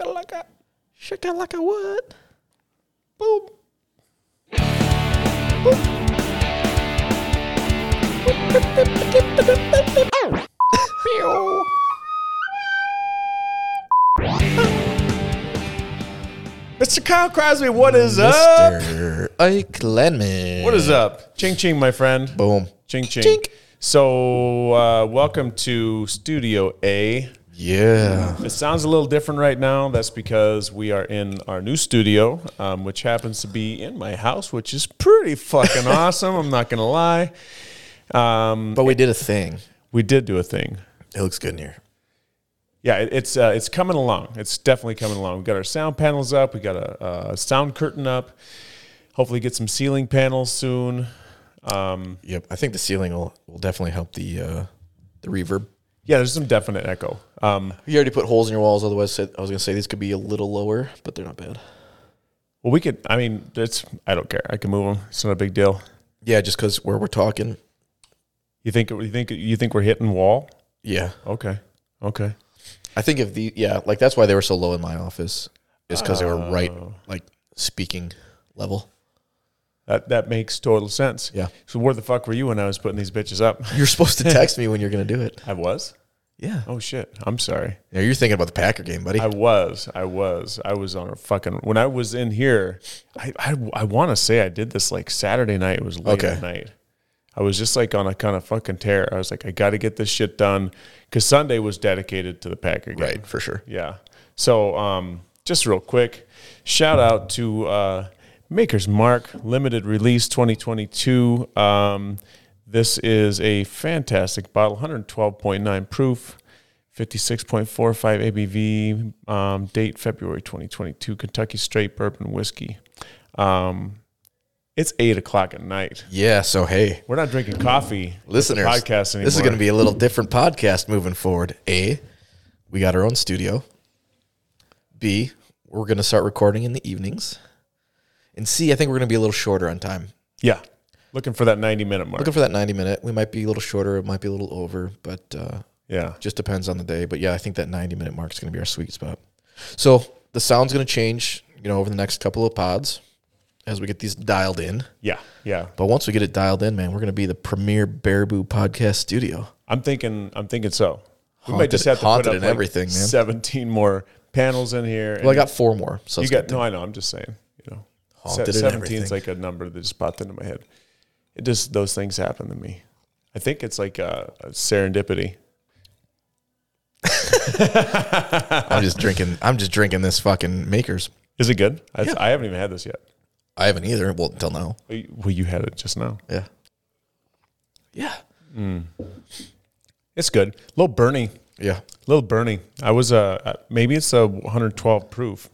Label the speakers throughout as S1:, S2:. S1: Shakalaka. Shakalaka what? Boom. Boom. Pew. Mr. Kyle Crosby, what is up?
S2: Mr. Ike Lenman.
S1: What is up? Ching ching, my friend.
S2: Boom.
S1: Ching ching.
S2: Chink.
S1: So, uh, welcome to Studio A.
S2: Yeah.
S1: It sounds a little different right now. That's because we are in our new studio, um, which happens to be in my house, which is pretty fucking awesome. I'm not gonna lie. Um,
S2: But we did a thing.
S1: we did do a thing.
S2: Mm-hmm. It looks good in here.
S1: Yeah, it, it's uh, it's coming along. It's definitely coming along. We got our sound panels up. We got a, a sound curtain up. Hopefully, get some ceiling panels soon. Um,
S2: Yep. I think the ceiling will, will definitely help the uh, the reverb.
S1: yeah, there's some definite echo. Um,
S2: You already put holes in your walls. Otherwise, said, I was gonna say these could be a little lower, but they're not bad.
S1: well, we could. I mean, it's. I don't care. I can move them. It's not a big deal.
S2: Yeah, just because where we're talking.
S1: You think? You think? You think we're hitting wall?
S2: Yeah.
S1: Okay. Okay.
S2: I think if the yeah, like that's why they were so low in my office, is because they were right like speaking level.
S1: That that makes total sense.
S2: Yeah.
S1: So where the fuck were you when I was putting these bitches up?
S2: You're supposed to text me when you're gonna do it.
S1: I was.
S2: Yeah.
S1: Oh shit. I'm sorry.
S2: Yeah, you're thinking about the Packer game, buddy.
S1: I was. I was. I was on a fucking. When I was in here, I I, I want to say I did this like Saturday night. It was late
S2: Okay.
S1: at night. I was just like on a kind of fucking tear. I was like, I got to get this shit done because Sunday was dedicated to the Packer game.
S2: for sure.
S1: Yeah. So, um, just real quick, shout out to uh, Maker's Mark Limited Release 2022. Um, this is a fantastic bottle, 112.9 proof, 56.45 ABV, um, date February 2022, Kentucky Straight Bourbon Whiskey. Um, it's eight o'clock at night.
S2: Yeah. So hey,
S1: We're not drinking coffee. with the
S2: listeners,
S1: podcast anymore.
S2: this is going to be a little different podcast moving forward. A, we got our own studio. B, we're going to start recording in the evenings. And C, I think we're going to be a little shorter on time.
S1: yeah. Looking for that 90 minute mark.
S2: Looking for that 90 minute. We might be a little shorter. It might be a little over, but uh,
S1: yeah.
S2: just depends on the day. But yeah, I think that 90 minute mark is going to be our sweet spot. So the sound's going to change, you know, over the next couple of pods as we get these dialed in.
S1: Yeah. Yeah.
S2: But once we get it dialed in, man, we're going to be the premier Bear Boo podcast studio.
S1: I'm thinking. I'm thinking so. We might
S2: Haunted-
S1: just have to put
S2: haunted
S1: up
S2: and
S1: like
S2: everything, man.
S1: seventeen more panels in here.
S2: Well, I
S1: and
S2: got four more. So
S1: you
S2: it's
S1: got no. I know. I'm just saying. You know,
S2: Haunted and
S1: seventeen's
S2: everything.
S1: like a number that just popped into my head. It just those things happen to me. I think it's like a, a serendipity.
S2: I'm just drinking. I'm just drinking this fucking Makers.
S1: Is it good? I, I haven't even had this yet.
S2: I haven't either. Well, until now.
S1: Well, you- Well, you had it just now.
S2: Yeah. Yeah.
S1: It's good. Little Bernie,
S2: Yeah.
S1: little Bernie. I was uh maybe it's a 112 proof,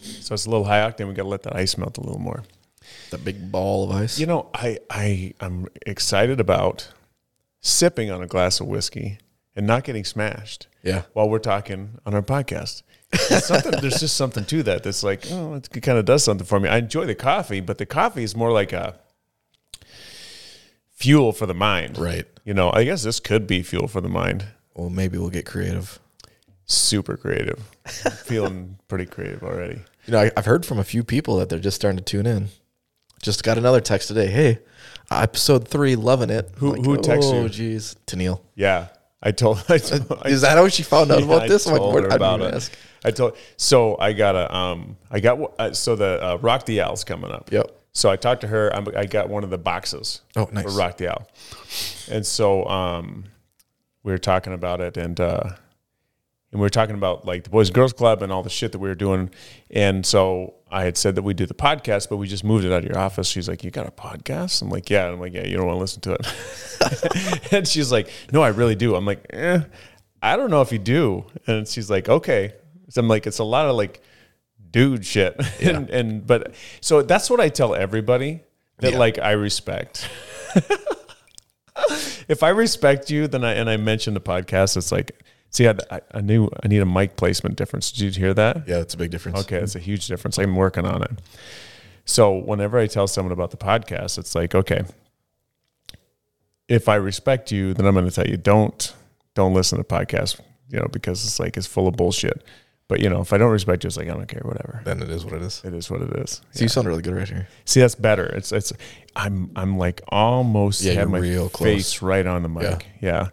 S1: so it's a little high octane. We got to let that ice melt a little more.
S2: That big ball of ice.
S1: You know, I I I'm excited about sipping on a glass of whiskey and not getting smashed.
S2: Yeah.
S1: While we're talking on our podcast. There's something there's just something to that that's like, oh, it's- it kind of does something for me. I enjoy the coffee, but the coffee is more like a fuel for the mind.
S2: Right.
S1: You know, I guess this could be fuel for the mind.
S2: Well, maybe we'll get creative.
S1: Super creative. I'm Feeling pretty creative already.
S2: You know, I, I've heard from a few people that they're just starting to tune in. Just got another text today. Hey, episode three, loving it.
S1: Who- who texted you?
S2: Oh, jeez, Tennille.
S1: Yeah. I told I told, I
S2: Is that how she found out
S1: Yeah,
S2: about
S1: I
S2: this?
S1: told
S2: what-
S1: her
S2: I didn't
S1: about
S2: even
S1: it.
S2: ask.
S1: I told. So I got a. Um, I got. Uh, so the uh, Rock the Owl's coming up.
S2: Yep.
S1: So I talked to her. I'm, I got one of the boxes.
S2: Oh, nice.
S1: For Rock the Owl, and so um, we were talking about it, and uh, and we were talking about like the Boys and Girls Club and all the shit that we were doing, and so I had said that we do the podcast, but we just moved it out of your office. She's like, "You got a podcast?" I'm like, "Yeah." And I'm like, "Yeah, you don't want to listen to it," and she's like, "No, I really do." I'm like, eh, "I don't know if you do," and she's like, "Okay." So I'm like, "It's a lot of like." dude shit. and and but so that's what I tell everybody that
S2: Yeah.
S1: like I respect. if I respect you, then I and I mention the podcast, it's like see I, I- I knew I need a mic placement difference. Did you hear that?
S2: Yeah, that's a big difference.
S1: Okay, that's a huge difference. I'm working on it. So whenever I tell someone about the podcast, it's like, okay, if I respect you, then I'm going to tell you don't don't listen to podcasts, you know, because it's like it's full of bullshit. But you know, if I don't respect you, it's like I don't care, whatever.
S2: Then it is what it is.
S1: It is what it is.
S2: So you sound really good right here.
S1: See, that's better. It's it's I'm I'm like almost
S2: Yeah,
S1: have my
S2: you're real close.
S1: face right on the mic. Yeah.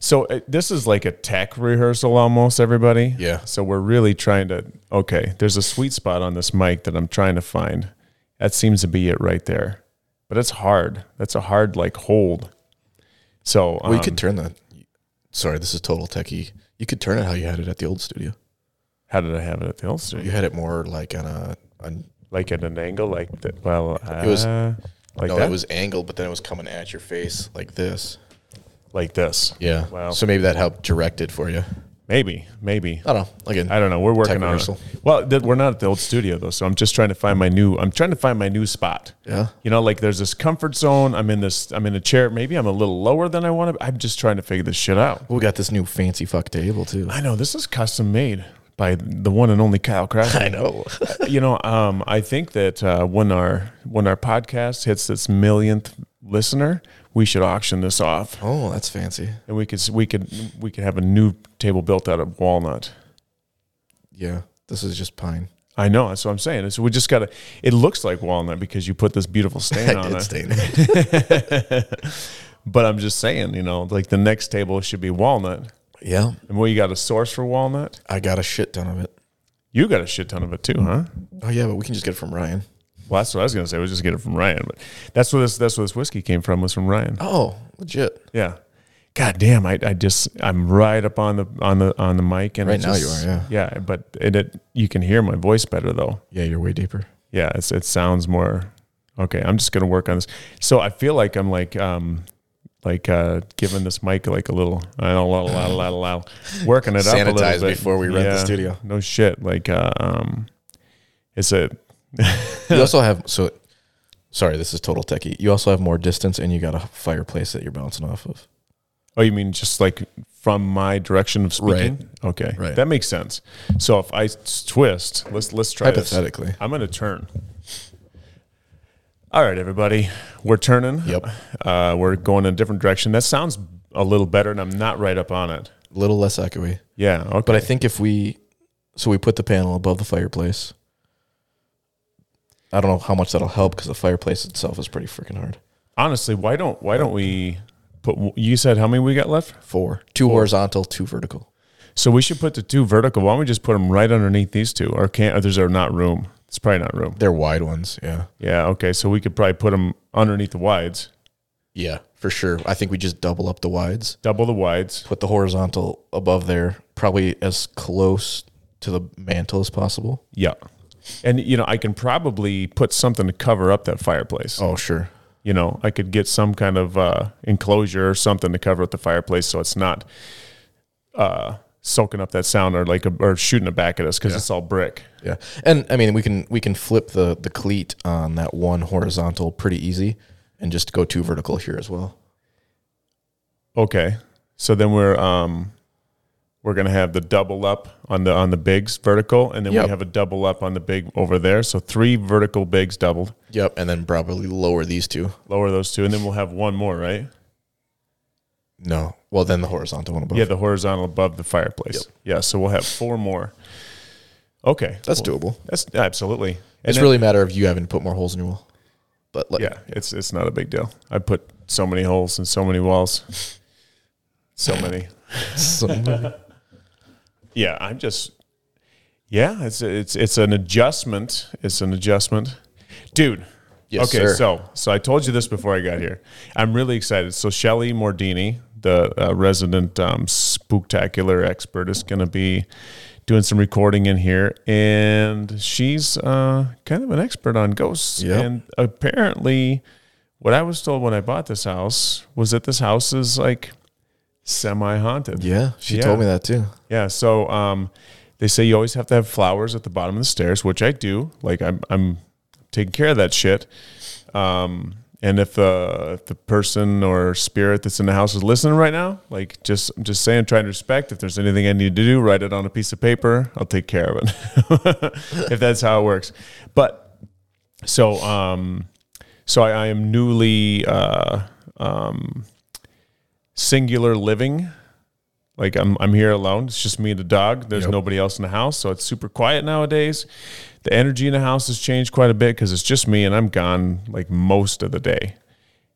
S1: So uh, this is like a tech rehearsal almost everybody.
S2: Yeah.
S1: So we're really trying to okay, there's a sweet spot on this mic that I'm trying to find. That seems to be it right there. But it's hard. That's a hard like hold. So
S2: Well, you
S1: um,
S2: could turn that. Sorry, this is total techie. You could turn it how you had it at the old studio.
S1: how did I have it at the Ulster?
S2: You had it more like on a. On,
S1: Like at an angle like that. Well, uh,
S2: was-
S1: like
S2: no,
S1: that
S2: it was angled, but then it was coming at your face like this.
S1: like this.
S2: Yeah.
S1: Wow.
S2: So maybe that helped direct it for you.
S1: Maybe, maybe.
S2: I don't know. Again,
S1: I don't know. We're working on it.
S2: rehearsal.
S1: Well, th- we're not at the old studio though, so I'm just trying to find my new. I'm trying to find my new spot.
S2: Yeah.
S1: You know, like there's this comfort zone. I'm in this. I'm in a chair. Maybe I'm a little lower than I want to. I'm just trying to figure this shit out.
S2: we got this new fancy fuck table too.
S1: I know this is custom made by the one and only Kyle Kraft.
S2: I know.
S1: you know, um, I think that uh, when our when our podcast hits its millionth listener, we should auction this off,
S2: oh, that's fancy.
S1: and we could s- we could we could have a new table built out of walnut.
S2: Yeah. This is just pine.
S1: I know. That's what I'm saying. So we just got to. It looks like walnut because you put this beautiful stain
S2: I
S1: on
S2: did
S1: it.
S2: stain
S1: But I'm just saying, you know, like the next table should be walnut.
S2: yeah.
S1: And well, you got a source for walnut.
S2: I got a shit ton of it.
S1: You got a shit ton of it too, huh?
S2: Oh yeah, but we can just get it from Ryan.
S1: Well, that's what I was gonna say. We just get it from Ryan, but that's where this that's where this whiskey came from was from Ryan.
S2: Oh, legit.
S1: Yeah. God damn, I, I just I'm right up on the on the on the mic and
S2: Right
S1: it
S2: now you
S1: just-
S2: are, yeah.
S1: yeah. But it, it you can hear my voice better though.
S2: Yeah, you're way deeper.
S1: yeah it's, it sounds more okay i'm just gonna work on this so i feel like i'm like um like uh giving this mic like a little i don't know, la, la, la, la, la, working it up a
S2: Sanitize
S1: little bit
S2: before we rent the
S1: Yeah,
S2: studio.
S1: no shit like uh, um it's a
S2: You also have so. Sorry, this is total techie. You also have more distance, and you got a fireplace that you're bouncing off of.
S1: oh you mean just like from my direction of speaking okay
S2: Right.
S1: that makes sense so if i s- twist let's let's try this.
S2: Hypothetically.
S1: i'm gonna turn all right everybody we're turning
S2: Yep.
S1: Uh, we're going in a different direction. That sounds a little better, and I'm not right up on it.
S2: little less echoey.
S1: Yeah. Okay.
S2: But I think if we, so we put the panel above the fireplace. I don't know how much that'll help because the fireplace itself is pretty freaking hard.
S1: honestly, why don't why don't we put? You said how many we got left?
S2: Four, two horizontal, two vertical.
S1: So we should put the two vertical. Why don't we just put them right underneath these two? Or can't? Or there's are not room. It's probably not room.
S2: They're wide ones. Yeah,
S1: Yeah. Okay. So we could probably put them underneath the wides.
S2: yeah, for sure. I think we just double up the wides,
S1: Double the wides.
S2: put the horizontal above there, probably as close to the mantle as possible.
S1: Yeah. And you know, I can probably put something to cover up that fireplace.
S2: Oh, sure.
S1: you know, I could get some kind of uh, enclosure or something to cover up the fireplace so it's not uh, soaking up that sound or like a, or shooting it back at us because it's all brick.
S2: Yeah, and I mean we can we can flip the the cleat on that one horizontal pretty easy, and just go two vertical here as well.
S1: Okay, so then we're um, we're gonna have the double up on the on the bigs vertical, and then
S2: Yep.
S1: we have a double up on the big over there. So three vertical bigs doubled.
S2: Yep, and then probably lower these two.
S1: Lower those two, and then we'll have one more, right?
S2: No, well then the horizontal one above.
S1: Yeah, the horizontal above the fireplace. Yeah, so we'll have four more. Okay,
S2: that's doable.
S1: that's absolutely. And
S2: it's
S1: then-
S2: really a matter of you having to put more holes in your wall. But like,
S1: yeah, it's it's not a big deal. I put so many holes in so many walls, so many.
S2: some-
S1: Yeah, I'm just. Yeah, it's it's it's an adjustment. It's an adjustment, dude.
S2: Yes,
S1: okay,
S2: sir.
S1: so so I told you this before I got here. I'm really excited. So Shelly Mordini, the uh, resident um, spooktacular expert, is going to be doing some recording in here, and she's uh, kind of an expert on ghosts.
S2: Yep.
S1: And apparently, what I was told when I bought this house was that this house is like semi haunted.
S2: yeah, she
S1: Yeah.
S2: told me that too.
S1: Yeah. So um, they say you always have to have flowers at the bottom of the stairs, which I do. Like I'm, I'm taking care of that shit. Um, and if uh, if the person or spirit that's in the house is listening right now, like just I'm just saying, trying to respect. If there's anything I need to do, write it on a piece of paper. I'll take care of it. if that's how it works. But so um, so I, I am newly uh, um, singular living Like I'm I'm here alone. It's just me and the dog. There's
S2: Yep.
S1: nobody else in the house, so it's super quiet nowadays. The energy in the house has changed quite a bit because it's just me and I'm gone like most of the day,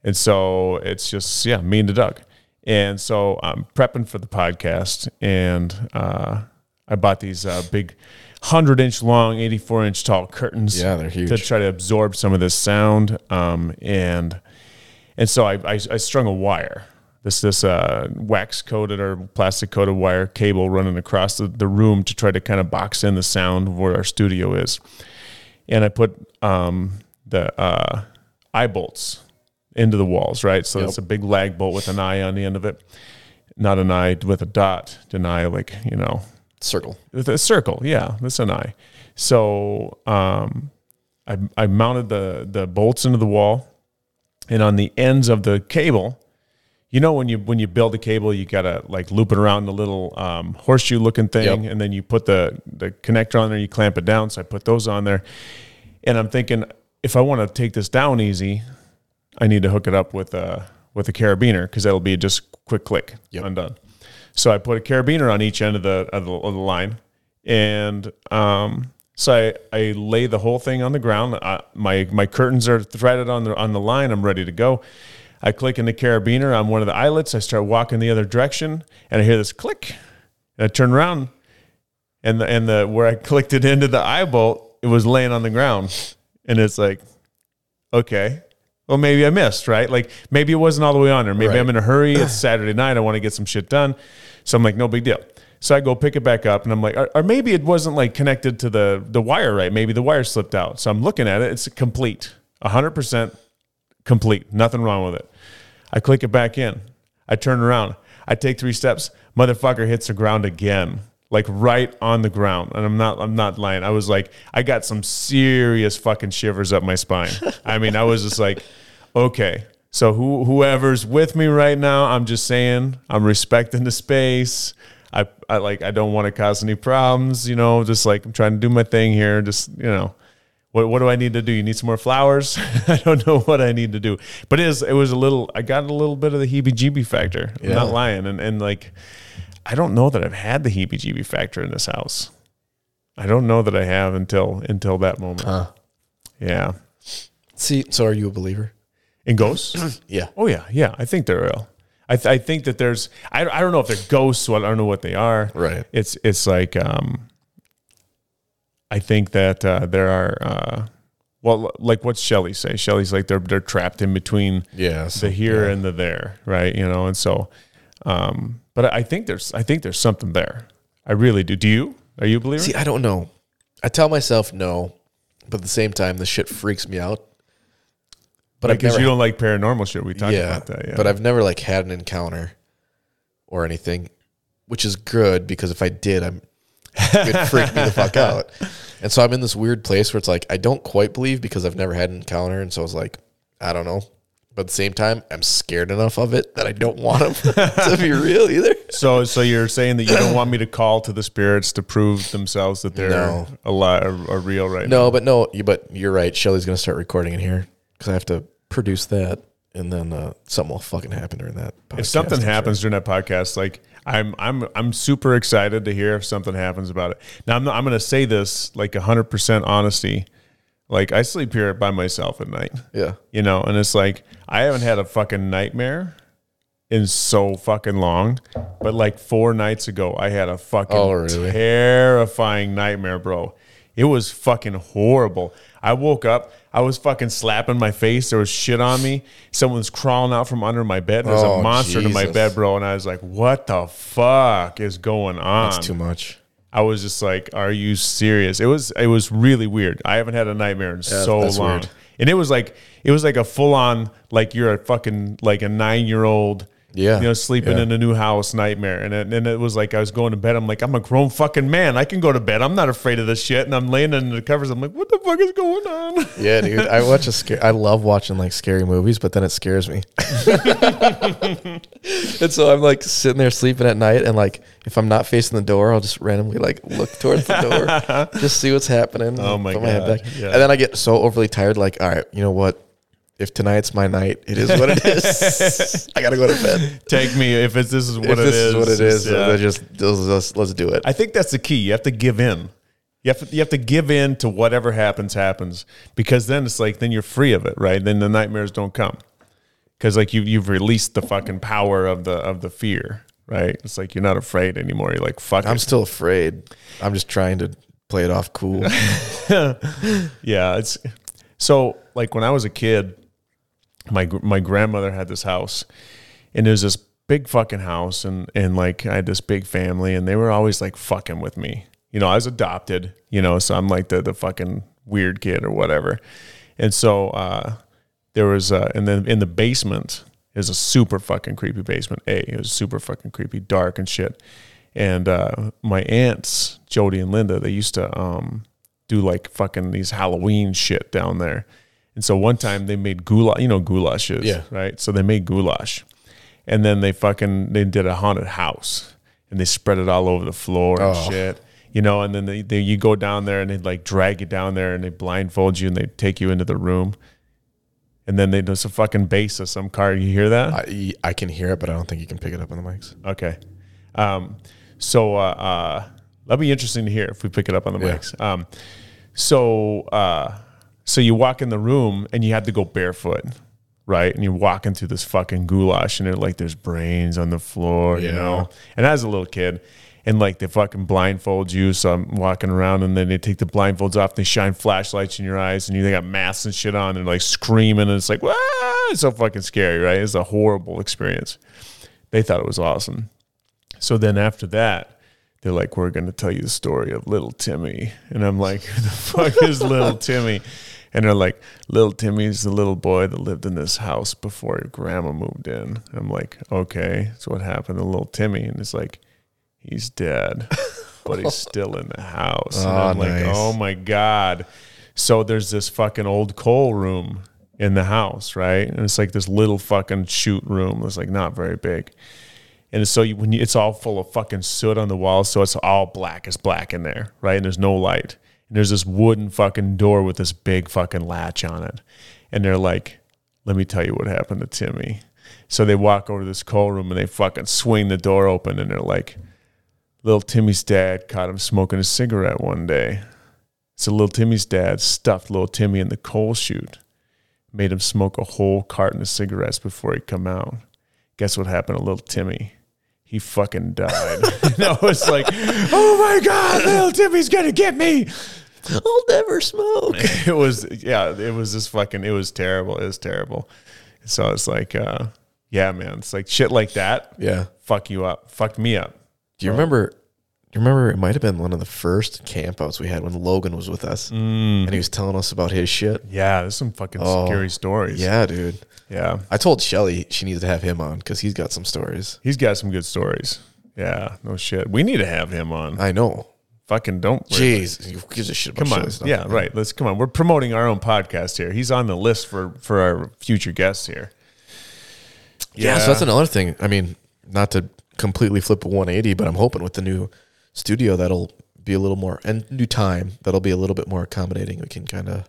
S1: and so it's just yeah me and the dog. And so I'm prepping for the podcast, and uh, I bought these uh, big, hundred inch long, eighty four inch tall curtains
S2: Yeah, they're huge.
S1: to try to absorb some of this sound. Um, and and so I, I, I strung a wire, this this uh, wax coated or plastic coated wire cable running across the, the room to try to kind of box in the sound of where our studio is. And I put um, the uh, eye bolts into the walls, right? So it's a big lag bolt with an eye on the end of it, not an eye with a dot, an eye like you know
S2: Circle.
S1: with a circle. Yeah, that's an eye. So um, I, I mounted the the bolts into the wall, and on the ends of the cable, you know when you when you build a cable, you gotta like loop it around the little um, horseshoe looking thing, and then you put the the connector on there, you clamp it down. So I put those on there, and I'm thinking if I want to take this down easy, I need to hook it up with a with a carabiner because that'll be just quick click
S2: Yep.
S1: undone. So I put a carabiner on each end of the of the, of the line, and um, so I, I lay the whole thing on the ground. I, my my curtains are threaded on the on the line. I'm ready to go. I click in the carabiner on one of the eyelets. I start walking the other direction, and I hear this click. And I turn around, and the and the where I clicked it into the eye bolt, it was laying on the ground, and it's like, okay, well maybe I missed right, like maybe it wasn't all the way on there. Maybe
S2: Right.
S1: I'm in a hurry. It's Saturday night. I want to get some shit done, so I'm like, no big deal. So I go pick it back up, and I'm like, or, or maybe it wasn't like connected to the the wire right. Maybe the wire slipped out. So I'm looking at it. It's complete, hundred percent complete. Nothing wrong with it. I click it back in. I turn around. I take three steps. Motherfucker hits the ground again, like right on the ground. And I'm not, I'm not lying. I was like, I got some serious fucking shivers up my spine. I mean, I was just like, okay. So who, whoever's with me right now, I'm just saying, I'm respecting the space. I, I like, I don't want to cause any problems. You know, just like I'm trying to do my thing here. Just you know, what, what do I need to do? You need some more flowers? I don't know what I need to do. But it, is, it was a little, I got a little bit of the heebie jeebie factor. I'm
S2: Yeah.
S1: not lying. And, and like, I don't know that I've had the heebie jeebie factor in this house. I don't know that I have until until that moment.
S2: Huh.
S1: Yeah.
S2: See, so are you a believer?
S1: And ghosts?
S2: Yeah.
S1: oh, yeah. Yeah. I think they're real. I, th- I think that there's, I, I don't know if they're ghosts. So I don't know what they are.
S2: Right.
S1: It's, it's like, um, I think that uh, there are, uh, well, like what's Shelley say? Shelley's like they're they're trapped in between
S2: Yeah.
S1: the here and the there, right? You know, and so, um, but I think there's I think there's something there. I really do. Do you? Are you a believer?
S2: See, I don't know. I tell myself no, but at the same time, the shit freaks me out. But I've
S1: because
S2: never,
S1: you don't like paranormal shit. We talked
S2: yeah,
S1: about that. Yeah.
S2: But I've never like had an encounter or anything, which is good because if I did, I'm it freaked me the fuck out. And so I'm in this weird place where it's like I don't quite believe because I've never had an encounter, and so I was like, I don't know. But at the same time, I'm scared enough of it that I don't want them to be real either.
S1: so so you're saying that you don't want me to call to the spirits to prove themselves that they're
S2: No.
S1: alive, are, are real, right?
S2: No, but no, you, but you're right. Shelly's gonna start recording in here because I have to produce that, and then uh, something will fucking happen during that.
S1: if something happens during that podcast, like I'm, I'm, I'm super excited to hear if something happens about it. Now I'm, not, I'm going to say this like 100 percent honesty. Like I sleep here by myself at night,
S2: yeah,
S1: you know, and it's like I haven't had a fucking nightmare in so fucking long. But like four nights ago, I had a fucking
S2: Oh, really?
S1: terrifying nightmare, bro. It was fucking horrible. I woke up. I was fucking slapping my face. There was shit on me. Someone's crawling out from under my bed. There's
S2: Oh,
S1: a monster in my
S2: Jesus.
S1: bed, bro. And I was like, "What the fuck is going on?"
S2: it's too much.
S1: I was just like, "Are you serious?" It was it was really weird. I haven't had a nightmare in so
S2: that's
S1: long,
S2: weird.
S1: and it was like it was like a full on like you're a fucking like a nine year old.
S2: Yeah.
S1: you know, sleeping
S2: Yeah.
S1: in a new house nightmare, and it, and it was like I was going to bed. I'm like, I'm a grown fucking man. I can go to bed. I'm not afraid of this shit. And I'm laying under the covers. I'm like, what the fuck is going on?
S2: Yeah, dude. I watch a scare. I love watching like scary movies, but then it scares me. and so I'm like sitting there sleeping at night, and like if I'm not facing the door, I'll just randomly like look towards the door, just see what's happening.
S1: Oh, my
S2: put my head
S1: God.
S2: back.
S1: Yeah.
S2: And then I get so overly tired, like all right, you know what? if tonight's my night, it is what it is. I gotta go to bed.
S1: Take me if it's this is what
S2: if
S1: it
S2: this is,
S1: is.
S2: what it is,
S1: yeah.
S2: then just let's, let's, let's do it.
S1: I think that's the key. You have to give in. You have to, you have to give in to whatever happens happens because then it's like then you're free of it, right? Then the nightmares don't come because like you you've released the fucking power of the of the fear, right? It's like you're not afraid anymore. You're like fuck.
S2: I'm
S1: it.
S2: still afraid. I'm just trying to play it off cool.
S1: yeah. It's so like when I was a kid, my gr- my grandmother had this house, and there's this big fucking house, and and like I had this big family, and they were always like fucking with me. You know, I was adopted. You know, so I'm like the the fucking weird kid or whatever. And so uh, there was, uh, and then in the basement is a super fucking creepy basement. A it was super fucking creepy, dark and shit. And uh, my aunts Jody and Linda, they used to um, do like fucking these Halloween shit down there. And so one time they made goulash, you know, goulash is,
S2: Yeah.
S1: right? So they made goulash. And then they fucking they did a haunted house and they spread it all over the floor and
S2: Oh.
S1: shit. You know, and then they, they you go down there and they like drag you down there and they blindfold you and they take you into the room. And then they there's a fucking bass of some car. You hear that?
S2: I, I can hear it, but I don't think you can pick it up on the mics.
S1: Okay. Um, so uh, uh, that'll be interesting to hear if we pick it up on the
S2: Yeah.
S1: mics. Um, so uh, so you walk in the room and you have to go barefoot, right? And you're walking through this fucking goulash and they're like, there's brains on the floor, you
S2: Yeah.
S1: know? And I was a little kid. And like they fucking blindfold you, so I'm walking around, and then they take the blindfolds off, and they shine flashlights in your eyes, and you they got masks and shit on, and like screaming, and it's like, wow, it's so fucking scary, right? It's a horrible experience they thought it was awesome. So then after that, they're like, "We're going to tell you the story of little Timmy," and I'm like, "Who the fuck is little Timmy?" And they're like, "Little Timmy's the little boy that lived in this house before your grandma moved in." I'm like, "Okay, so what happened to little Timmy?" And it's like, "He's dead, but he's still in the house." And
S2: Oh,
S1: I'm like,
S2: nice.
S1: "Oh my god!" So there's this fucking old coal room in the house, right? And it's like this little fucking shoot room. It's like not very big. And so you, when you, it's all full of fucking soot on the walls, so it's all black. It's black in there, right? And there's no light. And there's this wooden fucking door with this big fucking latch on it. And they're like, "Let me tell you what happened to Timmy." So they walk over to this coal room and they fucking swing the door open and they're like, "Little Timmy's dad caught him smoking a cigarette one day." So little Timmy's dad stuffed little Timmy in the coal chute, made him smoke a whole carton of cigarettes before he come out. Guess what happened to little Timmy? He fucking died. and I was like, oh my God, little Timmy's gonna get me.
S2: I'll never smoke.
S1: It was yeah, it was just fucking it was terrible. It was terrible. So it's like, uh, yeah, man. It's like shit like that
S2: Yeah.
S1: fuck you up. Fucked me up.
S2: Do you remember? Do you remember? It might have been one of the first campouts we had when Logan was with us,
S1: Mm.
S2: and he was telling us about his shit.
S1: Yeah, there's some fucking
S2: Oh,
S1: scary stories.
S2: Yeah, dude.
S1: Yeah.
S2: I told Shelly she needs to have him on because he's got some stories.
S1: He's got some good stories. Yeah, no shit. We need to have him on.
S2: I know.
S1: Fucking don't.
S2: Jeez, who gives a shit about
S1: Come on.
S2: Shelly's stuff?
S1: Yeah, right. Let's come on. We're promoting our own podcast here. He's on the list for for our future guests here.
S2: Yeah. so that's another thing. I mean, not to completely flip a 180, but I'm hoping with the new studio that'll be a little more and new time that'll be a little bit more accommodating. We can kind of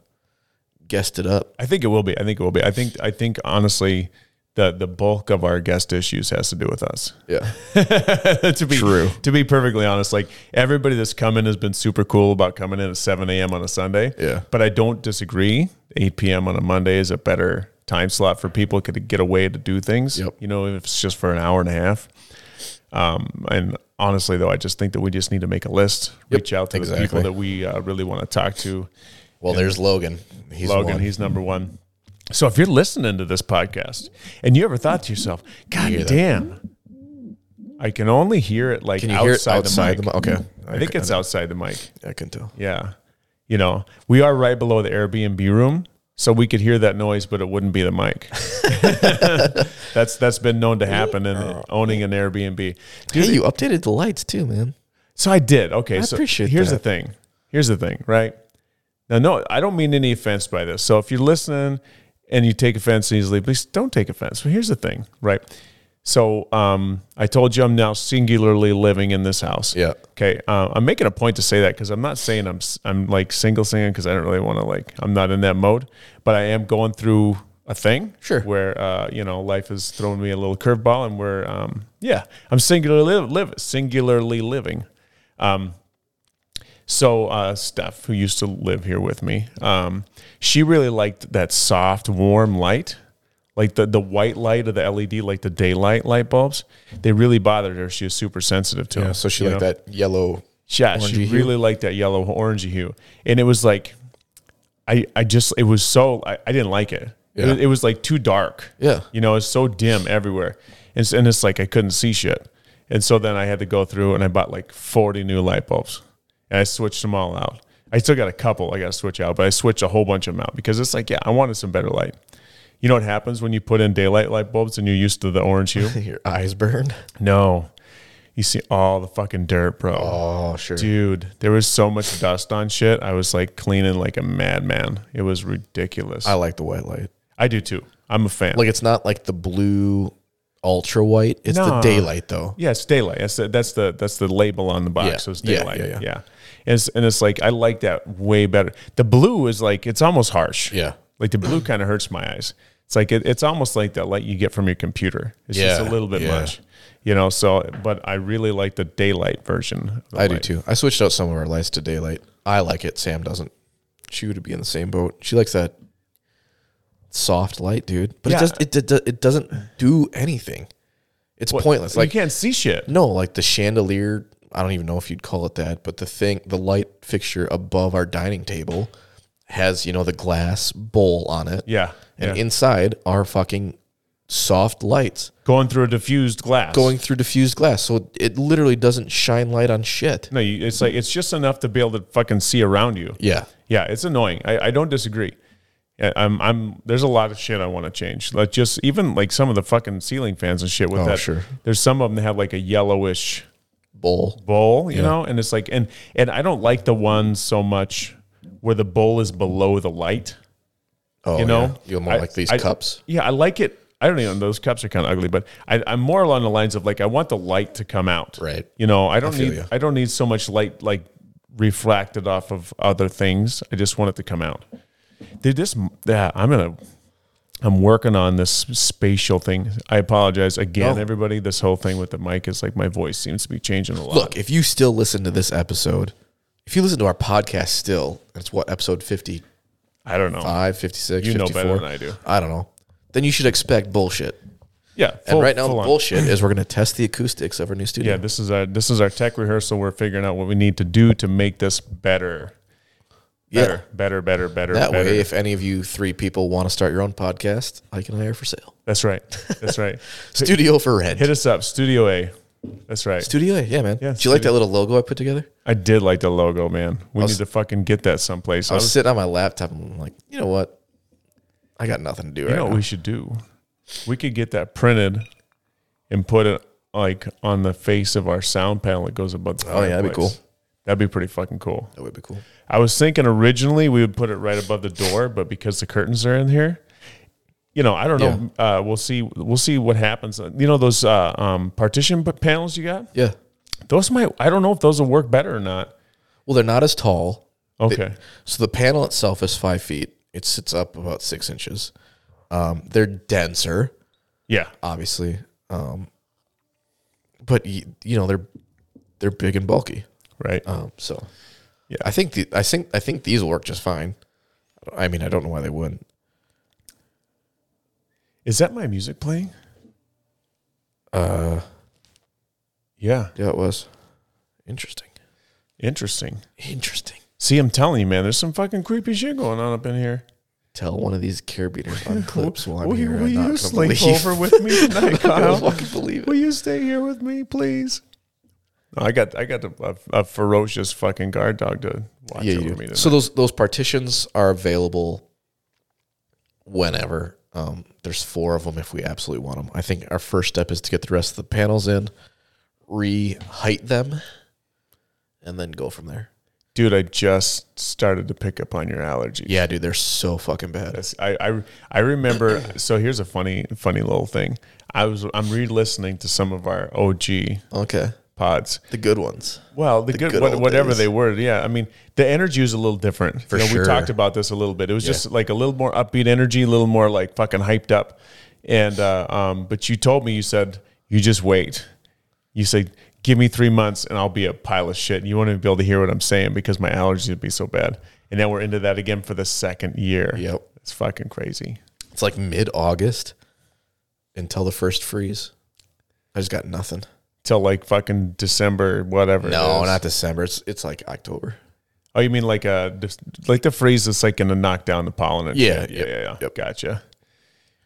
S2: guest it up.
S1: I think it will be. I think it will be. I think I think honestly the the bulk of our guest issues has to do with us.
S2: Yeah.
S1: to be
S2: True.
S1: To be perfectly honest, like everybody that's come in has been super cool about coming in at seven AM on a Sunday.
S2: Yeah.
S1: But I don't disagree. Eight PM on a Monday is a better time slot for people to get away to do things.
S2: Yep.
S1: You know, if it's just for an hour and a half. Um, and honestly, though, I just think that we just need to make a list, reach out to the people
S2: exactly.
S1: that we uh, really want to talk to.
S2: Well, there's Logan. He's
S1: Logan,
S2: one.
S1: he's number one. So if you're listening to this podcast and you ever thought to yourself, God
S2: hear that?
S1: damn, I can only hear it like
S2: can you
S1: outside,
S2: hear it outside
S1: the
S2: the
S1: mic.
S2: mic? Okay.
S1: I think it's outside the mic.
S2: I can tell.
S1: Yeah. You know, we are right below the Airbnb room, so we could hear that noise, but it wouldn't be the mic. that's that's been known to happen in
S2: Oh.
S1: owning an Airbnb.
S2: Dude, you updated the lights too, man.
S1: So I did. Okay.
S2: I
S1: so
S2: appreciate
S1: here's
S2: that.
S1: the thing. Here's the thing, right? Now, no, I don't mean any offense by this. So if you're listening and you take offense easily, please don't take offense. But here's the thing, right? So um, I told you I'm now singularly living in this house.
S2: Yeah.
S1: Okay. Uh, I'm making a point to say that because I'm not saying I'm s- I'm like single singing because I don't really want to like I'm not in that mode, but I am going through a thing.
S2: Sure.
S1: Where uh, you know life is throwing me a little curveball, and we're um, yeah, I'm singularly live, live singularly living. Um, so uh, Steph, who used to live here with me, um, she really liked that soft, warm light, like the the white light of the LED, like the daylight light bulbs. They really bothered her. She was super sensitive to.
S2: Yeah,
S1: them,
S2: so she
S1: you
S2: liked
S1: know?
S2: that yellow.
S1: Yeah, she
S2: orangey hue.
S1: really liked that yellow orangey hue, and it was like, I I just it was so I, I didn't like it. It,
S2: Yeah.
S1: was, it was like too dark.
S2: Yeah.
S1: you know, it's so dim everywhere, and it's, and it's like I couldn't see shit. And so then I had to go through and I bought like forty new light bulbs, and I switched them all out. I still got a couple I got to switch out, but I switched a whole bunch of them out because it's like, yeah, I wanted some better light. You know what happens when you put in daylight light bulbs and you're used to the orange hue?
S2: Your eyes burn.
S1: no, you see all the fucking dirt, bro.
S2: Oh, sure.
S1: Dude, there was so much dust on shit. I was like cleaning like a madman. It was ridiculous.
S2: I
S1: I,
S2: like the white light.
S1: do too. I'm a fan.
S2: Like it's not like the blue ultra white. It's
S1: No.
S2: the daylight though.
S1: yeah, it's daylight. That's the, that's the that's the label on the box.
S2: Yeah.
S1: So it's
S2: Yeah,
S1: daylight. Yeah,
S2: yeah, yeah.
S1: And, it's, and it's like I like that way better. The blue is like it's almost harsh.
S2: Yeah.
S1: Like the blue kind of hurts my eyes. It's like it, it's almost like that light you get from your computer. It's just
S2: Yeah,
S1: a little bit
S2: yeah.
S1: much, you know. So, but I really like the daylight version. of the
S2: I do
S1: light.
S2: too. I switched out some of our lights to daylight. I like it. Sam doesn't. She would be in the same boat. She likes that soft light, dude. But
S1: Yeah.
S2: it does it, it it doesn't do anything. It's pointless. Like
S1: you can't see shit.
S2: no, like the chandelier. I don't even know if you'd call it that, but the thing, the light fixture above our dining table has you know the glass bowl on it,
S1: Yeah,
S2: and
S1: yeah.
S2: inside are fucking soft lights
S1: going through a diffused glass.
S2: going through diffused glass, so it literally doesn't shine light on shit.
S1: No, you, it's like it's just enough to be able to fucking see around you.
S2: Yeah,
S1: Yeah, it's annoying. I, I don't disagree. I- I'm I'm there's a lot of shit I want to change. Like just even like some of the fucking ceiling fans and shit with
S2: Oh,
S1: that.
S2: sure.
S1: There's some of them that have like a yellowish
S2: bowl.
S1: bowl, you know, and it's like and and I don't like the ones so much where the bowl is below the light.
S2: Oh,
S1: you know,
S2: you'll more
S1: I-
S2: like these
S1: I-
S2: cups.
S1: Yeah, I like it. I don't even. Those cups are kind of ugly, but I, I'm more along the lines of like I want the light to come out.
S2: Right.
S1: You know, I don't
S2: feel
S1: need.
S2: you.
S1: I don't need so much light like refracted off of other things. I just want it to come out. Dude, this. Yeah, I'm gonna. I'm working on this spatial thing. I apologize again,
S2: No.
S1: everybody. This whole thing with the mic is like my voice seems to be changing a lot.
S2: Look, if you still listen to this episode, if you listen to our podcast still, it's what episode 55,
S1: I don't
S2: uh,
S1: know.
S2: 56,
S1: You know
S2: 54.
S1: better than I do.
S2: I don't know. Then you should expect bullshit.
S1: Yeah,
S2: And
S1: full-
S2: right now,
S1: full
S2: the
S1: on.
S2: bullshit is we're going to test the acoustics of our new studio.
S1: Yeah, this is our this is our tech rehearsal. We're figuring out what we need to do to make this better.
S2: Yeah.
S1: Better, better, better, better,
S2: that
S1: better.
S2: way, if any of you three people want to start your own podcast, I can hire for sale.
S1: That's right. That's right.
S2: Studio for rent.
S1: Hit us up, Studio A. That's right.
S2: studio, yeah, man. Do you like that little logo I put together?
S1: I did like the logo, man. We need to fucking get that someplace.
S2: I
S1: I
S2: was,
S1: was-
S2: sitting on my laptop and I'm like, you know what? I got nothing to do right
S1: you know
S2: now.
S1: what we should do? We could get that printed and put it like on the face of our sound panel that goes above the
S2: Oh, yeah, that'd be
S1: fireplace.
S2: cool.
S1: That'd be pretty fucking cool.
S2: That would be cool.
S1: I was thinking originally we would put it right above the door, but because the curtains are in here, you know, I don't know. Uh, we'll see. We'll see what happens. You know those uh, um, partition p- panels you got?
S2: Yeah.
S1: Those might. I don't know if those will work better or not.
S2: Well, they're not as tall.
S1: Okay.
S2: So the panel itself is five feet. It sits up about six inches. Um, they're denser,
S1: Yeah.
S2: obviously, um, but y- you know they're they're big and bulky.
S1: Right.
S2: Um, so
S1: Yeah.
S2: I think the, I think I think these will work just fine. I mean, I don't know why they wouldn't.
S1: Is that my music playing? Uh. Yeah.
S2: Yeah, it was interesting.
S1: Interesting.
S2: Interesting.
S1: See, I'm telling you, man. There's some fucking creepy shit going on up in here.
S2: Tell one of these carabiners on clips while I'm
S1: will
S2: here.
S1: you,
S2: I'm
S1: will
S2: not
S1: you
S2: gonna
S1: sleep
S2: believe-
S1: over with me tonight,
S2: I
S1: Kyle?
S2: don't fucking believe
S1: Will
S2: it.
S1: you stay here with me, please? I got I got a, a, a ferocious fucking guard dog to watch
S2: Yeah,
S1: over
S2: you
S1: me.
S2: do.
S1: Tonight.
S2: So those those partitions are available whenever. Um, there's four of them if we absolutely want them. I think our first step is to get the rest of the panels in, re-height them, and then go from there.
S1: dude, I just started to pick up on your allergies.
S2: Yeah, dude, they're so fucking bad.
S1: Yes, I, I I remember. so here's a funny funny little thing. I was I'm re-listening to some of our OG
S2: Okay,
S1: pods.
S2: The good ones.
S1: Well, the, good,
S2: good
S1: what,
S2: old
S1: whatever
S2: days.
S1: they were, yeah. I mean, the energy was a little different.
S2: For
S1: you know,
S2: sure.
S1: We talked about this a little bit. It was just like a little more upbeat energy, a little more like fucking hyped up. And uh, um, but you told me you said you just wait. You said give me three months and I'll be a pile of shit. And you won't even be able to hear what I'm saying because my allergies would be so bad. And now we're into that again for the second year.
S2: Yep.
S1: it's fucking crazy.
S2: It's like mid August until the first freeze. I just got nothing.
S1: Till like fucking December, whatever. it
S2: No,
S1: is.
S2: not December. It's it's like October.
S1: Oh, you mean like a like the freeze that's like going to knock down the pollen? and
S2: Yeah,
S1: shit. yeah,
S2: yep,
S1: yeah, yeah.
S2: yep.
S1: Gotcha.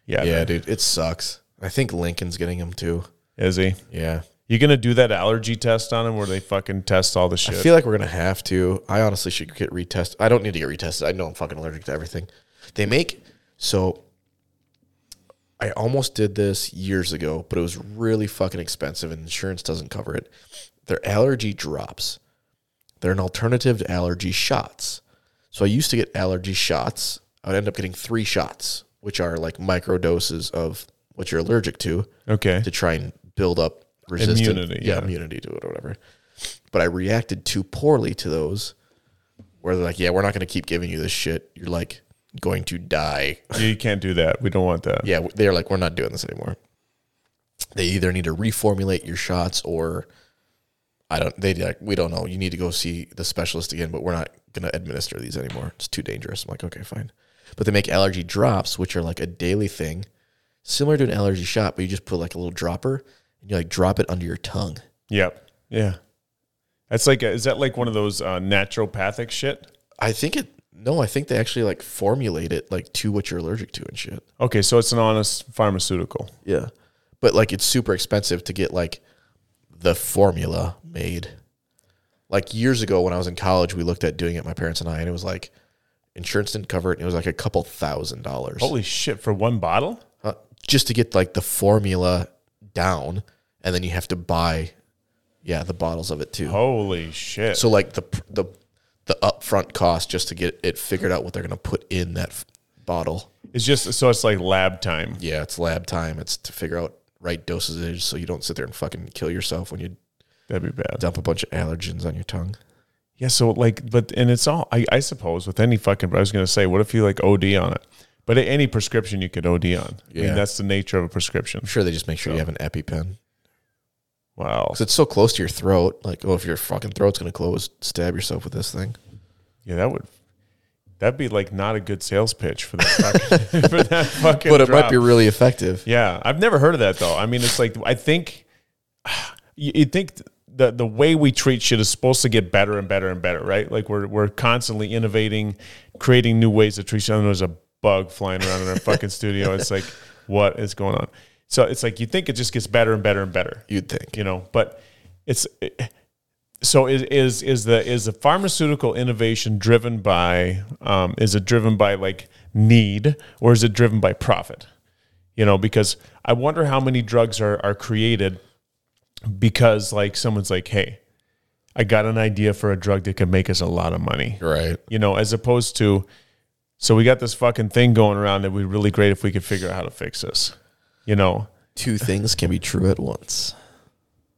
S1: Yeah,
S2: Yeah,
S1: yeah.
S2: dude, it sucks. I think Lincoln's getting them too.
S1: Is he?
S2: Yeah.
S1: You gonna do that allergy test on him where they fucking test all the
S2: I
S1: shit?
S2: feel like we're gonna have to. I honestly should get retested. I don't need to get retested. I know I'm fucking allergic to everything. They make so. I almost did this years ago, but it was really fucking expensive, and insurance doesn't cover it. They're allergy drops. They're an alternative to allergy shots. So I used to get allergy shots. I would end up getting three shots, which are like micro doses of what you're allergic to
S1: okay.
S2: to try and build up resistance,
S1: Immunity, yeah.
S2: immunity to it or whatever. But I reacted too poorly to those, where they're like, "Yeah, we're not going to keep giving you this shit. You're like going to die."
S1: you can't do that. We don't want that.
S2: yeah, they're like, "We're not doing this anymore." They either need to reformulate your shots, or I don't. They like, we don't know. You need to go see the specialist again, but we're not going to administer these anymore. It's too dangerous. I'm like, okay, fine. But they make allergy drops, which are like a daily thing similar to an allergy shot, but you just put like a little dropper and you like drop it under your tongue.
S1: Yep. Yeah. That's like a, is that like one of those uh, naturopathic shit?
S2: I think it. No, I think they actually like formulate it like to what you're allergic to and shit.
S1: Okay, so it's an honest pharmaceutical.
S2: Yeah, but like it's super expensive to get like the formula made. Like years ago when I was in college, we looked at doing it. My parents and I, and it was like insurance didn't cover it. And it was like a couple thousand dollars
S1: Holy shit! For one bottle?
S2: uh, just to get like the formula down, and then you have to buy, yeah, the bottles of it too.
S1: Holy shit!
S2: So like the the the upfront cost just to get it figured out what they're gonna put in that f- bottle.
S1: it's just so it's like lab time.
S2: Yeah, it's lab time. It's to figure out right dosages so you don't sit there and fucking kill yourself when you
S1: That'd be bad.
S2: dump a bunch of allergens on your tongue.
S1: Yeah, so like, but and it's all I, I suppose with any fucking. I was gonna say, what if you like OD on it? But a- any prescription you could OD on. I
S2: Yeah.
S1: mean, that's the nature of a prescription.
S2: I'm sure they just make sure you have an EpiPen
S1: Wow.
S2: because it's so close to your throat. Like, oh, if your fucking throat's gonna close, stab yourself with this thing.
S1: Yeah, that would. That'd be like not a good sales pitch for that fucking. for that fucking
S2: But it might
S1: drop.
S2: be really effective.
S1: Yeah, I've never heard of that though. I mean, it's like I think you you'd think the the way we treat shit is supposed to get better and better and better, right? Like we're we're constantly innovating, creating new ways to treat shit. And there's a bug flying around in our fucking studio. It's like what is going on? So it's like you think it just gets better and better and better
S2: You'd think.
S1: you know but it's so is is is the is the pharmaceutical innovation driven by um, is it driven by like need or is it driven by profit you know because i wonder how many drugs are are created because like someone's like hey i got an idea for a drug that could make us a lot of money
S2: Right.
S1: you know as opposed to so we got this fucking thing going around that would be really great if we could figure out how to fix this you know
S2: Two things can be true at once.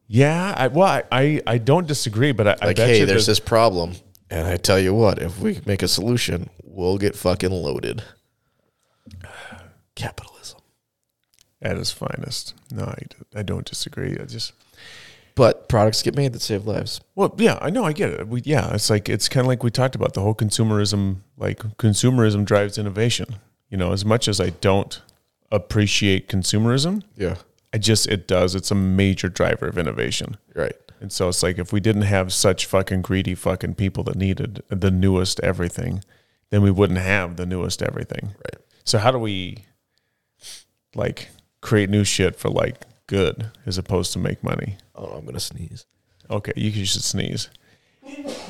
S1: Yeah, I, well, I, I, I don't disagree, but I, I
S2: Like,
S1: bet
S2: hey,
S1: you
S2: there's
S1: there's
S2: this problem, and I tell you what, if we make a solution, we'll get fucking loaded. Capitalism.
S1: at his finest. No, I, d- I don't disagree. I just
S2: But products get made that save lives.
S1: well, yeah, I know, I get it. We, yeah, it's like it's kind of like we talked about the whole consumerism. Like consumerism drives innovation. You know, as much as I don't appreciate consumerism,
S2: Yeah.
S1: I just it does. It's a major driver of innovation.
S2: Right.
S1: And so it's like if we didn't have such fucking greedy fucking people that needed the newest everything, then we wouldn't have the newest everything.
S2: Right.
S1: So how do we like create new shit for like good as opposed to make money?
S2: Oh, I'm gonna sneeze.
S1: Okay, you you should sneeze.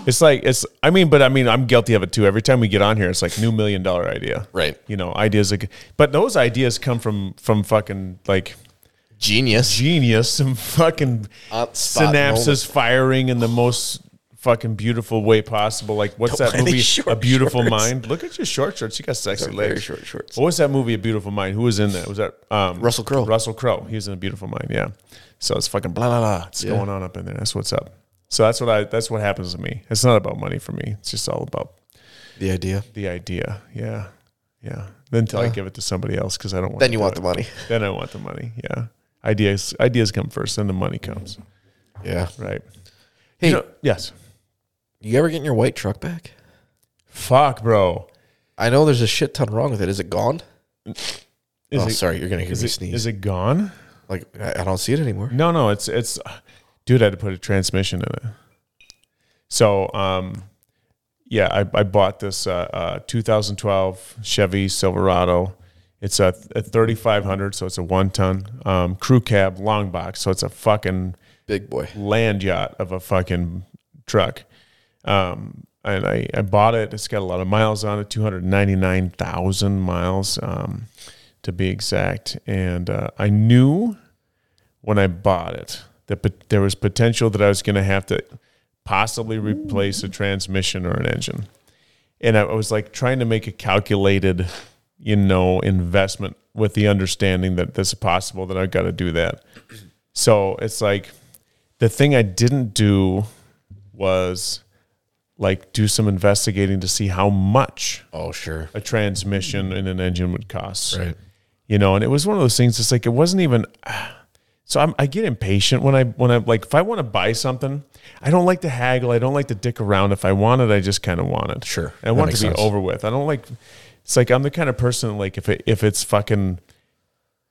S1: It's like it's I mean, but I mean I'm guilty of it too. Every time we get on here, it's like new million dollar idea.
S2: Right.
S1: You know, ideas like but those ideas come from from fucking like
S2: Genius.
S1: genius and fucking
S2: On-spot
S1: synapses firing in the most fucking beautiful way possible. Like what's
S2: Don't
S1: that
S2: wear these
S1: movie?
S2: short
S1: A Beautiful
S2: shorts.
S1: Mind. Look at your short shorts. You got sexy legs.
S2: Very short shorts.
S1: What was that movie, A Beautiful Mind? Who was in that? Was that um,
S2: Russell Crowe.
S1: Russell Crowe. He was in A Beautiful Mind. Yeah. So it's fucking blah blah blah. It's going on up in there. That's what's up. So that's what I. That's what happens to me. It's not about money for me. It's just all about
S2: The idea.
S1: the idea. Yeah, yeah. Then until I
S2: Yeah.
S1: give it to somebody else because I don't want.
S2: Then
S1: to
S2: you
S1: do it.
S2: want the money.
S1: Then I want the money. Yeah. Ideas ideas come first, then the money comes.
S2: Yeah.
S1: Right.
S2: Hey,
S1: You
S2: you,
S1: know- yes.
S2: ever getting your white truck back?
S1: Fuck, bro.
S2: I know there's a shit ton wrong with it. Is it gone?
S1: Is
S2: oh,
S1: it,
S2: sorry, you're gonna hear
S1: is
S2: me
S1: it,
S2: sneeze.
S1: is it gone?
S2: like I, I don't see it anymore.
S1: No, no. It's it's. Dude, I had to put a transmission in it. So, um, yeah, I, I bought this uh, uh, 2012 Chevy Silverado. It's a, a 3500, so it's a one ton um, crew cab long box. So it's a fucking
S2: Big boy.
S1: land yacht of a fucking truck. Um, and I, I bought it. It's got a lot of miles on it, 299,000 miles um, to be exact. And uh, I knew when I bought it that pot- there was potential that I was going to have to possibly replace a transmission or an engine. And I, I was like trying to make a calculated, you know, investment with the understanding that this is possible that I've got to do that. So it's like the thing I didn't do was like do some investigating to see how much
S2: Oh sure.
S1: a transmission and an engine would cost.
S2: Right.
S1: You know, and it was one of those things. It's like it wasn't even. So I'm, I get impatient when I when I like if I want to buy something, I don't like to haggle. I don't like to dick around. If I want it, I just kind of want it.
S2: Sure.
S1: I want it
S2: That
S1: to be
S2: makes sense.
S1: over with. I don't like. It's like I'm the kind of person like if it if it's fucking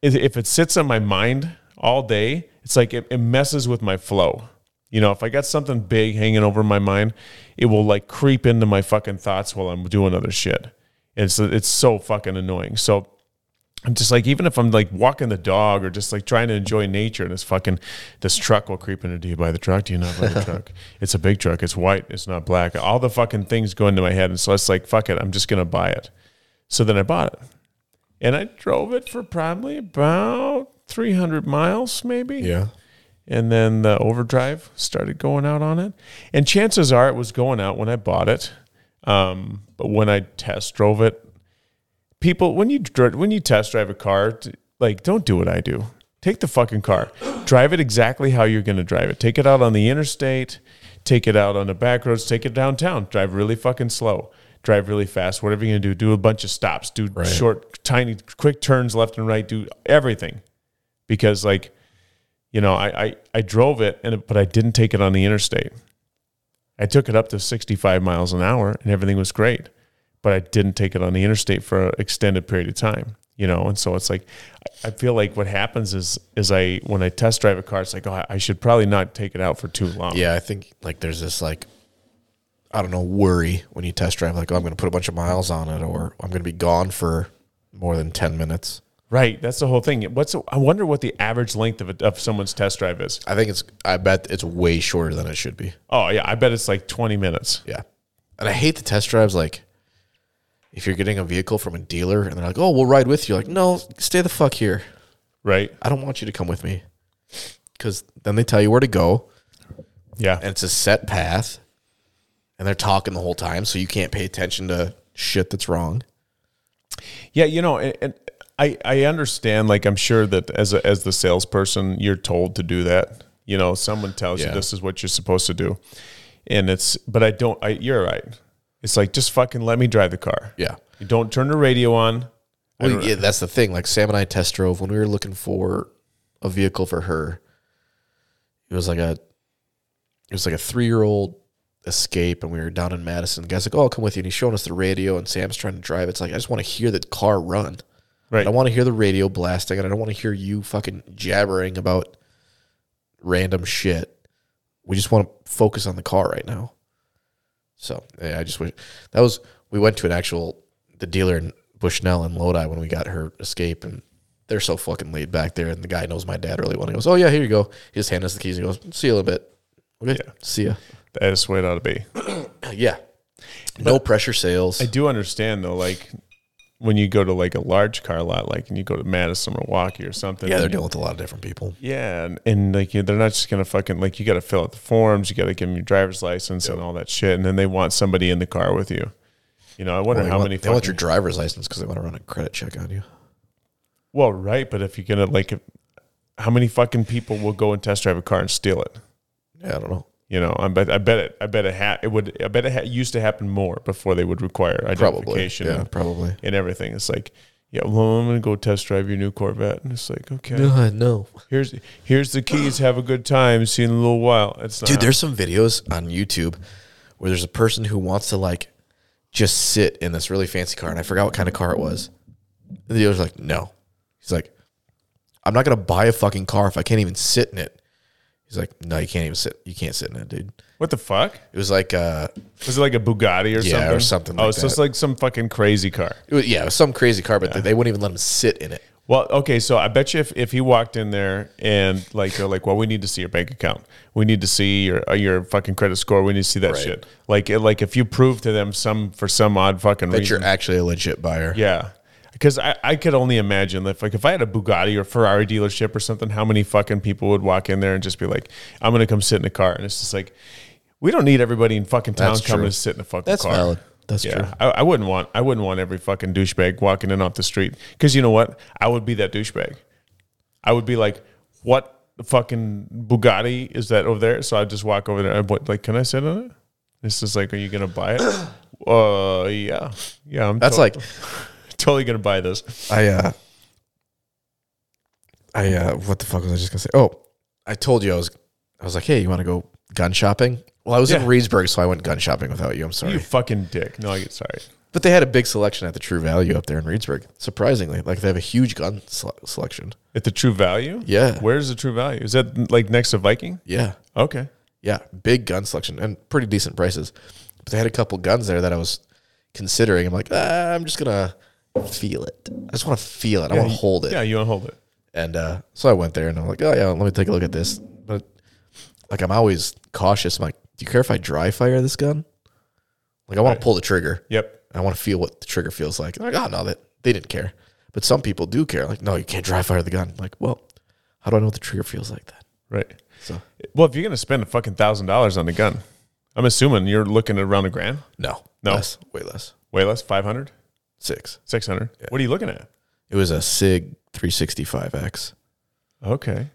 S1: if, if it sits on my mind all day, it's like it, it messes with my flow. You know, if I got something big hanging over my mind, it will like creep into my fucking thoughts while I'm doing other shit. And so it's so fucking annoying. So I'm just like, even if I'm like walking the dog or just like trying to enjoy nature and this fucking, this truck will creep into, do you buy the truck? Do you not buy the truck? It's a big truck. It's white. It's not black. All the fucking things go into my head. And so it's like, fuck it. I'm just going to buy it. So then I bought it and I drove it for probably about 300 miles, maybe.
S2: Yeah.
S1: And then the overdrive started going out on it. And chances are it was going out when I bought it. Um, but when I test drove it, people, when you dr- when you test drive a car, t- like don't do what I do. Take the fucking car, drive it exactly how you're going to drive it. Take it out on the interstate, take it out on the back roads, take it downtown. Drive really fucking slow, drive really fast. Whatever you're going to do, do a bunch of stops, do short, tiny, quick turns left and right, do everything, because like you know, I, I, I drove it, and it- but I didn't take it on the interstate. I took it up to 65 miles an hour, and everything was great, but I didn't take it on the interstate for an extended period of time. You know, and so it's like I- I feel like what happens is is I when I test drive a car, it's like oh, I- I should probably not take it out for too long.
S2: Yeah, I think like there's this like I don't know, worry when you test drive, like, oh I'm gonna put a bunch of miles on it or I'm gonna be gone for more than ten minutes.
S1: Right, that's the whole thing. What's I wonder what the average length of a, of someone's test drive is.
S2: I think it's I bet it's way shorter than it should be.
S1: Oh yeah, I bet it's like 20 minutes.
S2: Yeah. And I hate the test drives like if you're getting a vehicle from a dealer and they're like, "Oh, we'll ride with you." Like, "No, stay the fuck here.
S1: Right?
S2: I don't want you to come with me." Cuz then they tell you where to go
S1: Yeah.
S2: and it's a set path and they're talking the whole time so you can't pay attention to shit that's wrong.
S1: Yeah, you know, and, and I I understand. Like, I'm sure that as a, as the salesperson, you're told to do that. You know, someone tells you
S2: Yeah.
S1: this is what you're supposed to do, and it's. But I don't. I, you're right. It's like just fucking let me drive the car.
S2: Yeah.
S1: You don't turn the radio on.
S2: Well, yeah, that's the thing. Like Sam and I test drove when we were looking for a vehicle for her. It was like a, it was like a three-year-old Escape, and we were down in Madison. The guy's like, "Oh, I'll come with you," and he's showing us the radio, and Sam's trying to drive. It's like I just want to hear the car run. I
S1: Right.
S2: don't want to hear the radio blasting, and I don't want to hear you fucking jabbering about random shit. We just want to focus on the car right now. So yeah, I just wish that was we went to an actual the dealer in Bushnell in Lodi when we got her escape, and they're so fucking laid back there. And the guy knows my dad really well. He goes, "Oh yeah, here you go." He just hands us the keys. He goes, "See you in a little bit." Okay, see ya.
S1: That's the way it ought to be.
S2: Yeah, no pressure sales.
S1: I do understand though, like when you go to like a large car lot, like and you go to Madison, Milwaukee, or something.
S2: Yeah, they're dealing with a lot of different people.
S1: Yeah, and, and like you, they're not just gonna fucking like you got to fill out the forms, you got to give them your driver's license and all that shit, and then they want somebody in the car with you. You know, I wonder
S2: They
S1: how
S2: want-
S1: many.
S2: They want
S1: fucking-
S2: your driver's license because they want to run a credit check on you.
S1: well, right, but if you're gonna like, if- how many fucking people will go and test drive a car and steal it?
S2: Yeah, I don't know.
S1: You know, I bet, I bet it, I bet it, ha- it would, I bet it ha- used to happen more before they would require
S2: Probably.
S1: identification
S2: Yeah, probably.
S1: and everything. It's like, yeah, well, I'm gonna go test drive your new Corvette, and it's like, okay,
S2: No, no.
S1: here's here's the keys, have a good time, see you in a little while. It's not,
S2: Dude, there's some videos on YouTube where there's a person who wants to like just sit in this really fancy car, and I forgot what kind of car it was. And the dealer's like, no. He's like, I'm not gonna buy a fucking car if I can't even sit in it. He's like, no, you can't even sit. You can't sit in it, dude.
S1: what the fuck?
S2: It was like, uh,
S1: Was it like a Bugatti or something?
S2: Yeah, or something
S1: Oh,
S2: like
S1: so it's like some fucking crazy car.
S2: it was, yeah, it was some crazy car, but they, they wouldn't even let him sit in it.
S1: Well, okay, so I bet you if, if he walked in there and like they're like, well, we need to see your bank account, we need to see your uh, your fucking credit score, we need to see that
S2: Right.
S1: shit. Like it- like if you prove to them some for some odd fucking
S2: That
S1: reason,
S2: you're actually a legit buyer.
S1: yeah. Because I, I could only imagine if like if I had a Bugatti or Ferrari dealership or something, how many fucking people would walk in there and just be like, I'm gonna come sit in the car, and it's just like, we don't need everybody in fucking town
S2: That's
S1: coming
S2: true.
S1: to sit in the fucking
S2: That's
S1: car.
S2: valid. That's
S1: Yeah, I, I wouldn't want I wouldn't want every fucking douchebag walking in off the street because you know what? I would be that douchebag. I would be like, "What fucking Bugatti is that over there?" So I'd just walk over there. I'd be like, "Can I sit in it?" This is like, "Are you gonna buy it?" uh, yeah, yeah. I'm
S2: That's
S1: to-
S2: like
S1: totally gonna buy this.
S2: I uh I uh what the fuck was I just gonna say? Oh, I told you I was I was like, hey, you wanna go gun shopping? Well, I was
S1: Yeah.
S2: in Reedsburg, so I went gun shopping without you. I'm sorry.
S1: You fucking dick. No, I get sorry.
S2: But they had a big selection at the True Value up there in Reedsburg. Surprisingly, like they have a huge gun sele- selection.
S1: At the True Value.
S2: Yeah.
S1: Where's the True Value? Is that like next to Viking?
S2: Yeah,
S1: Okay.
S2: yeah, big gun selection and pretty decent prices. But they had a couple guns there that I was considering. I'm like, ah, I'm just gonna feel it. I just want to feel it. I want to hold it.
S1: Yeah, you want to hold it.
S2: And uh, so I went there and I'm like, oh, yeah, let me take a look at this. But like, I'm always cautious. I'm like, do you care if I dry fire this gun? Like, I want to pull the trigger.
S1: Yep.
S2: I want to feel what the trigger feels like. And I'm like, oh, no, that, they didn't care. But some people do care. Like, no, you can't dry fire the gun. I'm like, well, how do I know what the trigger feels like then?
S1: Right.
S2: So,
S1: Well, if you're gonna spend a fucking thousand dollars on the gun, I'm assuming you're looking at around a grand,
S2: no,
S1: No.
S2: Less, way less.
S1: way less, 500,
S2: Six.
S1: 600. What are you looking at?
S2: It was a SIG 365X.
S1: Okay.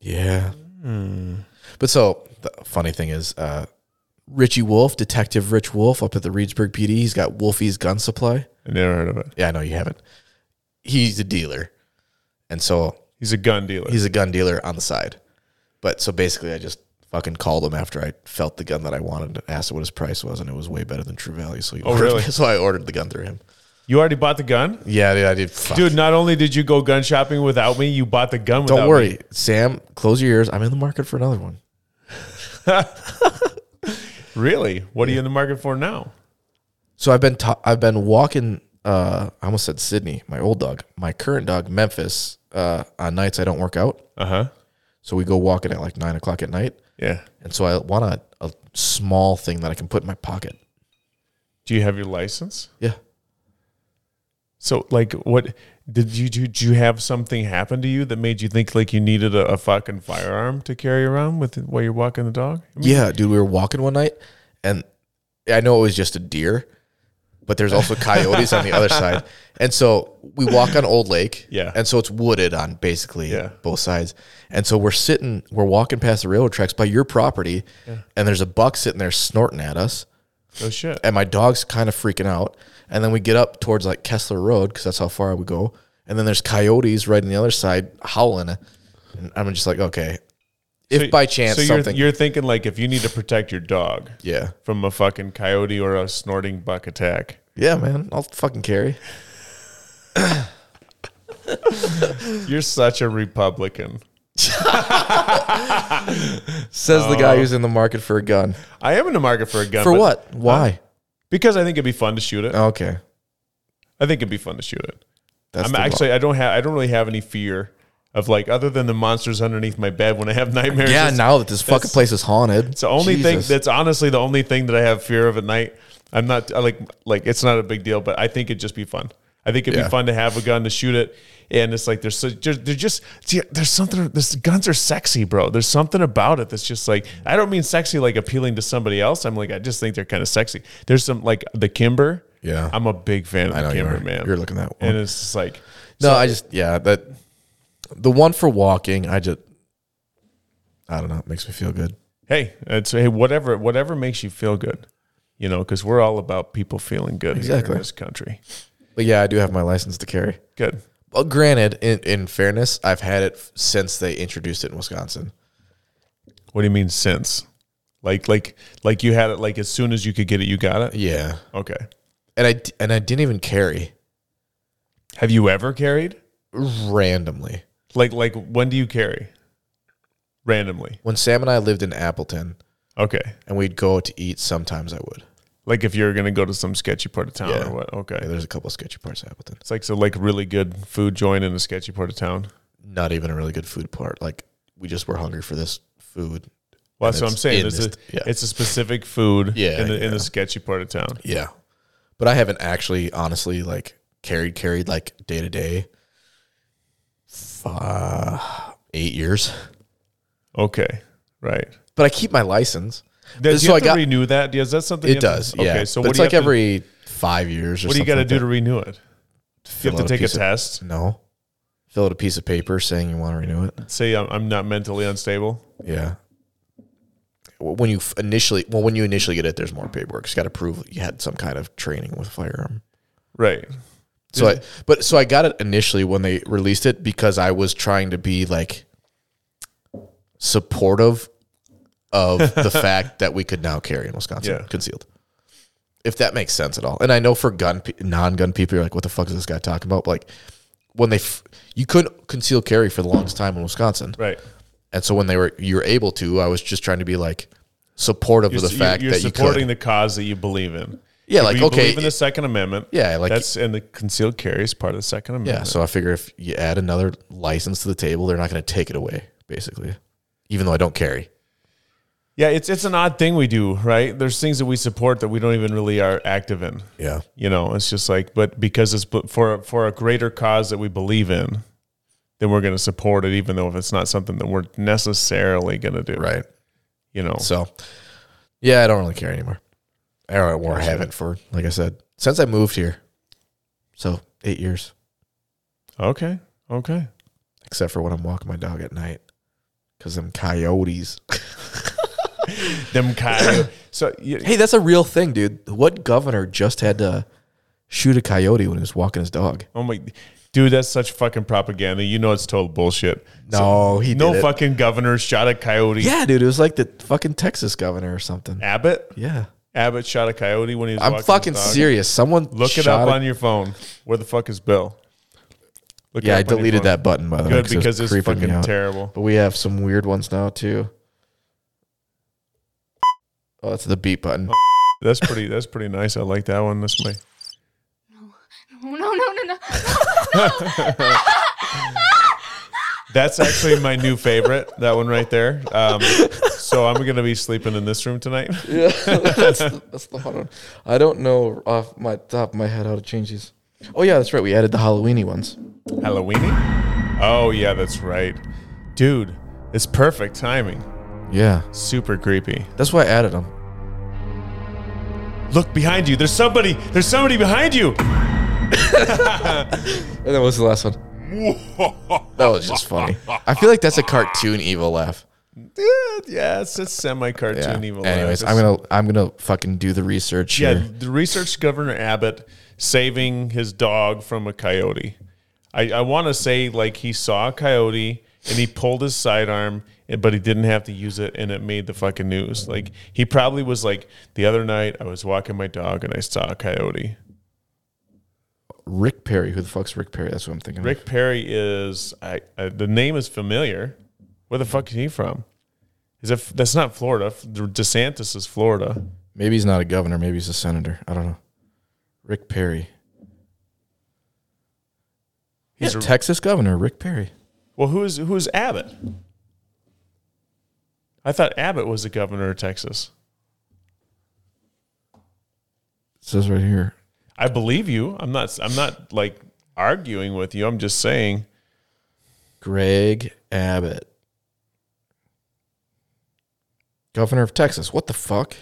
S2: Yeah. Hmm. But so the funny thing is, uh, Richie Wolf, Detective Rich Wolf, up at the Reedsburg PD, he's got Wolfie's Gun Supply.
S1: I never heard of it.
S2: Yeah, I know you haven't. He's a dealer, and so
S1: He's a gun dealer.
S2: he's a gun dealer on the side. But so basically, I just fucking called him after I felt the gun that I wanted and asked what his price was, and it was way better than True Value. So he ordered,
S1: really?
S2: So I ordered the gun through him.
S1: you already bought the gun?
S2: Yeah, dude, I did. Fuck.
S1: Dude, not only did you go gun shopping without me, you bought the gun without
S2: don't worry,
S1: me.
S2: Sam. Close your ears. I'm in the market for another one.
S1: Really? What are you in the market for now?
S2: So I've been ta- I've been walking. Uh, I almost said Sydney, my old dog, my current dog, Memphis. Uh, on nights I don't work out,
S1: Uh huh.
S2: so we go walking at like nine o'clock at night,
S1: Yeah.
S2: and so I want a, a small thing that I can put in my pocket.
S1: Do you have your license?
S2: Yeah,
S1: So, like, what did you do? Did you have something happen to you that made you think like you needed a, a fucking firearm to carry around with while you're walking the dog? I mean,
S2: yeah, dude. We were walking one night, and I know it was just a deer, but there's also coyotes on the other side, and so we walk on Old Lake.
S1: Yeah.
S2: and so it's wooded on basically
S1: Yeah.
S2: both sides, and so we're sitting, we're walking past the railroad tracks by your property, and there's a buck sitting there snorting at us.
S1: No shit.
S2: and my dog's kind of freaking out. And then we get up towards like Kessler Road because that's how far we go. And then there's coyotes right on the other side howling. And I'm just like, okay, if
S1: So-
S2: by chance
S1: so you're,
S2: something,
S1: you're thinking like if you need to protect your dog
S2: yeah,
S1: from a fucking coyote or a snorting buck attack.
S2: yeah, man, I'll fucking carry.
S1: You're such a Republican.
S2: Says the guy who's in the market for a gun.
S1: I am in the market for a gun.
S2: For
S1: Oh. Uh, but-
S2: what? Why? Oh,
S1: Because I think it'd be fun to shoot it.
S2: Okay,
S1: I think it'd be fun to shoot it.
S2: that's
S1: I'm
S2: the wrong-
S1: actually I don't have I don't really have any fear of like other than the monsters underneath my bed when I have nightmares.
S2: Yeah,
S1: it's-
S2: now that this fucking
S1: that's-
S2: place is haunted.
S1: It's the only
S2: Jesus.
S1: thing that's honestly the only thing that I have fear of at night. I'm not I like like it's not a big deal, but I think it'd just be fun. I think it'd
S2: Yeah.
S1: be fun to have a gun to shoot it, and it's like there's so, they're, they're just see, there's something. This guns are sexy, bro. There's something about it that's just like I don't mean sexy like appealing to somebody else. I'm like I just think they're kind of sexy. There's some like the Kimber.
S2: Yeah.
S1: I'm a big fan of
S2: I know
S1: the
S2: you
S1: Kimber,
S2: are.
S1: man.
S2: You're looking that one.
S1: and it's just like
S2: No, I just yeah, that the one for walking, I just I don't know, it makes me feel good.
S1: hey, it's hey, whatever, whatever makes you feel good, you know, because we're all about people feeling good here
S2: Exactly.
S1: in this country.
S2: But yeah, I do have my license to carry.
S1: Good.
S2: Well, granted, in, in fairness, I've had it f- since they introduced it in Wisconsin.
S1: What do you mean since? Like, like, like you had it. Like as soon as you could get it, you got it.
S2: Yeah,
S1: Okay.
S2: and I d- and I didn't even carry
S1: Have you ever carried?
S2: randomly
S1: Like, like when do you carry? Randomly.
S2: when Sam and I lived in Appleton,
S1: Okay.
S2: and we'd go to eat. Sometimes I would.
S1: Like if you're gonna go to some sketchy part of town
S2: Yeah.
S1: or what?
S2: Yeah,
S1: Okay.
S2: there's a couple of sketchy parts of Appleton.
S1: It's like so, like really good food joint in a sketchy part of town.
S2: Not even a really good food part. Like we just were hungry for this food.
S1: Well,
S2: And
S1: that's what I'm
S2: it's
S1: saying.
S2: in
S1: It's a,
S2: this- yeah.
S1: it's a specific food
S2: Yeah,
S1: in, the, in
S2: yeah.
S1: the sketchy part of town.
S2: Yeah, but I haven't actually, honestly, like carried carried like day to day. Uh, eight years,
S1: Okay. Right.
S2: but I keep my license.
S1: Does
S2: So
S1: you have
S2: I
S1: to
S2: got-
S1: renew that? Is that something? you
S2: It
S1: have to-
S2: does. Yeah.
S1: Okay. So
S2: But
S1: what
S2: it's
S1: do you
S2: like
S1: have to-
S2: every five years or
S1: what do you
S2: something
S1: got to
S2: like
S1: do
S2: that.
S1: to renew it? You
S2: Fill
S1: have to
S2: out
S1: take a
S2: piece of-
S1: test.
S2: No. Fill out a piece of paper saying you want to renew it.
S1: Say I'm, I'm not mentally unstable.
S2: Yeah. Well, When you f- initially, well, when you initially get it, there's more paperwork. It's got to prove you had some kind of training with firearm.
S1: Right.
S2: So I, but so I got it initially when they released it because I was trying to be like supportive of the fact that we could now carry in Wisconsin
S1: Yeah.
S2: concealed. If that makes sense at all. And I know for gun pe- non-gun people are like what the fuck is this guy talking about? But like when they f- you couldn't conceal carry for the longest time in Wisconsin.
S1: Right.
S2: And so when they were you were able to, I was just trying to be like supportive
S1: You're,
S2: of the fact
S1: you're
S2: that you
S1: supporting
S2: could.
S1: the cause that you believe in.
S2: Yeah, like,
S1: you
S2: okay,
S1: believe in the Second Amendment.
S2: yeah, like
S1: that's and the concealed carry is part of the Second
S2: Yeah,
S1: Amendment.
S2: so I figure if you add another license to the table, they're not going to take it away, basically. Even though I don't carry.
S1: Yeah. It's it's an odd thing we do, right? There's things that we support that we don't even really are active in.
S2: Yeah.
S1: You know, it's just like, but because it's bu- for for a greater cause that we believe in, then we're going to support it, even though if it's not something that we're necessarily going to do.
S2: Right.
S1: You know.
S2: So, yeah, I don't really carry anymore. I don't or I haven't for like I said since I moved here. So eight years,
S1: Okay. Okay.
S2: except for when I'm walking my dog at night, because them coyotes.
S1: Them coyotes. so you,
S2: hey, that's a real thing, dude. What governor just had to shoot a coyote when he was walking his dog?
S1: Oh my, dude, that's such fucking propaganda. You know it's total bullshit.
S2: No, he
S1: No
S2: did it.
S1: fucking governor shot a coyote.
S2: Yeah, dude, it was like the fucking Texas governor or something.
S1: Abbott.
S2: Yeah.
S1: Abbott shot a coyote when he was. walking
S2: I'm
S1: his
S2: fucking
S1: dog.
S2: serious. Someone
S1: Look it
S2: shot
S1: up
S2: a-
S1: on your phone. Where the fuck is Bill? Look it
S2: Yeah, I
S1: up on your
S2: deleted
S1: phone.
S2: that button by the way
S1: Good because it's
S2: creeping me
S1: fucking
S2: out.
S1: terrible.
S2: But we have some weird ones now too. Oh, that's the beep button.
S1: That's pretty. That's pretty nice. I like that one. That's my.
S3: No, no, no, no.
S1: That's actually my new favorite. That one right there. Um, so I'm gonna be sleeping in this room tonight.
S4: Yeah, that's, the, that's the hard one. I don't know off my top of my head how to change these.
S2: Oh yeah, that's right. We added the Halloweeny ones.
S1: Halloweeny. Oh yeah, that's right, dude. It's perfect timing.
S2: Yeah,
S1: Super creepy.
S2: that's why I added them.
S1: Look behind you. There's somebody. There's somebody behind you.
S2: And that was the last one. that was just funny. I feel like that's a cartoon evil laugh.
S1: Yeah, yeah it's a semi
S2: Yeah.
S1: cartoon evil. laugh.
S2: Anyways,
S1: It's-
S2: I'm gonna I'm gonna fucking do the research
S1: Yeah,
S2: here.
S1: the research Governor Abbott saving his dog from a coyote. I, I want to say like he saw a coyote and he pulled his sidearm, and- but he didn't have to use it, and it made the fucking news. Like he probably was like the other night I was walking my dog and I saw a coyote.
S2: Rick Perry. Who the fuck's Rick Perry? That's what I'm thinking. of.
S1: Rick Perry is I, I the name is familiar. Where the fuck is he from? Is it that's not Florida? DeSantis is Florida.
S2: Maybe he's not a governor. Maybe he's a senator. I don't know. Rick Perry. He's
S1: Yeah.
S2: Texas governor, Rick Perry.
S1: Well, who's who's Abbott? I thought Abbott was the governor of Texas.
S4: It says right here.
S1: I believe you. I'm not. I'm not like arguing with you. I'm just saying.
S2: Greg Abbott.
S4: Governor of Texas. What the fuck?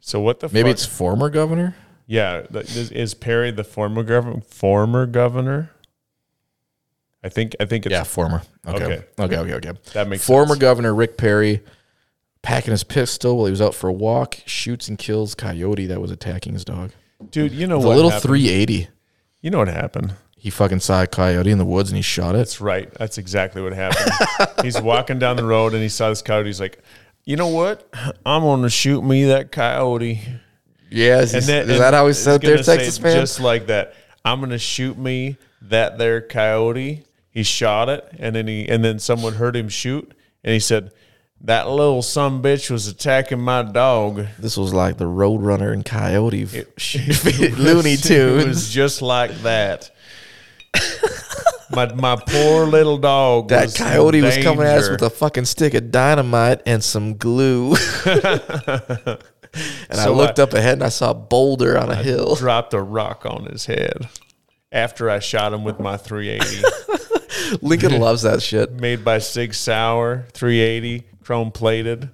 S1: So what the
S2: Maybe
S1: fuck-
S2: it's former governor?
S1: yeah. th- Is, is Perry the former governor? Former governor. I think. I think it's
S2: Yeah, former. Okay.
S1: Okay.
S2: Okay, okay, okay. okay.
S1: that makes
S2: former
S1: sense.
S2: governor Rick Perry packing his pistol while he was out for a walk, shoots and kills coyote that was attacking his dog.
S1: dude. You know
S2: It's a
S1: what?
S2: little
S1: happened?
S2: 380.
S1: You know what happened?
S2: He fucking saw a coyote in the woods and he shot it.
S1: That's right. That's exactly what happened. he's walking down the road and he saw this coyote. He's like, you know what? I'm going to shoot me that coyote.
S4: Yeah. Is,
S1: And then,
S4: is that
S1: and
S4: how he
S1: he's
S4: said there,
S1: gonna say
S4: Texas man?
S1: Just like that. I'm going to shoot me that there coyote. He shot it, and then he and then someone heard him shoot, and he said, "That little son bitch was attacking my dog."
S4: This was like the Roadrunner and Coyote f-
S1: Looney Tunes. It was just like that. my my poor little dog.
S4: That
S1: was in
S4: coyote was coming at us
S1: danger.
S4: with a fucking stick of dynamite and some glue. and I
S2: uh,
S1: So
S4: looked
S1: I-
S4: up ahead and I saw a boulder on a hill.
S1: dropped a rock on his head after I shot him with my 380,
S4: Lincoln loves that shit.
S1: made by Sig Sauer, 380, chrome plated.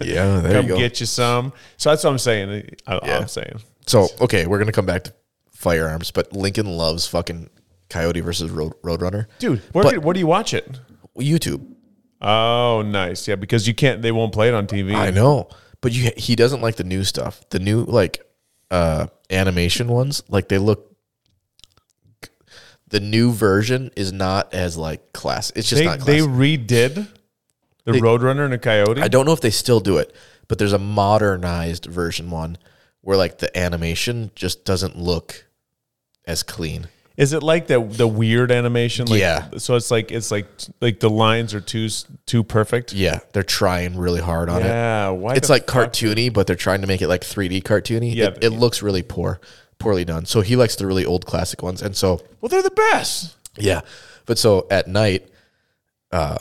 S2: Yeah, there
S1: Come get you some. So that's what I'm saying. I,
S2: Yeah.
S1: I'm saying.
S2: So okay, we're gonna come back to firearms, but Lincoln loves fucking Coyote versus Road Roadrunner.
S1: Dude, where,
S2: But-
S1: do, where do you watch it?
S2: YouTube,
S1: Oh, nice. Yeah, because you can't, they won't play it on TV.
S2: I know, Mm. but you, he doesn't like the new stuff. The new like uh animation ones, like they look. The new version is not as like class. It's just
S1: They,
S2: not.
S1: they
S2: Classic.
S1: redid the Roadrunner and the Coyote.
S2: I don't know if they still do it, but there's a modernized version one where like the animation just doesn't look as clean.
S1: Is it like the the weird animation? Like,
S2: Yeah.
S1: So it's like it's like like the lines are too s- too perfect.
S2: Yeah, they're trying really hard on it.
S1: Yeah. Why
S2: it's
S1: the
S2: like cartoony, but they're trying to make it like 3D cartoony.
S1: Yeah.
S2: it, it looks really poor, poorly done. So he likes the really old classic ones, and so
S1: Well, they're the best.
S2: yeah, but so at night, uh,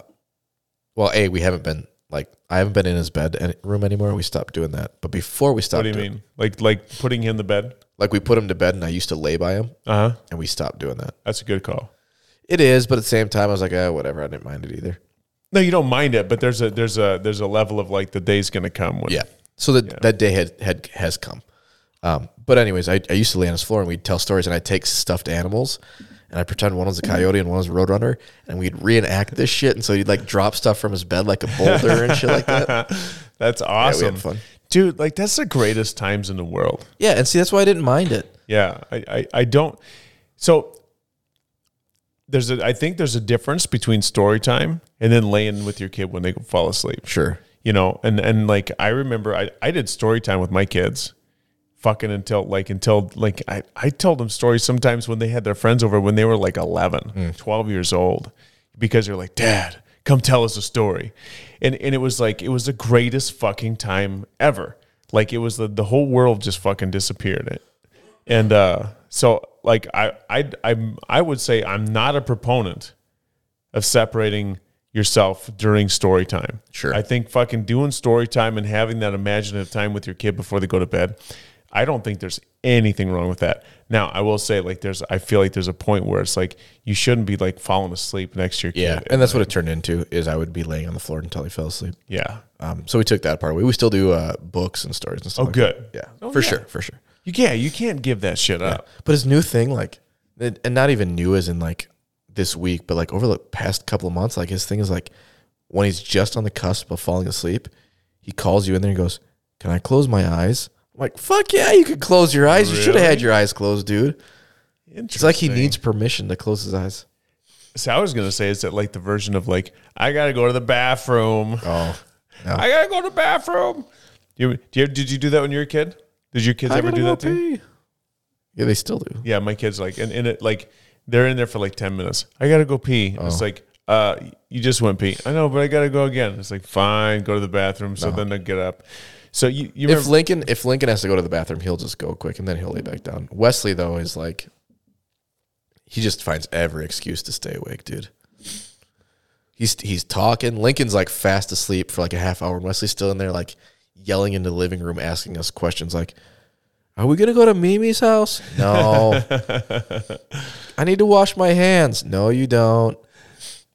S2: well, a we haven't been like I haven't been in his bed and room anymore. We stopped doing that, but before we
S1: What
S2: stopped,
S1: do you
S2: doing,
S1: mean? Like like putting him to bed?
S2: Like we put him to bed, and I used to lay by him,
S1: Uh huh.
S2: and we stopped doing that.
S1: That's a good call.
S2: It is, but at the same time, I was like, ah, whatever. I didn't mind it either.
S1: No, you don't mind it, but there's a there's a there's a level of like the day's gonna come. When,
S2: Yeah. So that that day had, had has come. Um, but anyways, I, I used to lay on his floor and we'd tell stories and I'd take stuffed animals and I pretend one was a coyote and one was a roadrunner and we'd reenact this shit and so he'd like drop stuff from his bed like a boulder and shit like that.
S1: That's awesome,
S2: fun.
S1: dude. Like that's the greatest times in the world.
S2: Yeah, and see that's why I didn't mind it.
S1: Yeah, I, I, I don't. So there's a I think there's a difference between story time and then laying with your kid when they fall asleep.
S2: Sure.
S1: You know, and and like I remember I, I did story time with my kids fucking until like until like I, I tell them stories sometimes when they had their friends over when they were like 11 12 years old because they're like dad come tell us a story and and it was like it was the greatest fucking time ever like it was the, the whole world just fucking disappeared it and uh so like I I I I would say I'm not a proponent of separating yourself during story time.
S2: Sure.
S1: I think fucking doing story time and having that imaginative time with your kid before they go to bed, I don't think there's anything wrong with that. Now, I will say like there's I feel like there's a point where it's like you shouldn't be like falling asleep next to your
S2: Yeah.
S1: kid.
S2: And that's what it turned into is I would be laying on the floor until he fell asleep.
S1: Yeah.
S2: Um, so we took that part away. We still do uh, books and stories and stuff.
S1: Oh
S2: like
S1: good.
S2: that. Yeah.
S1: Oh,
S2: for
S1: yeah.
S2: sure, for sure.
S1: You yeah, you can't give that shit up.
S2: But his new thing, like, and and not even new as in like this week, but like over the past couple of months, like his thing is like when he's just on the cusp of falling asleep, he calls you in there and goes, "Can I close my eyes?" I'm like, "Fuck yeah, you could close your eyes. You should have had your eyes closed, dude." It's like he
S1: Interesting.
S2: needs permission to close his eyes.
S1: So I was gonna say is that like the version of like I gotta go to the bathroom.
S2: Oh,
S1: I gotta go to the bathroom. You, do you, did you do that when you were a kid? Did your kids ever do that too?
S2: yeah, they still do.
S1: Yeah, my kids like and, and it like they're in there for like ten minutes. I gotta go pee.
S2: Oh.
S1: It's like uh, you just went pee. I know, but I gotta go again. It's like fine, go to the bathroom. So then they get up. So you you
S2: If
S1: remember,
S2: Lincoln, if Lincoln has to go to the bathroom, he'll just go quick and then he'll lay back down. Wesley though is like, he just finds every excuse to stay awake, dude. He's he's talking. Lincoln's like fast asleep for like a half hour. and Wesley's still in there like yelling into the living room, asking us questions like, "Are we gonna go to Mimi's house? No. I need to wash my hands. No, you don't.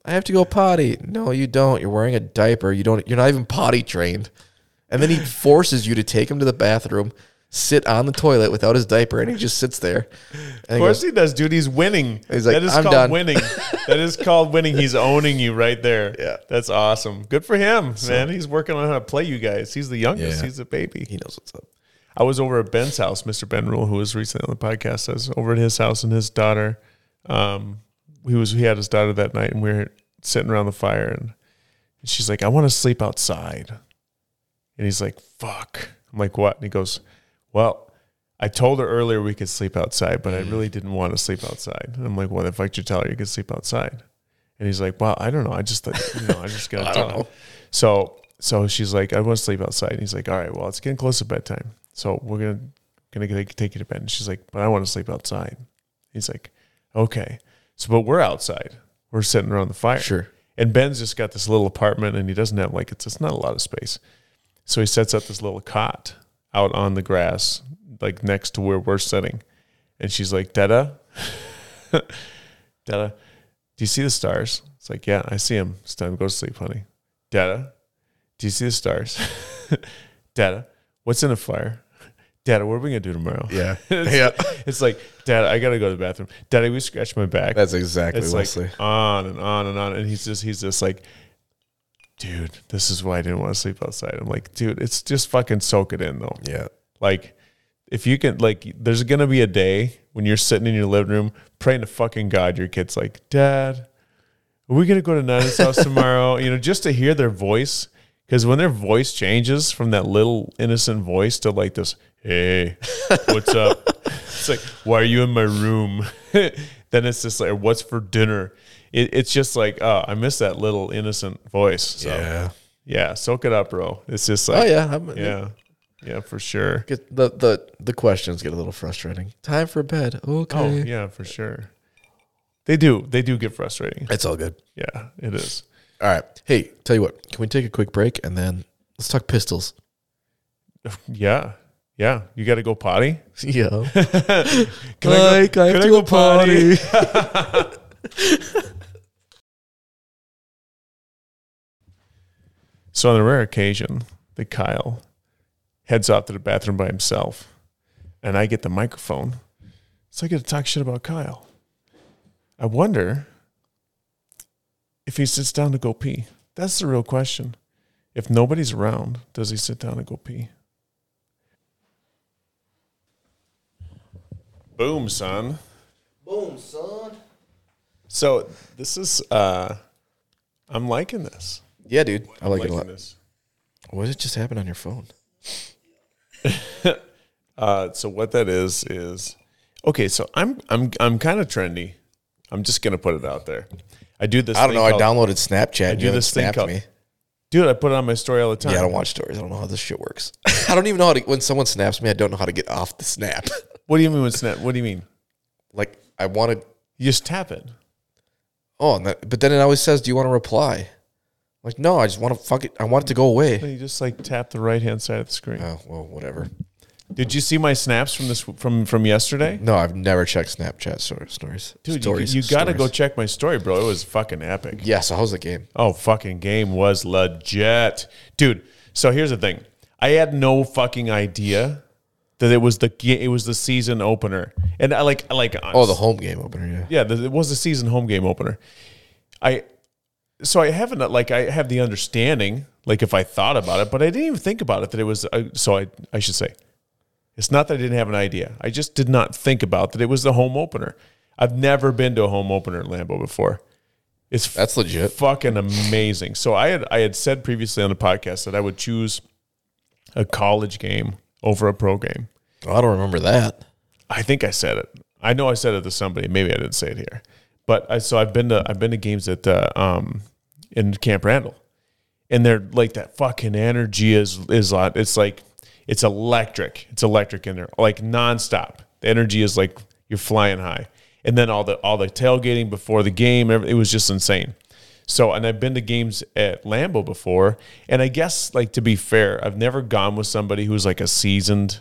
S2: I have to go potty. No, you don't. You're wearing a diaper. You don't. You're not even potty trained. And then he forces you to take him to the bathroom, sit on the toilet without his diaper, and he just sits there. And
S1: Of
S2: he
S1: course
S2: goes,
S1: he does, dude. He's winning.
S2: He's like,
S1: that is
S2: "I'm
S1: called
S2: done."
S1: winning. that is called winning. He's owning you right there.
S2: Yeah.
S1: That's awesome. Good for him, man. He's working on how to play you guys. He's the youngest.
S2: Yeah.
S1: He's a baby.
S2: he knows what's up.
S1: I was over at Ben's house, Mr. Ben Rule, who was recently on the podcast. I was over at his house and his daughter. Um, he was he had his daughter that night, and we were sitting around the fire, and she's like, "I want to sleep outside," and he's like, "Fuck." I'm like, "What?" And he goes, "Well." I told her earlier we could sleep outside, but I
S2: Mm.
S1: really didn't want to sleep outside. And I'm like, "Well, the fuck did you tell her you could sleep outside?" And he's like, "Well, I don't know. I just, thought- you know, I just gotta
S2: I
S1: tell
S2: don't
S1: her."
S2: know.
S1: So so she's like, I want to sleep outside. And he's like, All right, well, it's getting close to bedtime. So we're gonna gonna take, take you to bed. And she's like, But I want to sleep outside. He's like, Okay. So but we're outside. We're sitting around the fire.
S2: Sure.
S1: And Ben's just got this little apartment and he doesn't have like it's it's not a lot of space. So he sets up this little cot out on the grass, like next to where we're sitting. And she's like, Dada, Dada, do you see the stars? It's like, yeah, I see them. It's time to go to sleep, honey. Dada, do you see the stars? Dada, what's in the fire? Dada, what are we gonna do tomorrow?
S2: Yeah.
S1: it's,
S2: Yeah.
S1: It's like, Dada, I gotta go to the bathroom. Dada, we scratch my back.
S2: That's exactly
S1: it's
S2: Wesley.
S1: like on and on and on, and he's just he's just like, dude, this is why I didn't want to sleep outside. I'm like, dude, it's just fucking soak it in though.
S2: yeah.
S1: Like, if you can, like, there's gonna be a day when you're sitting in your living room praying to fucking God, your kid's like, Dad, are we gonna go to Nana's house tomorrow? You know, just to hear their voice, because when their voice changes from that little innocent voice to like this, hey, what's up? it's like, why are you in my room? then it's just like, what's for dinner? It, it's just like, oh, I miss that little innocent voice. So
S2: Yeah.
S1: yeah, soak it up, bro. It's just
S2: Oh
S1: like,
S2: yeah. I'm,
S1: yeah, yeah, for sure.
S2: Get the, the the questions get a little frustrating. Time for bed. Okay.
S1: Oh yeah, for sure. They do. They do get frustrating.
S2: It's all good.
S1: Yeah, it is.
S2: All right. Hey, tell you what. Can we take a quick break and then let's talk pistols?
S1: Yeah, yeah. You got to go potty.
S2: Yeah.
S1: Can I go-
S4: Like, I have
S1: can
S4: to go potty.
S1: so on a rare occasion, the Kyle heads off to the bathroom by himself, and I get the microphone, so I get to talk shit about Kyle. I wonder if he sits down to go pee. That's the real question. If nobody's around, does he sit down and go pee? Boom, son.
S2: Boom, son.
S1: So this is uh I'm liking this.
S2: Yeah, dude. I like it
S1: liking
S2: a lot.
S1: this.
S2: What did just happen on your phone?
S1: Uh so what that is is okay, so I'm I'm I'm kind of trendy. I'm just gonna put it out there. I do this
S2: I don't
S1: thing
S2: know. I
S1: called-
S2: downloaded Snapchat. I
S1: do this thing called-
S2: me.
S1: dude, I put it on my story all the time.
S2: Yeah, I don't watch stories. I don't know how this shit works. I don't even know how to. When someone snaps me, I don't know how to get off the snap.
S1: what do you mean with snap? What do you mean?
S2: like I wanted.
S1: You just tap it.
S2: Oh, and that, but then it always says, "Do you want to reply?" Like, no, I just want to fuck it. I want it to go away.
S1: No, You just like tap the right hand side of the screen.
S2: Oh well, whatever.
S1: Did you see my snaps from this from from yesterday?
S2: No, I've never checked Snapchat stor- stories.
S1: Dude,
S2: Mm-hmm. stories,
S1: you, you gotta go
S2: stories.
S1: check my story, bro. It was fucking epic.
S2: yeah. So how's the game?
S1: Oh, fucking game was legit. Dude, so here's the thing. I had no fucking idea that it was the ga- it was the season opener. And I like I like
S2: Oh, the home game opener. Yeah.
S1: yeah, the, it was the season home game opener. I so I haven't like I have the understanding like if I thought about it, but I didn't even think about it that it was I, so I I should say it's not that I didn't have an idea. I just did not think about that it was the home opener. I've never been to a home opener at Lambeau before. It's
S2: That's legit.
S1: fucking amazing. So I had I had said previously on the podcast that I would choose a college game over a pro game.
S2: Oh, I don't remember that.
S1: I think I said it. I know I said it to somebody. Maybe I didn't say it here. But I, so I've been to I've been to games at uh, um in Camp Randall, and they're like that fucking energy is is on. It's like it's electric. It's electric in there, like nonstop. The energy is like you're flying high. And then all the all the tailgating before the game, every- it was just insane. So, and I've been to games at Lambeau before, and I guess like to be fair, I've never gone with somebody who's like a seasoned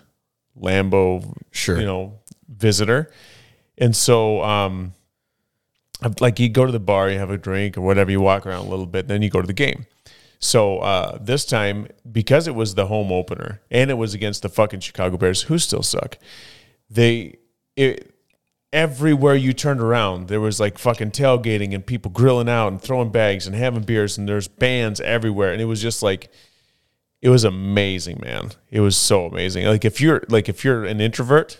S1: Lambeau,
S2: Sure.
S1: you know, visitor. And so, um, I've- like you go to the bar, you have a drink or whatever, you walk around a little bit, then you go to the game. So uh, this time, because it was the home opener and it was against the fucking Chicago Bears, who still suck, they it, everywhere you turned around, there was like fucking tailgating and people grilling out and throwing bags and having beers and there's bands everywhere, and it was just like it was amazing, man. It was so amazing. Like if you're like if you're an introvert,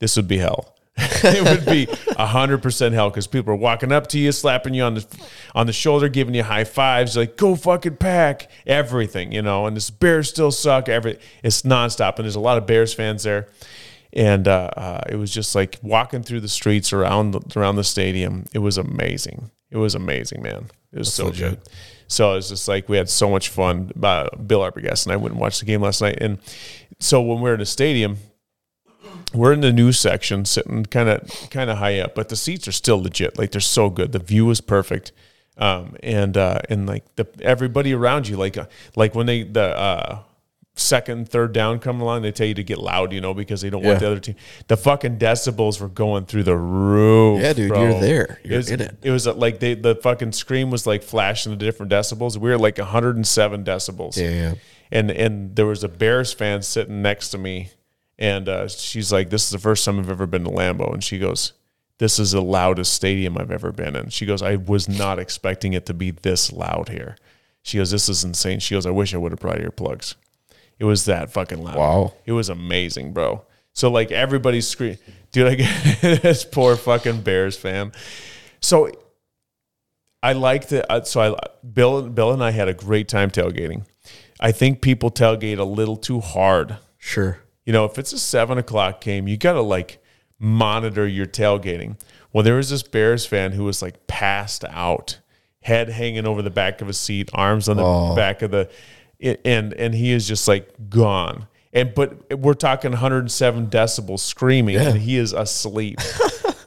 S1: this would be hell. it would be hundred percent hell because people are walking up to you, slapping you on the on the shoulder, giving you high fives, like "Go fucking pack!" Everything, you know. And this Bears still suck. Every it's nonstop, and there's a lot of Bears fans there. And uh, uh, it was just like walking through the streets around the, around the stadium. It was amazing. It was amazing, man. It was so
S2: legit.
S1: good. So it's just like we had so much fun. Uh, Bill Arbogast and I went and watched the game last night. And so when we were in the stadium, we're in the news section, sitting kind of kind of high up, but the seats are still legit. Like they're so good. The view is perfect, um, and uh, and like the everybody around you, like uh, like when they the uh, second third down come along, they tell you to get loud, you know, because they don't want
S4: Yeah.
S1: the other team. The fucking decibels were going through the roof.
S2: Yeah, dude,
S1: bro.
S2: you're there. You're
S1: it was,
S2: in it.
S1: was uh, like they the fucking scream was like flashing the different decibels. We were like 107 decibels
S2: Damn.
S1: and and there was a Bears fan sitting next to me, and uh, she's like, "This is the first time I've ever been to Lambeau," and she goes, "This is the loudest stadium I've ever been in." She goes, "I was not expecting it to be this loud here." She goes, "This is insane." She goes, "I wish I would have brought earplugs." It was that fucking loud.
S2: Wow.
S1: It was amazing, bro. So like everybody's screaming, dude. I get this poor fucking Bears fan. So I like the uh, so I Bill Bill and I had a great time tailgating. I think people tailgate a little too hard.
S2: Sure.
S1: You know, if it's a seven o'clock game, you gotta like monitor your tailgating. Well, there was this Bears fan who was like passed out, head hanging over the back of his seat, arms on the
S2: Oh.
S1: back of the, it- and and he is just like gone. And but we're talking 107 decibels screaming, and he is asleep.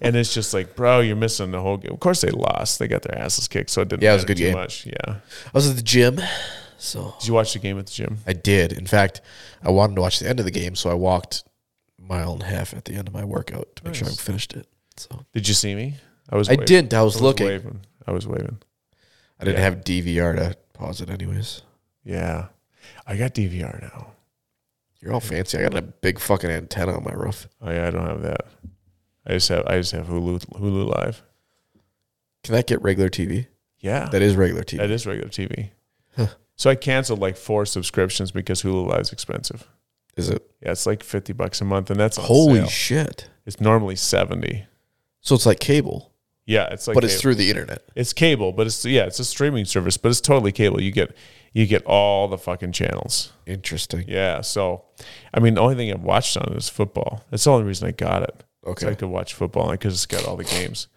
S1: and it's just like, bro, you're missing the whole game. Of course, they lost. They got their asses kicked, so it didn't.
S2: Yeah, it was
S1: matter
S2: a good
S1: too
S2: game.
S1: Much. Yeah.
S2: I was at the gym, so
S1: Did you watch the game at the gym?
S2: I did. In fact, I wanted to watch the end of the game, so I walked a mile and a half at the end of my workout to make sure I
S1: Nice.
S2: finished it. So
S1: Did you see me? I was.
S2: I
S1: waving.
S2: didn't. I was,
S1: I was
S2: looking.
S1: waving. I was waving.
S2: I didn't
S1: Yeah.
S2: have DVR to pause it, anyways.
S1: Yeah. I got DVR now.
S2: You're all fancy. I got a big fucking antenna on my roof.
S1: Oh yeah, I don't have that. I just have I just have Hulu Hulu Live.
S2: Can that get regular TV?
S1: Yeah.
S2: That is regular TV.
S1: that is regular TV.
S2: Huh.
S1: So I canceled like four subscriptions because Hulu Live's expensive.
S2: Is it?
S1: Yeah, it's like fifty bucks a month and that's on
S2: Holy
S1: sale.
S2: shit!
S1: it's normally seventy.
S2: So it's like cable,
S1: Yeah, it's like
S2: but it's
S1: cable.
S2: through the internet.
S1: it's cable, but it's yeah, it's a streaming service, but it's totally cable. You get you get all the fucking channels.
S2: Interesting.
S1: Yeah. So, I mean, the only thing I've watched on it is football. That's the only reason I got it.
S2: Okay.
S1: So I could watch football because it's got all the games.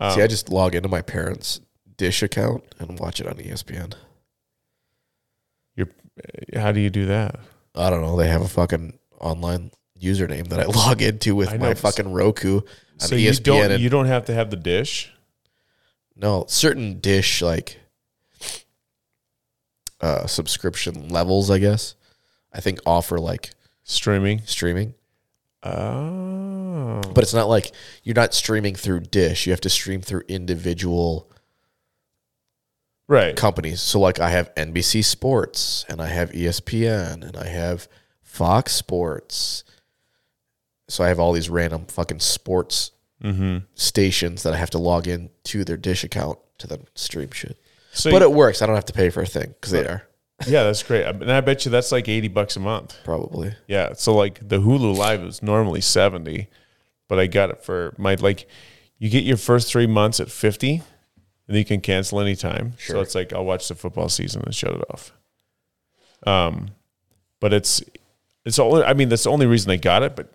S1: Um,
S2: See, I just log into my parents' dish account and watch it on E ESPN.
S1: how do you do that?
S2: I don't know. They have a fucking online username that I log into with
S1: I know.
S2: my fucking Roku on E
S1: So
S2: ESPN.
S1: you don't
S2: and,
S1: you don't have to have the dish.
S2: no, certain dish like uh, subscription levels, I guess. I think offer like
S1: Streaming.
S2: streaming,
S1: Oh.
S2: but it's not like you're not streaming through Dish. You have to stream through individual
S1: right.
S2: companies. So like I have NBC Sports and I have E ESPN and I have Fox Sports. So I have all these random fucking sports
S1: mm-hmm.
S2: stations that I have to log in to their Dish account to then stream shit.
S1: So
S2: but
S1: you-
S2: it works. I don't have to pay for a thing because they are
S1: yeah, that's great. I- And I bet you that's like 80 bucks a month.
S2: probably.
S1: Yeah. So like the Hulu Live is normally 70, but I got it for my like you get your first three months at 50 and then you can cancel anytime. So
S2: Sure.
S1: it's like I'll watch the football season and shut it off. Um but it's it's only I mean that's the only reason I got it, but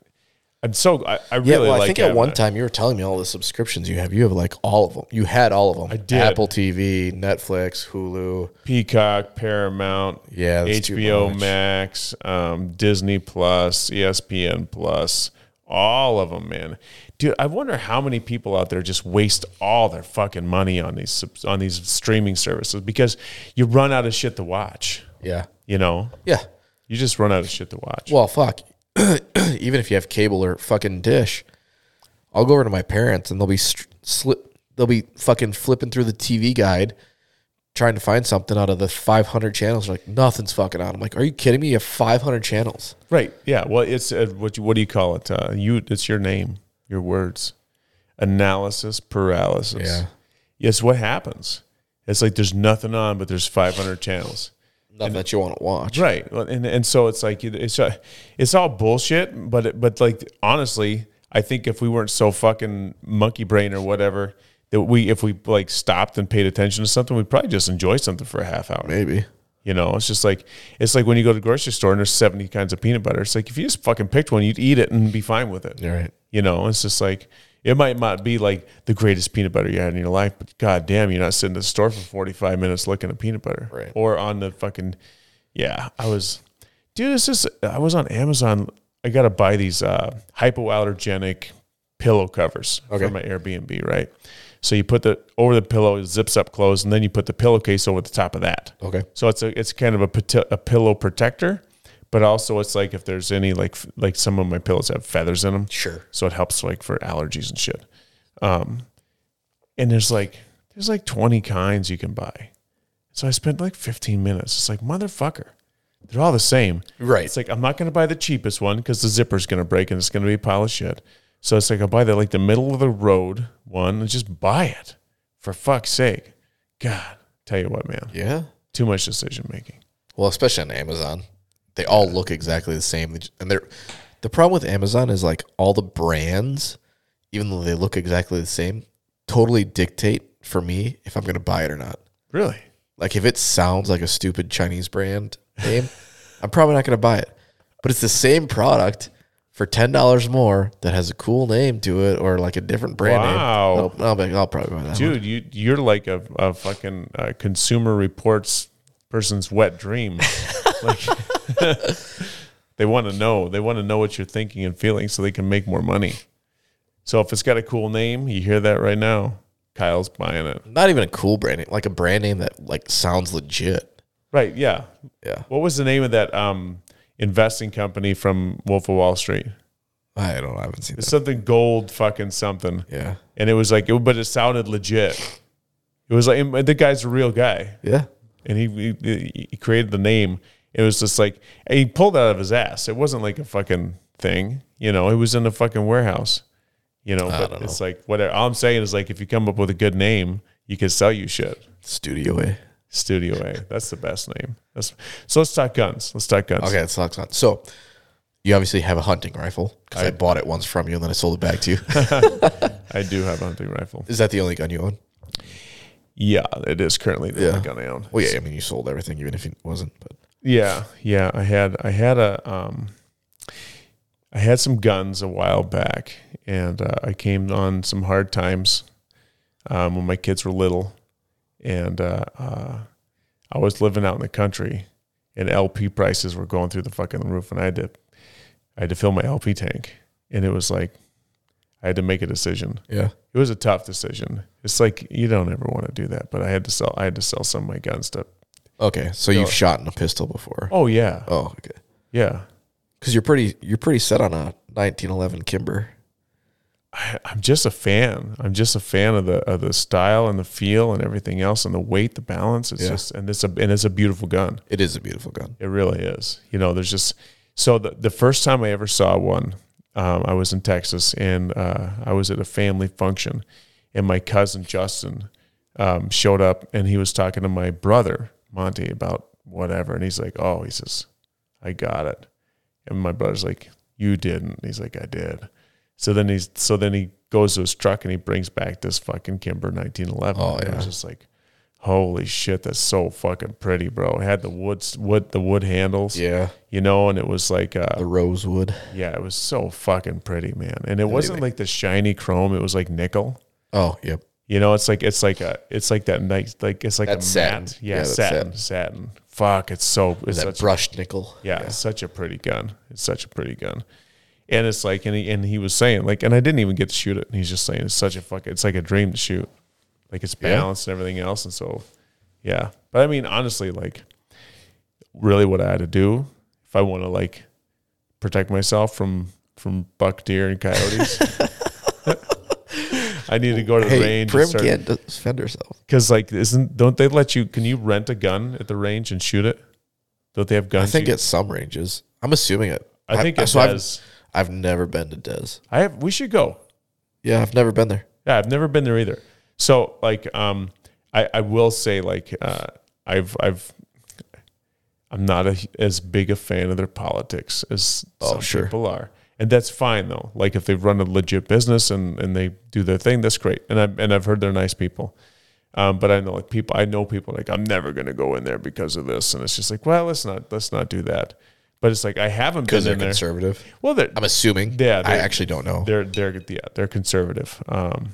S1: I'm so I, I really
S2: yeah, well,
S1: like
S2: I think at
S1: having
S2: one
S1: it.
S2: time you were telling me all the subscriptions you have. You have like all of them. You had all of them.
S1: I did.
S2: Apple TV, Netflix, Hulu.
S1: Peacock, Paramount,
S2: Yeah, that's too
S1: HBO
S2: much.
S1: E Max, um, Disney Plus, ESPN Plus, All of them, man. Dude, I wonder how many people out there just waste all their fucking money on these subs- on these streaming services because you run out of shit to watch.
S2: Yeah.
S1: You know,
S2: Yeah.
S1: you just run out of shit to watch.
S2: Well, fuck. Even if you have cable or fucking dish, I'll go over to my parents and they'll be str- slip. They'll be fucking flipping through the TV guide, trying to find something out of the 500 channels. They're like nothing's fucking on. I'm like, are you kidding me? You have 500 channels.
S1: right? Yeah. Well, it's uh, what you, what do you call it? Uh, you it's your name, your words, analysis paralysis.
S2: Yeah.
S1: It's what happens. It's like there's nothing on, but there's 500 channels.
S2: Nothing that you want to watch.
S1: right Well, and and so it's like it- it's a, it's all bullshit but it, but like honestly i think if we weren't so fucking monkey brain or whatever that we if we like stopped and paid attention to something we'd probably just enjoy something for a half hour
S2: Maybe.
S1: you know it's just like it's like when you go to the grocery store and there's 70 kinds of peanut butter it's like if you just fucking picked one you'd eat it and be fine with it
S2: You're right.
S1: you know it's just like it might not be like the greatest peanut butter you had in your life but god damn you're not sitting in the store for 45 minutes looking at peanut butter
S2: Right.
S1: or on the fucking yeah i was dude it's just i was on amazon i gotta buy these uh hypoallergenic pillow covers
S2: Okay.
S1: for my airbnb right so you put the over the pillow it zips up closed and then you put the pillowcase over the top of that
S2: Okay.
S1: so it's a it's kind of a, pati- a pillow protector, but also it's like if there's any like f- like some of my pillows have feathers in them,
S2: Sure.
S1: so it helps like for allergies and shit. Um, and there's like there's like 20 kinds you can buy. So I spent like 15 minutes. It's like motherfucker, they're all the same.
S2: Right.
S1: It's like I'm not going to buy the cheapest one because the zipper's going to break and it's going to be a pile of shit. So it's like I'll buy the like the middle of the road one and just buy it for fuck's sake. God, tell you what, man
S2: yeah.
S1: too much decision making.
S2: Well, especially on Amazon, they all look exactly the same. They ju- And they're the problem with Amazon is like all the brands, even though they look exactly the same, totally dictate for me if I'm going to buy it or not.
S1: Really?
S2: Like if it sounds like a stupid Chinese brand name, I'm probably not going to buy it. But it's the same product for ten dollars more that has a cool name to it or like a different brand
S1: Wow.
S2: name. Nope, I'll, be, I'll probably buy that. one.
S1: Dude, you you're like a, a fucking uh, consumer reports person's wet dream. like they want to know. They want to know what you're thinking and feeling so they can make more money. So if it's got a cool name, you hear that right now. Kyle's buying it.
S2: Not even a cool brand name, like a brand name that like sounds legit.
S1: Right, yeah.
S2: Yeah,
S1: What was the name of that um investing company from Wolf of Wall Street?
S2: I don't. I haven't seen
S1: It's
S2: that.
S1: something gold fucking something.
S2: Yeah.
S1: And it was like it, but it sounded legit. It was like and the guy's a real guy.
S2: Yeah.
S1: and he, he he created the name. It was just like and he pulled out of his ass. It wasn't like a fucking thing, you know. It was in a fucking warehouse, you know. But
S2: don't
S1: it's like whatever. All I'm saying is like if you come up with a good name, you can sell you shit.
S2: Studio A.
S1: Studio A, that's the best name. That's, so let's talk guns. Let's talk guns.
S2: Okay, that's not not. So you obviously have a hunting rifle because I,
S1: I-
S2: bought it once from you and then I sold it back to you.
S1: I do have a hunting rifle.
S2: is that the only gun you own?
S1: Yeah, it is currently the only
S2: Yeah.
S1: gun I own.
S2: Well, yeah. I mean, you sold everything, even if it wasn't. But
S1: Yeah, yeah. I had I had a um, I had some guns a while back, and uh, I came on some hard times um, when my kids were little, and uh, uh, I was living out in the country, and LP prices were going through the fucking roof, and I had to I had to fill my LP tank, and it was like I had to make a decision.
S2: yeah,
S1: It was a tough decision. It's like you don't ever want to do that, but I had to sell. I had to sell some of my guns to.
S2: okay. So
S1: Go.
S2: you've shot in a pistol before?
S1: Oh yeah,
S2: Oh, okay.
S1: yeah.
S2: Because you're pretty, you're pretty set on a 1911 Kimber.
S1: I, I'm just a fan. I'm just a fan of the of the style and the feel and everything else and the weight, the balance. It's
S2: Yeah.
S1: just and it's a and it's a beautiful gun.
S2: It is a beautiful gun.
S1: It really is. You know, there's just so the the first time I ever saw one, um, I was in Texas and uh, I was at a family function, and my cousin Justin um, showed up and he was talking to my brother Monty about whatever, and he's like, "Oh," he says, "I got it," and my brother's like, "You didn't." He's like, "I did." So then he's so then he goes to his truck and he brings back this fucking Kimber 1911.
S2: Oh,
S1: And I was
S2: yeah.
S1: just like, holy shit, that's so fucking pretty, bro. It had the woods, wood, the wood handles,
S2: Yeah,
S1: you know, and it was like,
S2: the
S1: uh,
S2: rosewood.
S1: yeah, it was so fucking pretty, man. And it wasn't like the shiny chrome; it was like nickel.
S2: Oh, yep.
S1: You know, it's like it's like a it's like that nice like it's like
S2: That's
S1: a
S2: satin.
S1: matte, yeah,
S2: Yeah, that's
S1: satin, satin, Fuck, it's so it's
S2: That
S1: such
S2: brushed nickel.
S1: yeah, it's such a pretty gun. It's such a pretty gun. And it's like, and he, and he was saying like, and I didn't even get to shoot it. And he's just saying it's such a fuck. It's like a dream to shoot, like it's
S2: Yeah.
S1: balanced and everything else. And so, yeah. But I mean, honestly, like, really, what I had to do if I want to like protect myself from from buck deer and coyotes, I need to go to the
S4: Hey,
S1: range. and
S4: Prim
S1: start-
S4: can't defend herself.
S1: because like, isn't don't they let you? Can you rent a gun at the range and shoot it? Don't they have
S2: I
S1: guns?
S2: think
S1: you-
S2: at some ranges. I'm assuming it.
S1: I think it
S2: so I've-
S1: does.
S2: I've never been to Des.
S1: I have. We should go.
S2: Yeah, I've never been there.
S1: Yeah, I've never been there either. So like, um, I I will say like, uh, I've I've. I'm not a, as big a fan of their politics as
S2: Oh,
S1: some
S2: sure.
S1: people are, and that's fine though. Like if they run a legit business and, and they do their thing, that's great. And I and I've heard they're nice people, um, but I know like people I know people like I'm never going to go in there because of this, and it's just like well let's not let's not do that. But it's like I haven't been
S2: Because they're
S1: in there.
S2: conservative.
S1: Well, they're,
S2: I'm assuming.
S1: Yeah,
S2: I
S1: they-
S2: actually don't know.
S1: they're they're yeah they're conservative um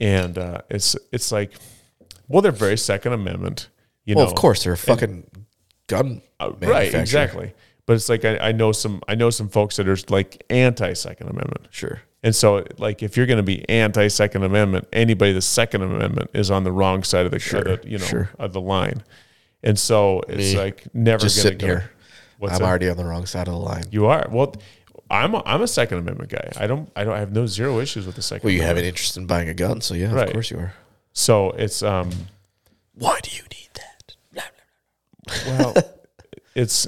S1: and uh it's it's like well they're very second amendment you
S2: Well,
S1: know
S2: of course, they're a fucking gun.
S1: Uh, right
S2: manufacturer.
S1: exactly but it's like I, I know some i know some folks that are like anti second amendment
S2: Sure.
S1: and so like if you're going to be anti second amendment anybody the second amendment is on the wrong side of the,
S2: Sure,
S1: of the, you know
S2: sure.
S1: of the line and so it's
S2: Me,
S1: like never
S2: just
S1: going to
S2: sitting
S1: go
S2: here.
S1: what's
S2: I'm
S1: that?
S2: already on the wrong side of the line.
S1: you are well i'm a, i'm a second amendment guy i don't i don't I have no zero issues with the second
S2: Well, you have
S1: amendment.
S2: an interest in buying a gun, so yeah,
S1: Right.
S2: of course you are.
S1: so it's um
S2: Why do you need that?
S1: Well, it's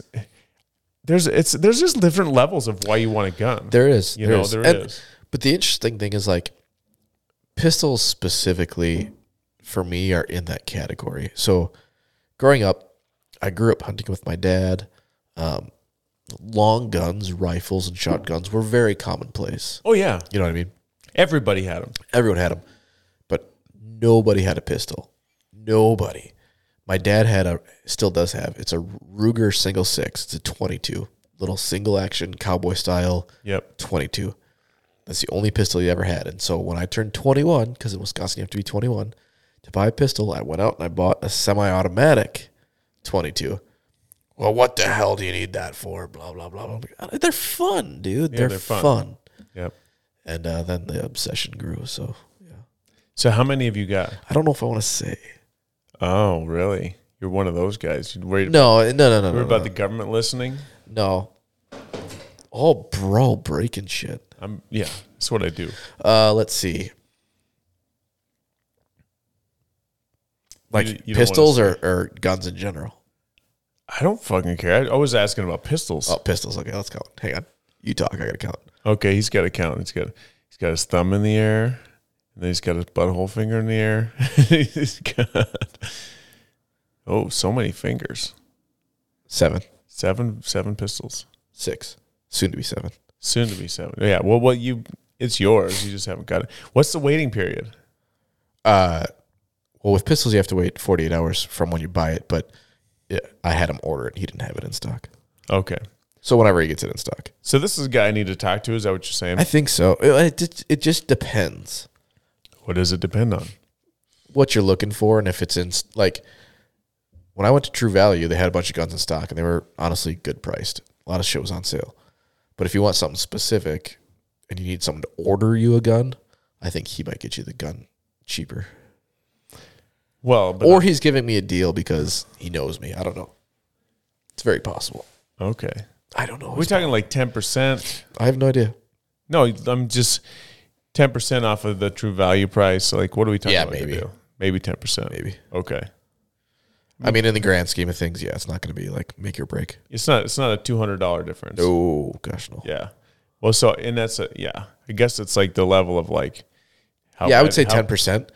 S1: there's it's there's just different levels of why you want a gun.
S2: There is.
S1: you
S2: there
S1: know,
S2: is.
S1: there is.
S2: And- But the interesting thing is like pistols specifically for me are in that category. So growing up, I grew up hunting with my dad. Um, long guns, rifles, and shotguns were very commonplace.
S1: Oh yeah,
S2: You know what I mean?
S1: everybody had them.
S2: Everyone had them, but nobody had a pistol. Nobody. My dad had a, still does have. It's a Ruger single six. It's a twenty-two, little single action cowboy style.
S1: Yep.
S2: 22. That's the only pistol he ever had. And so when I turned 21, because in Wisconsin you have to be 21 to buy a pistol, I went out and I bought a semi-automatic 22. Well, what the hell do you need that for? Blah blah blah blah. They're fun, dude. they're,
S1: they're fun.
S2: fun.
S1: Yep.
S2: And uh, then the obsession grew. So yeah,
S1: So how many have you got?
S2: I don't know if I want to say.
S1: Oh really? You're one of those guys. You're worried,
S2: No, no, no, no, no.
S1: worried about
S2: no.
S1: the government listening.
S2: no. Oh, bro, breaking shit.
S1: I'm yeah. That's what I do.
S2: Uh, let's see. Like
S1: You- you don't wanna
S2: pistols or, or guns in general.
S1: I don't fucking care. I always asking about pistols.
S2: Oh, pistols. Okay, let's count. Hang on. You talk. I gotta count.
S1: Okay, he's got a count. He's got he's got his thumb in the air, and then he's got his butthole finger in the air. he's got oh, so many fingers.
S2: Seven,
S1: Seven seven pistols.
S2: six, soon to be seven.
S1: Soon to be seven. Yeah. Well, what you? It's yours. You just haven't got it. What's the waiting period?
S2: Uh, well, with pistols you have to wait forty eight hours from when you buy it. But yeah, I had him order it. He didn't have it in stock.
S1: Okay.
S2: So whenever he gets it in stock,
S1: So this is a guy I need to talk to. Is that what you're saying?
S2: I think so. It, it, it just depends.
S1: what does it depend on?
S2: what you're looking for and if it's in like when I went to True Value, they had a bunch of guns in stock and they were honestly good priced. A lot of shit was on sale. But if you want something specific and you need someone to order you a gun, I think he might get you the gun cheaper.
S1: Well, but
S2: or he's giving me a deal because he knows me. I don't know. It's very possible.
S1: okay.
S2: I don't know.
S1: We're talking like ten percent.
S2: I have no idea.
S1: No, I'm just ten percent off of the true value price. Like, what are we talking
S2: Yeah,
S1: about? to
S2: maybe.
S1: do? Maybe ten percent.
S2: Maybe.
S1: Okay.
S2: I mean, in the grand scheme of things, yeah, it's not going to be like make or break.
S1: It's not. It's not a two hundred dollar difference.
S2: Oh, gosh, no.
S1: Yeah. Well, so and that's a yeah. I guess it's like the level of like. How
S2: yeah, I
S1: bad-
S2: would say
S1: how-
S2: ten percent.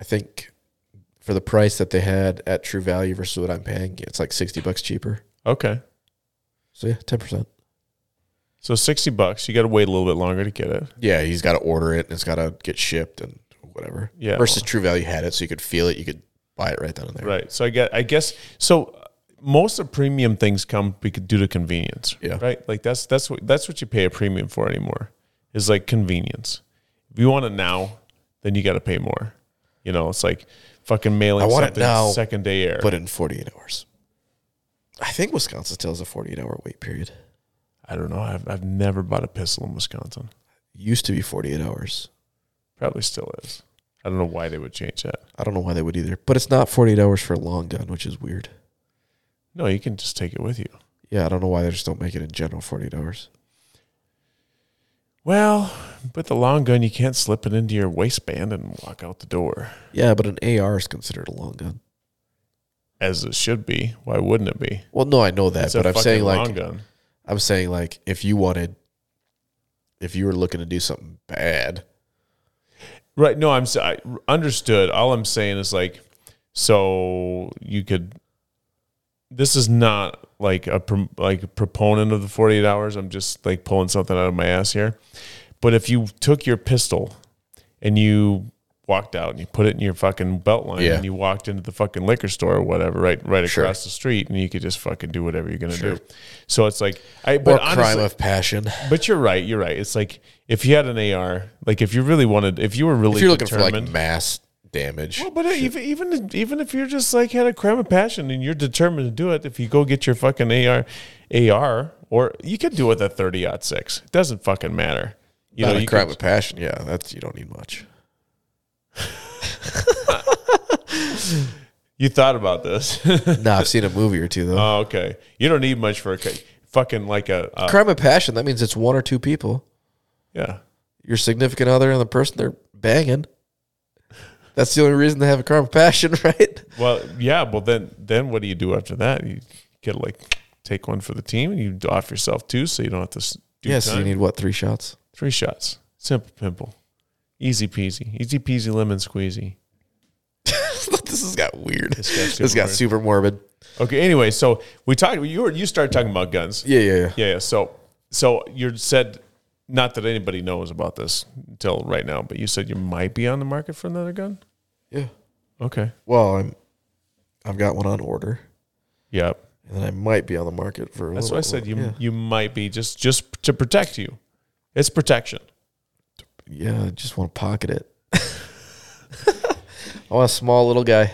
S2: I think for the price that they had at True Value versus what I'm paying, it's like sixty bucks cheaper.
S1: Okay.
S2: So yeah, ten percent.
S1: So sixty bucks. You got to wait a little bit longer to get it.
S2: Yeah, he's got to order it and it's got to get shipped and whatever.
S1: Yeah.
S2: Versus True Value had it, so you could feel it, you could buy it right then and there.
S1: Right. So I get. I guess so. uh, Most of premium things come bec- due to convenience.
S2: Yeah.
S1: Right. Like that's that's what that's what you pay a premium for anymore is like convenience. If you want it now, then you got to pay more. You know, it's like fucking mailing
S2: I want it
S1: something
S2: now,
S1: second day air.
S2: But in forty eight hours, I think Wisconsin still has a forty eight hour wait period.
S1: I don't know. I've I've never bought a pistol in Wisconsin.
S2: Used to be 48 hours.
S1: Probably still is. I don't know why they would change that.
S2: I don't know why they would either, but it's not 48 hours for a long gun, which is weird.
S1: No, you can just take it with you.
S2: Yeah, I don't know why they just don't make it in general 48 hours.
S1: Well, with the long gun, you can't slip it into your waistband and walk out the door,
S2: Yeah, but an AR is considered a long gun.
S1: as it should be. Why wouldn't it be?
S2: Well, no, I know that,
S1: It's a
S2: but I'm
S1: fucking
S2: saying like
S1: long gun.
S2: I'm saying like if you wanted, if you were looking to do something bad,
S1: Right. No, I'm s- I understood. All I'm saying is like, so you could. This is not like a pro- like a proponent of the 48 hours. I'm just like pulling something out of my ass here. But if you took your pistol and you walked out and you put it in your fucking belt line
S2: Yeah.
S1: and you walked into the fucking liquor store or whatever, right, right
S2: Sure.
S1: across the street, and you could just fucking do whatever you're gonna
S2: Sure.
S1: do. So it's like, I but
S2: or
S1: honestly,
S2: crime of passion,
S1: but you're right. You're right. It's like if you had an AR, like if you really wanted, if you were really
S2: if you're looking
S1: determined,
S2: for like Oh, mass damage,
S1: well, but uh, even even even if you're just like had a crime of passion and you're determined to do it, if you go get your fucking AR, AR, or you could do it with a thirty odd six. It doesn't fucking matter. You
S2: not
S1: know,
S2: a
S1: you
S2: crime
S1: could-
S2: of passion. Yeah, that's you don't need much.
S1: you thought about this.
S2: no, I've seen a movie or two though.
S1: oh, okay. You don't need much for a ca- fucking like a uh,
S2: crime of passion. That means it's one or two people,
S1: yeah.
S2: your significant other and the person they're banging. That's the only reason they have a crime of passion, right?
S1: Well, yeah. Well, then then what do you do after that? You get like take one for the team and you off yourself too, so you don't have to s- do
S2: Yes,
S1: time.
S2: you need what three shots?
S1: Three shots. Simple pimple. Easy peasy. Easy peasy lemon squeezy.
S2: this has got weird. This
S1: got
S2: got
S1: super
S2: super,
S1: weird.
S2: morbid.
S1: Okay. Anyway, so we talked. You were you started talking about guns.
S2: Yeah, yeah, yeah.
S1: Yeah. yeah. So so you said not that anybody knows about this until right now, but you said you might be on the market for another gun.
S2: Yeah.
S1: Okay.
S2: Well, I'm I've got one on order.
S1: Yeah.
S2: And then I might be on the market for a
S1: That's
S2: little
S1: why I said you
S2: yeah.
S1: you might be just just to protect you. It's protection.
S2: Yeah, I just want to pocket it. I want a small little guy.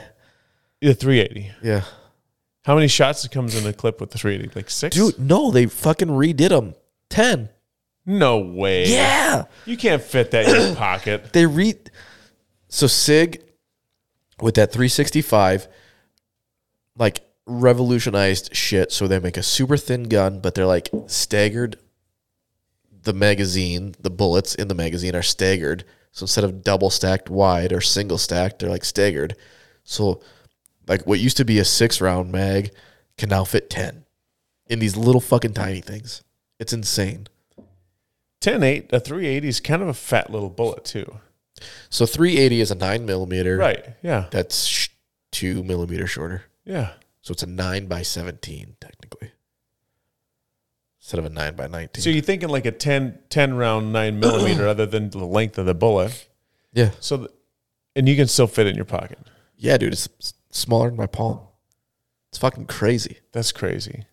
S1: The 380.
S2: Yeah.
S1: How many shots comes in a clip with the 380? Like six?
S2: Dude, no, they fucking redid them. 10.
S1: No way.
S2: Yeah.
S1: You can't fit that in your pocket.
S2: They re So Sig with that 365 like revolutionized shit so they make a super thin gun but they're like staggered the magazine, the bullets in the magazine are staggered. So instead of double stacked wide or single stacked, they're like staggered. So like what used to be a 6 round mag can now fit 10 in these little fucking tiny things. It's insane.
S1: 10 8, a 380 is kind of a fat little bullet, too.
S2: So 380 is a 9 millimeter.
S1: Right. Yeah.
S2: That's sh- two millimeter shorter.
S1: Yeah.
S2: So it's a nine by seventeen technically, instead of a nine by nineteen.
S1: So you're thinking like a 10, 10 round 9 millimeter other than the length of the bullet.
S2: yeah,
S1: So, th- and you can still fit it in your pocket.
S2: yeah, dude, it's s- smaller than my palm. It's fucking crazy.
S1: That's crazy.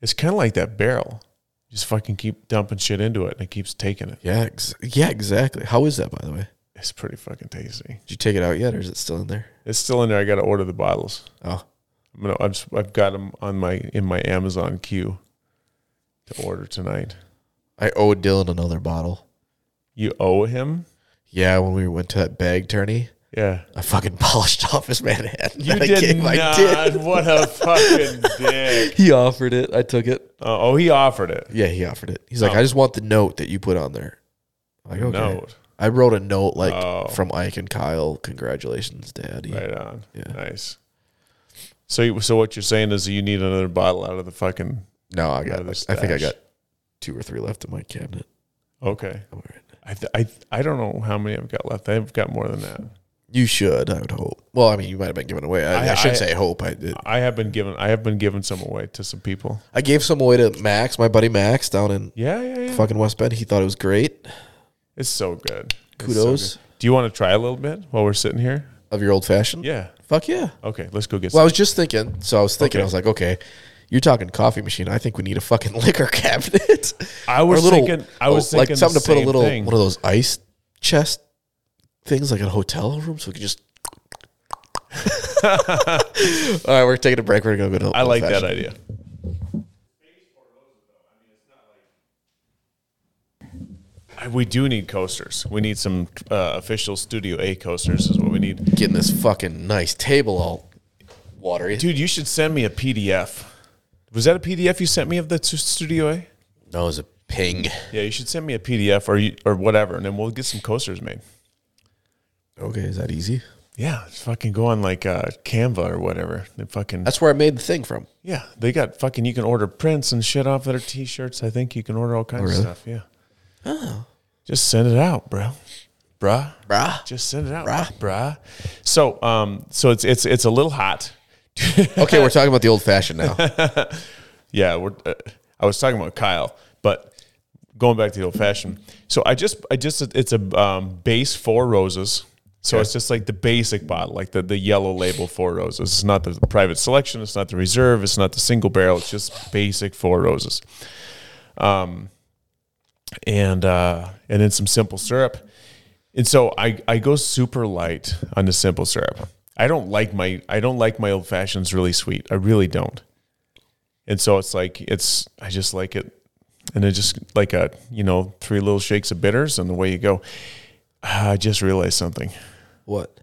S1: It's kind of like that barrel. Just fucking keep dumping shit into it and it keeps taking it.
S2: Yeah, ex- yeah, exactly. How is that, by the way?
S1: It's pretty fucking tasty.
S2: Did you take it out yet, or is it still in there?
S1: It's still in there. I got to order the bottles.
S2: Oh,
S1: I'm gonna, I've, s- I've got them on my, in my Amazon queue to order tonight.
S2: I owe Dylan another bottle.
S1: You owe him?
S2: Yeah, when we went to that bag tourney,
S1: Yeah.
S2: I fucking polished off his Manhattan.
S1: You
S2: I
S1: did
S2: gave my
S1: not.
S2: dick.
S1: What a fucking dick.
S4: He offered it. I took it.
S1: Uh, oh, he offered it.
S2: Yeah, he offered it. He's like, I just want the note that you put on there. I'm like, okay.
S1: Note.
S2: I wrote a note like
S1: Oh.
S2: from Ike and Kyle. Congratulations, Daddy.
S1: Right on.
S2: Yeah.
S1: Nice. So, you, so what you're saying is that you need another bottle out of the fucking.
S2: No, I
S1: Out
S2: got.
S1: of
S2: I
S1: the
S2: think I
S1: stash.
S2: got two or three left in my cabinet.
S1: Okay.
S2: I'm all right.
S1: I, th- I th- I don't know how many I've got left. I've got more than that.
S2: You should. I would hope. Well, I mean, you might have been given away. I,
S1: I-
S2: I, should
S1: I-
S2: say hope. I did.
S1: I have been given. I have been giving some away to some people.
S2: I gave some away to Max, my buddy Max, down in
S1: Yeah, yeah, yeah.
S2: fucking West Bend. He thought it was great.
S1: It's so good. It's so
S2: Kudos
S1: good. Do you want to try a little bit while we're sitting here?
S2: of your old fashioned.
S1: Yeah.
S2: Fuck yeah.
S1: Okay. Let's go get.
S2: Well, I
S1: some.
S2: was just thinking. So I was thinking.
S1: Okay.
S2: I was like, okay, you're talking coffee machine. I think we need a fucking liquor cabinet.
S1: I
S2: Or
S1: was
S2: a little-
S1: thinking. I was
S2: oh,
S1: thinking
S2: like something
S1: the
S2: to put a
S1: same
S2: little
S1: thing.
S2: one of those ice chest things, like in a hotel room, so we can just. All right, we're taking a break. We're gonna go to.
S1: I like that
S2: old-fashioned.
S1: idea. we do need coasters. We need some uh, official Studio A coasters is what we need.
S2: Getting this fucking nice table all watery.
S1: Dude, you should send me a PDF. Was that a PDF you sent me of the t- Studio A?
S2: No, it was a ping.
S1: Yeah, you should send me a PDF or you, or whatever, and then we'll get some coasters made.
S2: Okay, is that easy?
S1: Yeah, just fucking go on like uh, Canva or whatever. They fucking
S2: That's where I made the thing from.
S1: yeah, they got fucking. You can order prints and shit off their t-shirts. I think you can order all kinds of stuff. Yeah. Oh. Just send it out, bro. Bruh.
S2: Bruh.
S1: Just send it out, bruh. bruh. So, um, so it's it's it's a little hot.
S2: Okay, we're talking about the old fashioned now.
S1: Yeah, we're. Uh, I was talking about Kyle, but going back to the old fashioned. So I just, I just, it's a um, base four roses. So it's just like the basic bottle, like the the yellow label four roses. It's not the private selection. It's not the reserve. It's not the single barrel. It's just basic four roses. Um, and uh, and then some simple syrup. And so I, I go super light on the simple syrup. I don't like my I don't like my old fashions really sweet. I really don't. And so it's like it's I just like it, and it just like a you know three little shakes of bitters and away you go. Ah, I just realized something.
S2: what?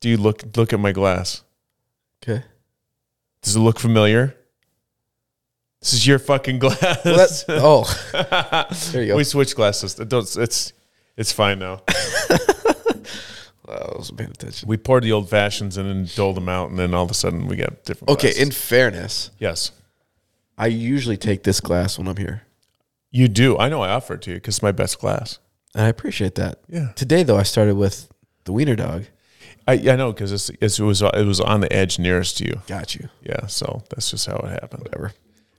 S1: Do you look look at my glass?
S4: Okay.
S1: Does it look familiar? This is your fucking glass.
S2: Well, that's, oh, there you go.
S1: we switched glasses. It don't- it's it's fine now.
S2: I wasn't paying attention.
S1: we poured the old fashions and then doled them out, and then all of a sudden we got different.
S2: Okay,
S1: glasses.
S2: in fairness,
S1: yes,
S2: I usually take this glass when I'm here,
S1: you do. I know I offer it to you because it's my best glass.
S2: and I appreciate that.
S1: Yeah.
S2: Today though, I started with the wiener dog.
S1: I I know because it's, it's it was it was on the edge nearest to you.
S2: Got you.
S1: Yeah, so that's just how it happened.
S2: Whatever.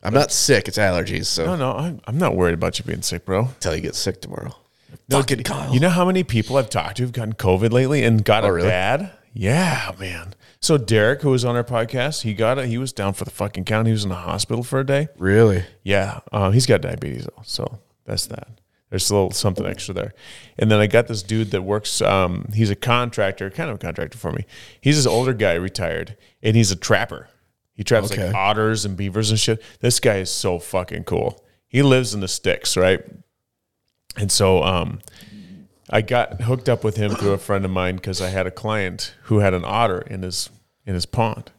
S2: I'm not sick. It's allergies. So
S1: No, no, I'm, I'm not worried about you being sick, bro.
S2: until you get sick tomorrow.
S1: No,
S2: Fucking
S1: you-
S2: Kyle. Oh,
S1: You know how many people I've talked to have gotten COVID lately and got it
S2: really?
S1: bad? Yeah, man. So Derek, who was on our podcast, he got it. He was down for the fucking count. He was in the hospital for a day.
S2: Really?
S1: Yeah, uh, he's got diabetes though, so that's that. There's a little something extra there. And then I got this dude that works. Um, he's a contractor, kind of a contractor for me. He's this older guy, retired, and he's a trapper. He traps
S2: Okay.
S1: like otters and beavers and shit. This guy is so fucking cool. He lives in the sticks, right? And so um, I got hooked up with him through a friend of mine because I had a client who had an otter in his in his pond,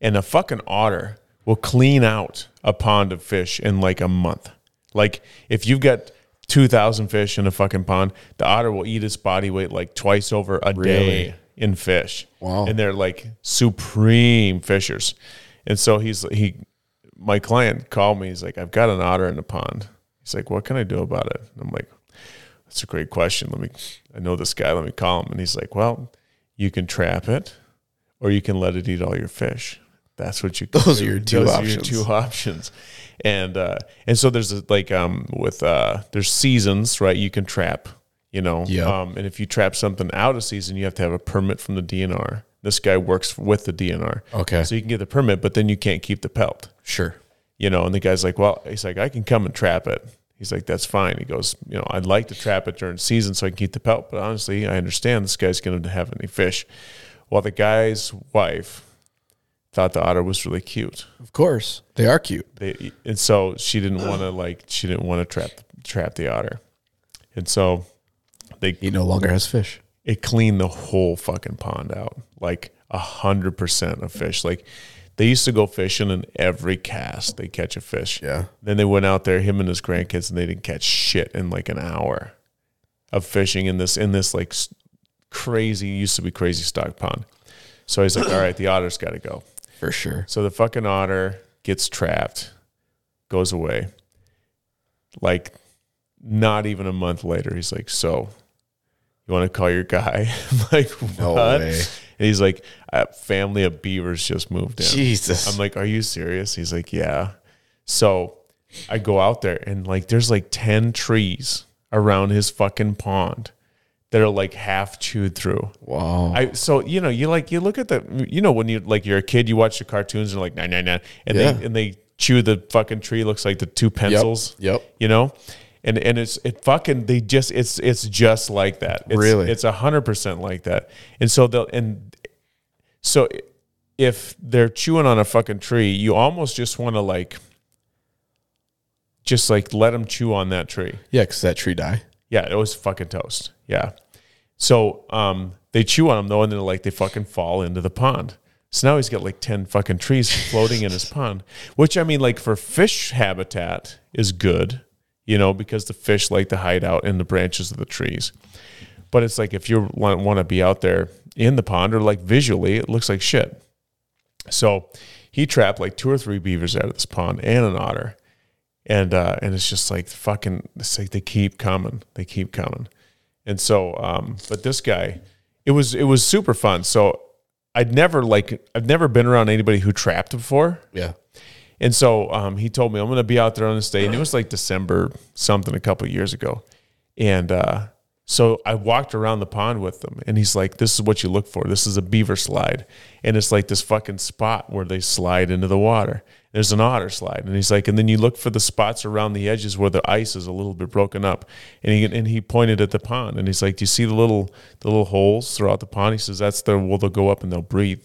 S1: and a fucking otter will clean out a pond of fish in like a month. Like if you've got two thousand fish in a fucking pond, the otter will eat its body weight like twice over a day in fish.
S2: Wow.
S1: And they're like supreme fishers, and so he's he my client called me. He's like, I've got an otter in the pond. He's like, what can I do about it? And I'm like, that's a great question. Let me, I know this guy. Let me call him. And he's like, well, you can trap it or you can let it eat all your fish. That's what you. Can
S2: Those
S1: do.
S2: are your two options.
S1: two options, and uh, and so there's a, like um with uh there's seasons right. You can trap, you know,
S2: Yeah.
S1: Um, and if you trap something out of season, you have to have a permit from the DNR. This guy works with the DNR.
S2: Okay.
S1: so you can get the permit, but then you can't keep the pelt
S2: Sure.
S1: you know, and the guy's like, well, he's like, I can come and trap it. He's like, that's fine. He goes, you know, I'd like to trap it during season so I can keep the pelt, but honestly, I understand this guy's going to have any fish. Well, the guy's wife thought the otter was really cute,
S2: Of course. They are cute.
S1: they, and so she didn't want to like she didn't want to trap trap the otter, and so they
S2: He no longer has fish.
S1: it cleaned the whole fucking pond out like a hundred percent of fish like they used to go fishing and every cast they catch a fish
S2: Yeah.
S1: then they went out there him and his grandkids and they didn't catch shit in like an hour of fishing in this in this like s- crazy used to be crazy stock pond so he's like all right the otter's got to go
S2: For sure.
S1: so the fucking otter gets trapped, goes away. Like, not even a month later, he's like, "So, you want to call your guy?" I'm like, "What?"
S2: No way.
S1: And he's like, "A family of beavers just moved in."
S2: Jesus.
S1: I'm like, "Are you serious?" He's like, "Yeah." So I go out there and like, there's like ten trees around his fucking pond that are like half chewed through.
S2: wow.
S1: I so you know you like you look at the you know when you like you're a kid you watch the cartoons and like nine nine nine and
S2: Yeah.
S1: they and they chew the fucking tree looks like the two pencils
S2: Yep.
S1: you know and and it's it fucking they just it's it's just like that it's,
S2: Really?
S1: it's a hundred percent like that and so they'll and so if they're chewing on a fucking tree you almost just want to like just like let them chew on that tree.
S2: Yeah, because that tree die.
S1: Yeah, it was fucking toast. Yeah. So um, they chew on them though, and then like they fucking fall into the pond. So now he's got like ten fucking trees floating in his pond, which I mean, like for fish habitat is good, you know, because the fish like to hide out in the branches of the trees. But it's like if you want to be out there in the pond or like visually, it looks like shit. So he trapped like two or three beavers out of this pond and an otter and uh, and it's just like fucking. It's like they keep coming, they keep coming, and so. Um, but this guy, it was it was super fun. So I'd never like I've never been around anybody who trapped before,
S2: Yeah.
S1: and so um, he told me I'm gonna be out there on this day, and it was like December something a couple years ago, and uh, so I walked around the pond with them, and he's like, "This is what you look for. This is a beaver slide, and it's like this fucking spot where they slide into the water. There's an otter slide, and he's like, and then you look for the spots around the edges where the ice is a little bit broken up, and he and he pointed at the pond, and he's like, "Do you see the little the little holes throughout the pond?" He says, "That's the well they'll go up and they'll breathe."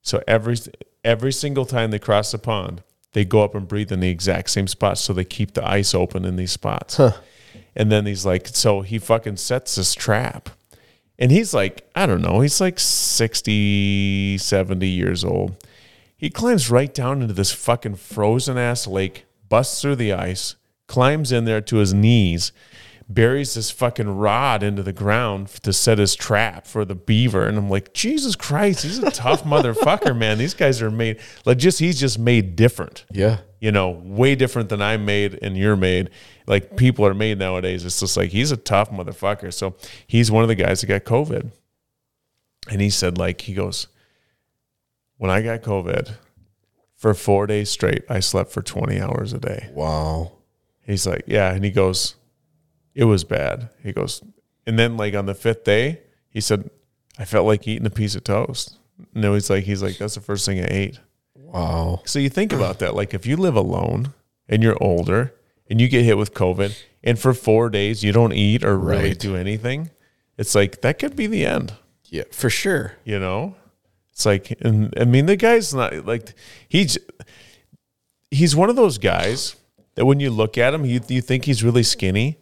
S1: So every every single time they cross the pond, they go up and breathe in the exact same spots. So they keep the ice open in these spots. And then he's like, so he fucking sets this trap. And he's like, I don't know, he's like 60, 70 years old. He climbs right down into this fucking frozen ass lake, busts through the ice, climbs in there to his knees, buries this fucking rod into the ground to set his trap for the beaver. And I'm like, Jesus Christ, he's a tough motherfucker, man. These guys are made like just he's just made different
S2: Yeah.
S1: you know, way different than I'm made and you're made. Like people are made nowadays. It's just like he's a tough motherfucker. So he's one of the guys that got COVID. And he said, like, he goes, When I got COVID for four days straight, I slept for 20 hours a day.
S2: Wow.
S1: He's like, Yeah. And he goes, It was bad. He goes, And then, like, on the fifth day, he said, I felt like eating a piece of toast. No, he's like, He's like, That's the first thing I ate.
S2: Wow.
S1: So you think about that. Like if you live alone and you're older and you get hit with COVID and for four days you don't eat or really
S2: Right.
S1: do anything, it's like that could be the end,
S2: Yeah, for sure.
S1: you know? It's like, and I mean, the guy's not like, he's, he's one of those guys that when you look at him, you, you think he's really skinny,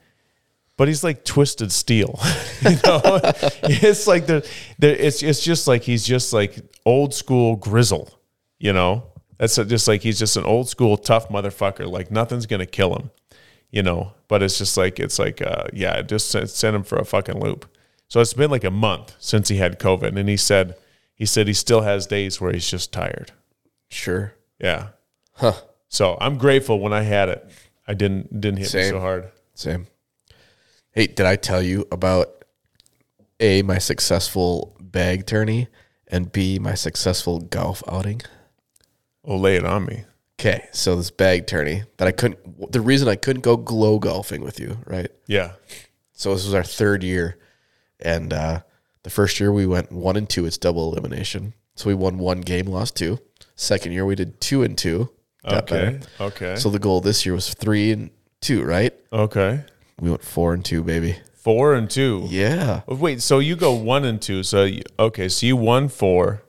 S1: but he's like twisted steel. you know, it's like the, the it's it's just like he's just like old school grizzle. You know, that's just like he's just an old school tough motherfucker. Like nothing's gonna kill him. You know, but it's just like it's like uh, yeah, it just sent, sent him for a fucking loop. So it's been like a month since he had COVID, and he said he said he still has days where he's just tired.
S2: Sure.
S1: Yeah.
S2: Huh.
S1: So I'm grateful when I had it. I didn't didn't hit me
S2: Same.
S1: so hard.
S2: Same. Hey, did I tell you about A, my successful bag tourney, and B, my successful golf outing?
S1: Oh, lay it on me.
S2: Okay, so this bag tourney that I couldn't, the reason I couldn't go glow golfing with you, right?
S1: Yeah.
S2: So this was our third year, and uh, the first year we went one and two. It's double elimination, so we won one game, lost two. Second year we did two and two. got
S1: Okay. Okay.
S2: So the goal this year was three and two, right?
S1: okay.
S2: We went four and two, baby.
S1: Four and two.
S2: Yeah.
S1: Oh, Wait, so you go one and two. So you, okay, so you won four,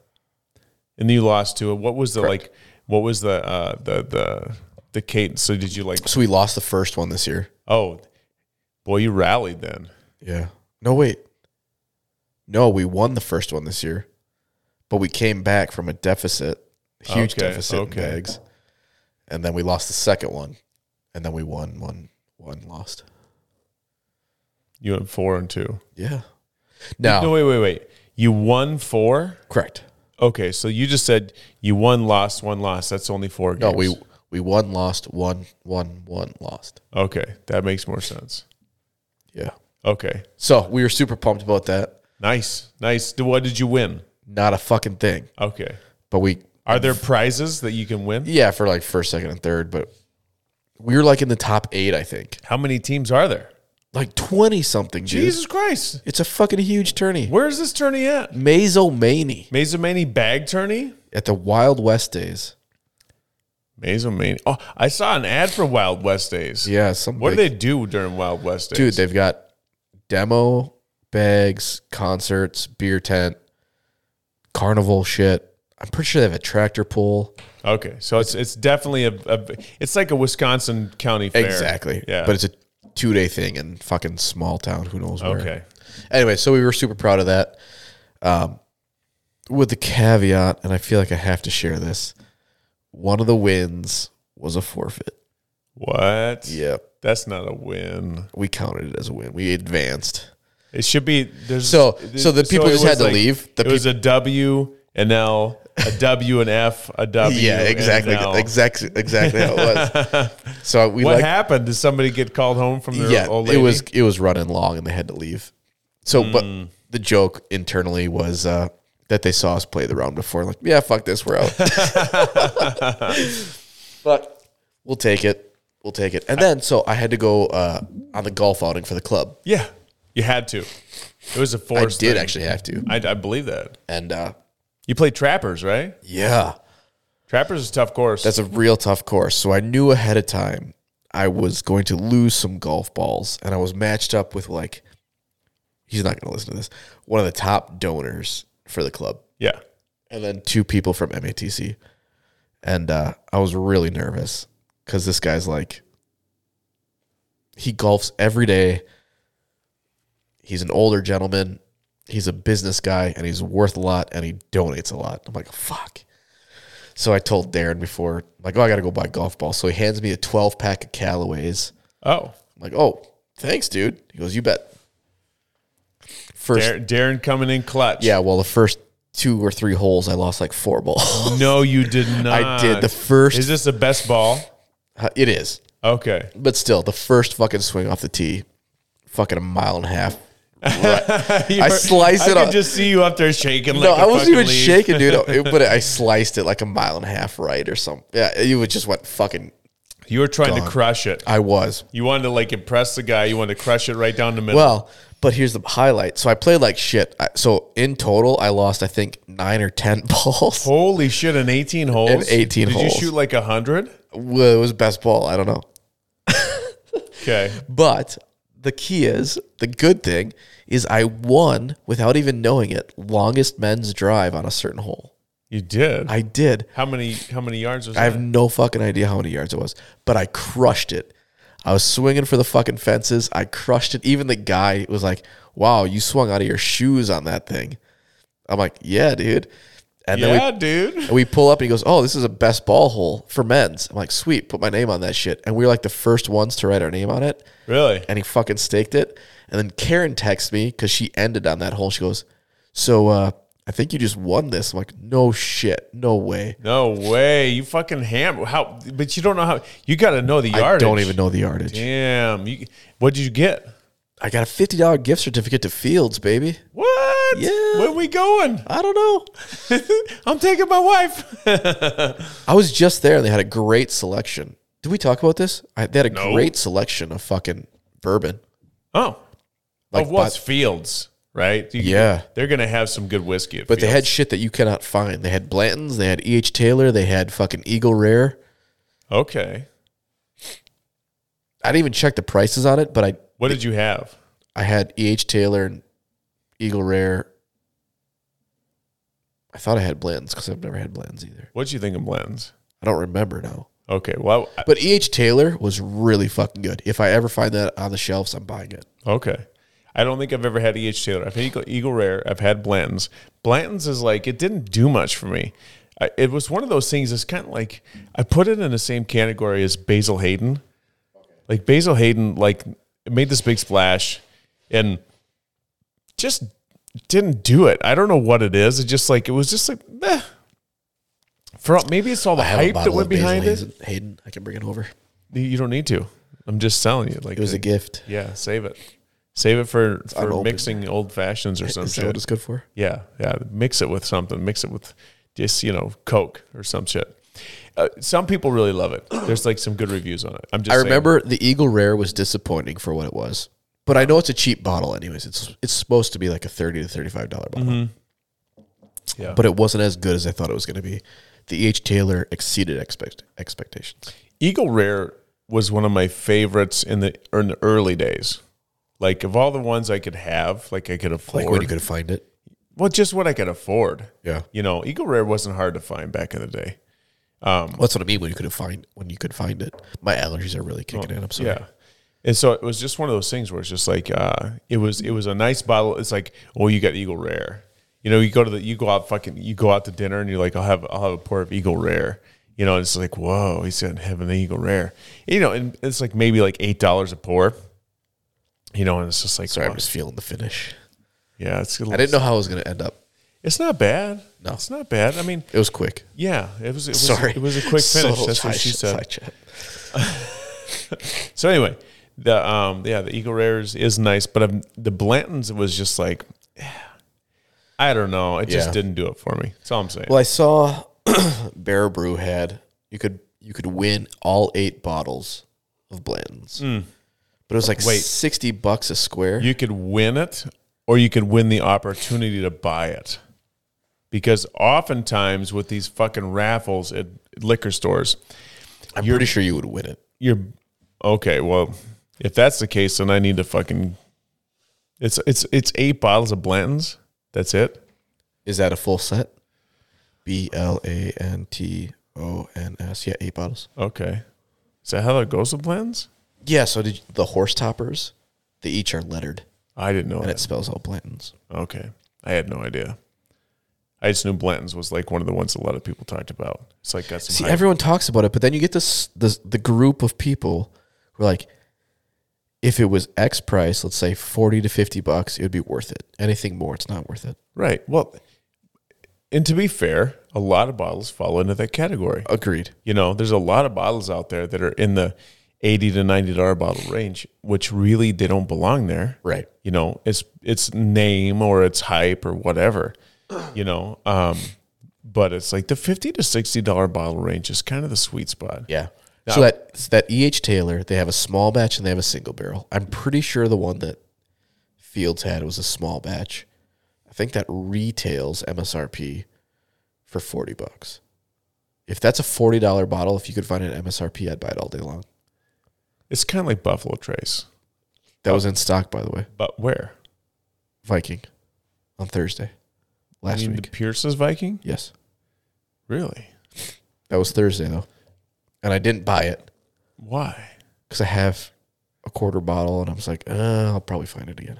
S1: and you lost two. What was the like? What was the uh, the the the cadence? So did you like?
S2: So we lost the first one this year.
S1: Oh, boy, you rallied then.
S2: Yeah. No, wait. No, we won the first one this year, but we came back from a deficit, huge
S1: Okay,
S2: deficit
S1: okay.
S2: in bags, and then we lost the second one, and then we won one, one lost.
S1: You went four and two.
S2: Yeah. Now,
S1: No, wait, wait, wait. You won four.
S2: correct.
S1: Okay, so you just said you won, lost, one lost. That's only four
S2: No,
S1: games.
S2: we we won, lost, one, one, one, lost.
S1: Okay, that makes more sense.
S2: Yeah.
S1: Okay,
S2: So we were super pumped about that.
S1: nice, nice. Do- What did you win?
S2: Not a fucking thing,
S1: Okay,
S2: but we
S1: are there prizes that you can win?
S2: yeah for like first, second, and third, but we were like in the top eight, I think,
S1: How many teams are there?
S2: like twenty something. dude.
S1: Jesus Christ!
S2: It's a fucking huge tourney.
S1: Where's this tourney at?
S2: Mazomani
S1: Mazomani bag tourney?
S2: at the Wild West days.
S1: Mazomani. Oh, I saw an ad for Wild West Days.
S2: Yeah, some
S1: What do
S2: big-
S1: they do during Wild West Days?
S2: dude? They've got demo bags, concerts, beer tent, carnival shit, I'm pretty sure they have a tractor pull.
S1: Okay, so it's it's definitely a, a it's like a Wisconsin county fair.
S2: Exactly.
S1: Yeah.
S2: But it's a two day thing in fucking small town. Who knows where.
S1: okay.
S2: Anyway, so we were super proud of that. Um, with the caveat, and I feel like I have to share this one of the wins was a forfeit.
S1: What?
S2: Yep.
S1: That's not a win.
S2: We counted it as a win. We advanced.
S1: It should be. There's
S2: So- so the people
S1: it
S2: just
S1: was
S2: had to leave. The
S1: it was a W an L, a W and F, a W.
S2: yeah,
S1: and
S2: exactly.
S1: an L.
S2: Exactly exactly how it was. So we
S1: What
S2: like
S1: happened? Did somebody get called home from their
S2: yeah,
S1: old
S2: it
S1: lady? Hmm.
S2: was it was running long and they had to leave. So, but the joke internally was uh, that they saw us play the round before, like, yeah, fuck this, we're out. but we'll take it, we'll take it. And then, so I had to go uh, on the golf outing for the club.
S1: Yeah, you had to. It was a
S2: I
S1: force.
S2: did
S1: thing.
S2: actually have to,
S1: I, I believe that.
S2: and uh,
S1: You played Trappers, right?
S2: yeah,
S1: Trappers is a tough course.
S2: that's a real tough course. So I knew ahead of time I was going to lose some golf balls, and I was matched up with like, he's not going to listen to this, one of the top donors for the club.
S1: yeah.
S2: and then two people from MATC. And uh, I was really nervous because this guy's like, he golfs every day. He's an older gentleman. He's a business guy and he's worth a lot and he donates a lot. I'm like, fuck. So I told Darren before, like, oh, I got to go buy golf balls. So he hands me a 12 pack of Callaways.
S1: Oh,
S2: I'm like, oh, thanks, dude. He goes, you bet. First,
S1: Darren, Darren coming in clutch.
S2: yeah, well, the first two or three holes, I lost like four balls.
S1: No, you did not.
S2: I did the first.
S1: Is this the best ball?
S2: Uh, It is,
S1: Okay.
S2: but still, the first fucking swing off the tee, fucking a mile and a half. I slice
S1: I
S2: it
S1: could
S2: up.
S1: just see you up there shaking.
S2: no,
S1: like a
S2: I wasn't
S1: fucking
S2: even
S1: leaf.
S2: shaking, dude. It- but I sliced it like a mile and a half right or something. Yeah, it was just went fucking.
S1: You were trying to crush it.
S2: I was
S1: You wanted to like impress the guy. You wanted to crush it right down the middle.
S2: well, but here's the highlight. So I played like shit. I, so in total, I lost I think nine or ten balls.
S1: Holy shit! In eighteen holes.
S2: In 18
S1: Did
S2: holes.
S1: you shoot like hundred?
S2: Well, it was best ball. I don't know.
S1: Okay.
S2: But the key is the good thing is I won without even knowing it. Longest men's drive on a certain hole.
S1: You did.
S2: I did.
S1: how many? How many yards was
S2: I have
S1: that?
S2: no fucking idea how many yards it was, but I crushed it. I was swinging for the fucking fences. I crushed it. Even the guy was like, "Wow, you swung out of your shoes on that thing." I'm like, "Yeah, dude." And
S1: Yeah,
S2: then
S1: dude.
S2: we, we pull up and he goes, "Oh, this is a best ball hole for men's." I'm like, "Sweet, put my name on that shit." And we were like the first ones to write our name on it,
S1: Really?
S2: and he fucking staked it. And then Karen texts me because she ended on that hole. She goes, "So uh, I think you just won this." I'm like, "No shit, no way."
S1: No way. You fucking ham. How? But you don't know how. You got to know the yardage.
S2: I don't even know the yardage.
S1: Damn. You, what did you get?
S2: I got a fifty dollar gift certificate to Fields, baby.
S1: What?
S2: Yeah.
S1: Where we going?
S2: I don't know.
S1: I'm taking my wife.
S2: I was just there and they had a great selection. Did we talk about this? I, they had a great selection of fucking bourbon.
S1: Oh.
S2: Like,
S1: of what's
S2: but-
S1: Fields, right? You-
S2: Yeah.
S1: They're going to have some good whiskey. At
S2: But they
S1: Fields.
S2: had shit that you cannot find. They had Blanton's, they had E. H. Taylor, they had fucking Eagle Rare.
S1: Okay.
S2: I didn't even check the prices on it, but I
S1: What did you have?
S2: I had E. H. Taylor and Eagle Rare. I thought I had Blanton's because I've never had Blanton's either.
S1: What did you think of Blends?
S2: I don't remember now.
S1: Okay. Well, I-
S2: But E. H. Taylor was really fucking good. If I ever find that on the shelves, I'm buying it.
S1: okay. I don't think I've ever had E.H. Taylor. I've had Eagle, Eagle Rare. I've had Blanton's. Blanton's is like, it didn't do much for me. I, it was one of those things that's kind of like, I put it in the same category as Basil Hayden. Like, Basil Hayden, like, made this big splash and just didn't do it. I don't know what it is. It just like, it was just like, meh. For, maybe it's all the
S2: I have a
S1: hype that
S2: bottle
S1: went
S2: of Basil
S1: behind it.
S2: Hayden. Hayden, I can bring it over.
S1: You- You don't need to. I'm just telling you. Like
S2: It was a gift.
S1: yeah, save it. Save it for for
S2: unopened.
S1: mixing old fashions or some
S2: Is that what
S1: shit.
S2: it's good for?
S1: Yeah, yeah. Mix it with something. Mix it with just you know Coke or some shit. Uh, some people really love it. There's like some good reviews on it. I'm just.
S2: I
S1: saying.
S2: remember the Eagle Rare was disappointing for what it was, but I know it's a cheap bottle, anyways. It's it's supposed to be like a thirty to thirty five dollar bottle,
S1: Mm-hmm. Yeah.
S2: but it wasn't as good as I thought it was going to be. The H Taylor exceeded expect expectations.
S1: Eagle Rare was one of my favorites in the in the early days. Like of all the ones I could have, like I could afford.
S2: Like when you could find it,
S1: well, just what I could afford.
S2: Yeah.
S1: You know, Eagle Rare wasn't hard to find back in the day. Um,
S2: Well, that's what I mean when you could find when you could find it. My allergies are really kicking in. I'm sorry.
S1: yeah. And so it was just one of those things where it's just like uh, it was it was a nice bottle. It's like, oh, you got Eagle Rare. You know, you go to the you go out fucking you go out to dinner and you're like, I'll have I'll have a pour of Eagle Rare. You know, and it's like, whoa, he's gonna have an Eagle Rare. You know, and it's like maybe like eight dollars a pour. You know, and it's just like
S2: Sorry,
S1: wow.
S2: I'm just feeling the finish.
S1: yeah, it's
S2: I didn't know how it was going to end up.
S1: it's not bad.
S2: No.
S1: It's not bad. I mean,
S2: It was quick.
S1: yeah, it was it was,
S2: Sorry,
S1: it was a quick finish.
S2: So
S1: That's what
S2: side-
S1: she said.
S2: side chat.
S1: So anyway, the um yeah, the Eagle Rares is nice, but um, the Blantons was just like eh, I don't know, it just
S2: Yeah.
S1: didn't do it for me. That's all I'm saying.
S2: Well, I saw Bear Brew had you could you could win all eight bottles of Blanton's, but it was like
S1: Hmm. Wait.
S2: sixty bucks a square.
S1: you could win it or you could win the opportunity to buy it. Because oftentimes with these fucking raffles at liquor stores,
S2: I'm pretty sure you would win it.
S1: you're okay, well, if that's the case, then I need to fucking it's it's it's eight bottles of Blantons. That's it.
S2: Is that a full set? B L A N T O N S. Yeah, eight bottles.
S1: Okay. Is that how that goes with Blantons?
S2: Yeah. So did you, the horse toppers? They each are lettered,
S1: I didn't know
S2: and
S1: that.
S2: it spells out Blanton's.
S1: Okay. I had no idea. I just knew Blanton's was like one of the ones a lot of people talked about. It's like got some
S2: See,
S1: hype.
S2: everyone talks about it, but then you get this, this the group of people who are like, if it was X price, let's say forty to fifty bucks, it would be worth it. Anything more, it's not worth it.
S1: right. Well, and to be fair, a lot of bottles fall into that category.
S2: Agreed.
S1: You know, there's a lot of bottles out there that are in the 80 to 90 dollar bottle range, which really they don't belong there.
S2: Right.
S1: You know, it's it's name or it's hype or whatever. You know, um but it's like the 50 to 60 dollar bottle range is kind of the sweet spot.
S2: Yeah. So that so that E H Taylor, they have a small batch and they have a single barrel. I'm pretty sure the one that Fields had was a small batch. I think that retails MSRP for forty bucks. If that's a forty dollar bottle, if you could find it at MSRP, I'd buy it all day long.
S1: It's kind of like Buffalo Trace,
S2: That was in stock, by the way.
S1: but where?
S2: Viking on Thursday last
S1: you mean
S2: week.
S1: the Pierce's Viking?
S2: yes,
S1: Really?
S2: that was Thursday though, and I didn't buy it
S1: Why?
S2: because I have a quarter bottle, and I was like, uh, I'll probably find it again.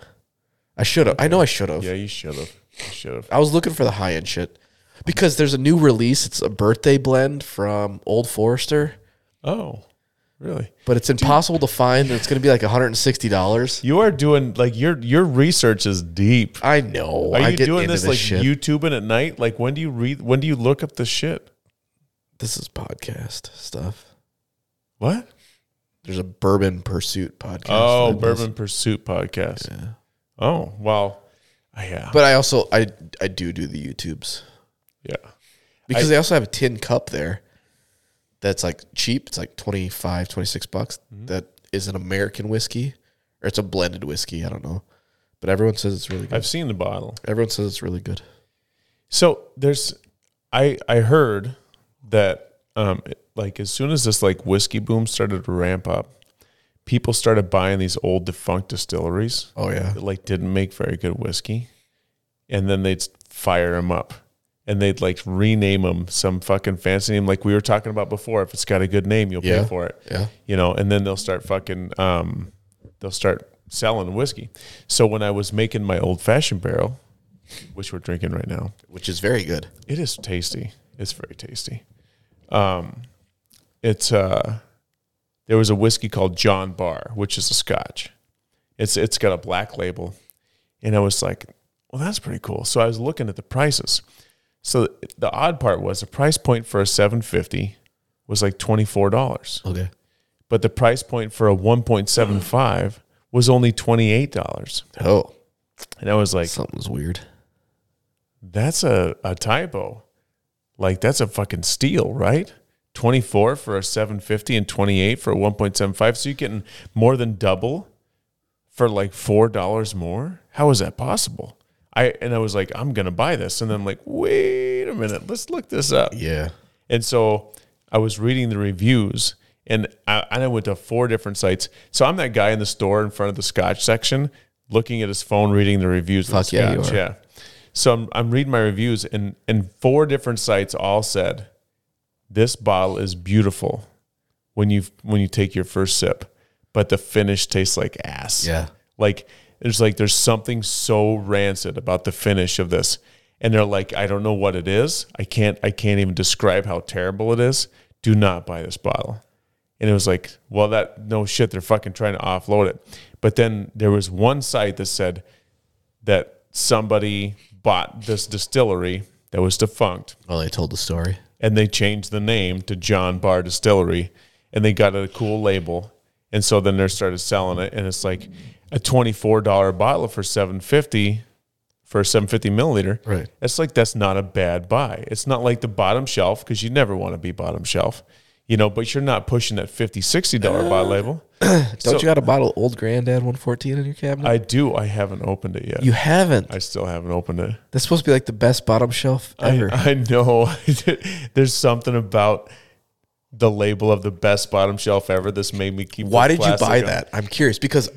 S2: I should have. I know I should have.
S1: Yeah, you should have. You should have.
S2: I was looking for the high end shit because there's a new release. It's a birthday blend from Old Forester,
S1: Oh, really?
S2: but it's impossible to find. And it's going to be like 160 dollars.
S1: You are doing like your your research is deep.
S2: I know.
S1: Are
S2: Oh, I
S1: you
S2: get
S1: doing
S2: into
S1: this like
S2: shit.
S1: YouTubing at night? Like when do you read? When do you look up the shit?
S2: This is podcast stuff.
S1: What?
S2: There's a Bourbon Pursuit podcast.
S1: oh,
S2: that does-
S1: Bourbon Pursuit podcast.
S2: Yeah.
S1: Oh, well, yeah,
S2: But I also I I do do the YouTubes
S1: yeah.
S2: because they also have a tin cup there that's like cheap. It's like 25, 26 bucks. That is an American whiskey or it's a blended whiskey. I don't know, but everyone says it's really good.
S1: I've seen the bottle.
S2: everyone says it's really good.
S1: So there's, I I heard that um it- like as soon as this like whiskey boom started to ramp up, people started buying these old defunct distilleries
S2: Oh yeah,
S1: that like didn't make very good whiskey, and then they'd fire them up, and they'd like rename them some fucking fancy name like we were talking about before. If it's got a good name, you'll
S2: Yeah.
S1: pay for it
S2: yeah.
S1: you know, and then they'll start fucking, um, they'll start selling whiskey. So when I was making my old fashioned barrel, which we're drinking right now,
S2: Which is very good.
S1: it is tasty. It's very tasty. Um, it's uh, there was a whiskey called John Bar, which is a Scotch. It's it's got a black label, and I was like, well, that's pretty cool. So I was looking at the prices. So the odd part was the price point for a 750 was like twenty four dollars
S2: Okay,
S1: but the price point for a 1.75 was only $28.
S2: oh
S1: And I was like,
S2: something's weird.
S1: that's a, a typo. Like that's a fucking steal, right? 24 for a 750 and 28 for a 1.75. So you're getting more than double for like $4 more. How is that possible? I and I was like, I'm gonna buy this. And then I'm like, wait a minute, let's look this up.
S2: Yeah,
S1: And so I was reading the reviews and I, and I went to four different sites. So I'm that guy in the store in front of the scotch section looking at his phone, reading the reviews. of
S2: Fuck
S1: the
S2: yeah, you
S1: scotch.
S2: are.
S1: Yeah. So I'm, I'm reading my reviews, and and four different sites all said, "This bottle is beautiful when you when you take your first sip, but the finish tastes like ass."
S2: Yeah.
S1: like there's like there's something so rancid about the finish of this, and they're like, "I don't know what it is. I can't I can't even describe how terrible it is. Do not buy this bottle." And it was like, well, that no shit, they're fucking trying to offload it. But then there was one site that said that somebody bought this distillery that was defunct
S2: Well, they told the story.
S1: and they changed the name to John Barr Distillery and they got a cool label. And so then they started selling it and it's like a $24 bottle for 750 for 750 milliliter.
S2: Right.
S1: It's like that's not a bad buy. It's not like the bottom shelf because you never want to be bottom shelf, you know, but you're not pushing that 50 $60 bottle label.
S4: Don't
S1: So-
S4: you got a bottle of old granddad 114 in your
S2: Ah.
S4: cabinet?
S1: I do. I haven't opened it yet.
S4: you haven't.
S1: I still haven't opened it.
S4: That's supposed to be like the best bottom shelf ever.
S1: I, I know. There's something about the label of the best bottom shelf ever. This made me keep.
S2: Why
S1: the
S2: did you
S1: plastic
S2: buy
S1: on.
S2: that? I'm curious because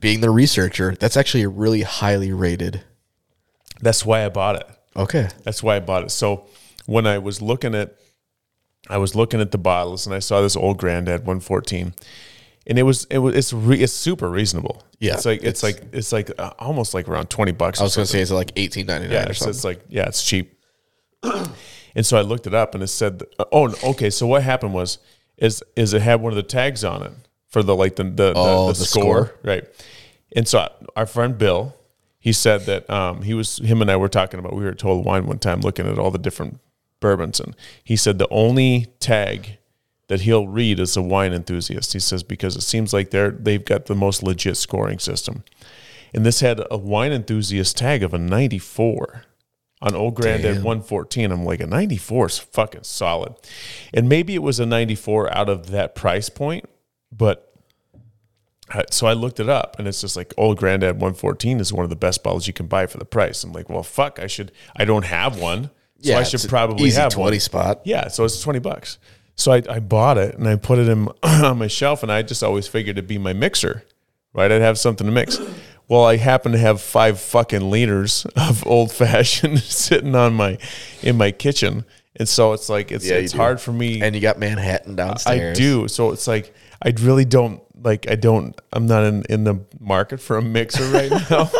S2: being the researcher, that's actually a really highly rated.
S1: That's why I bought it.
S2: Okay.
S1: That's why I bought it. So when I was looking at, I was looking at the bottles and I saw this old granddad 114, and it was it was it's re, it's super reasonable.
S2: Yeah,
S1: it's like it's, like it's like uh, almost like around 20 bucks.
S2: I was going to say it's like 18.99
S1: yeah,
S2: or
S1: it's,
S2: something.
S1: it's like yeah, it's cheap. and so I looked it up, and it said, "Oh, no, okay." So what happened was, is is it had one of the tags on it for the like the the, the-
S2: Oh,
S1: the,
S2: the
S1: score.
S2: score.
S1: right? And so our friend Bill, he said that um, he was him and I were talking about. We were at Total Wine one time looking at all the different bourbons, and he said the only tag that he'll read is a wine enthusiast. He says because it seems like they're they've got the most legit scoring system. And this had a wine enthusiast tag of a 94 on old granddad 114. I'm like, a 94 is fucking solid. And maybe it was a 94 out of that price point, but I- so I looked it up and it's just like old granddad 114 is one of the best bottles you can buy for the price. I'm like, well, fuck, I should, I don't have one. So I
S2: it's
S1: should
S2: an
S1: probably
S2: easy
S1: have
S2: 20
S1: one.
S2: spot.
S1: Yeah, so it's twenty bucks. So I, I bought it and I put it in on my shelf, and I just always figured it'd be my mixer, right? I'd have something to mix. Well, I happen to have five fucking liters of old fashioned sitting on my in my kitchen, and so it's like it's
S2: Yeah, you
S1: it's
S2: do.
S1: hard for me.
S2: And you got Manhattan
S1: I
S2: downstairs.
S1: do, so it's like I really don't like. I don't. I'm not in in the market for a mixer right now.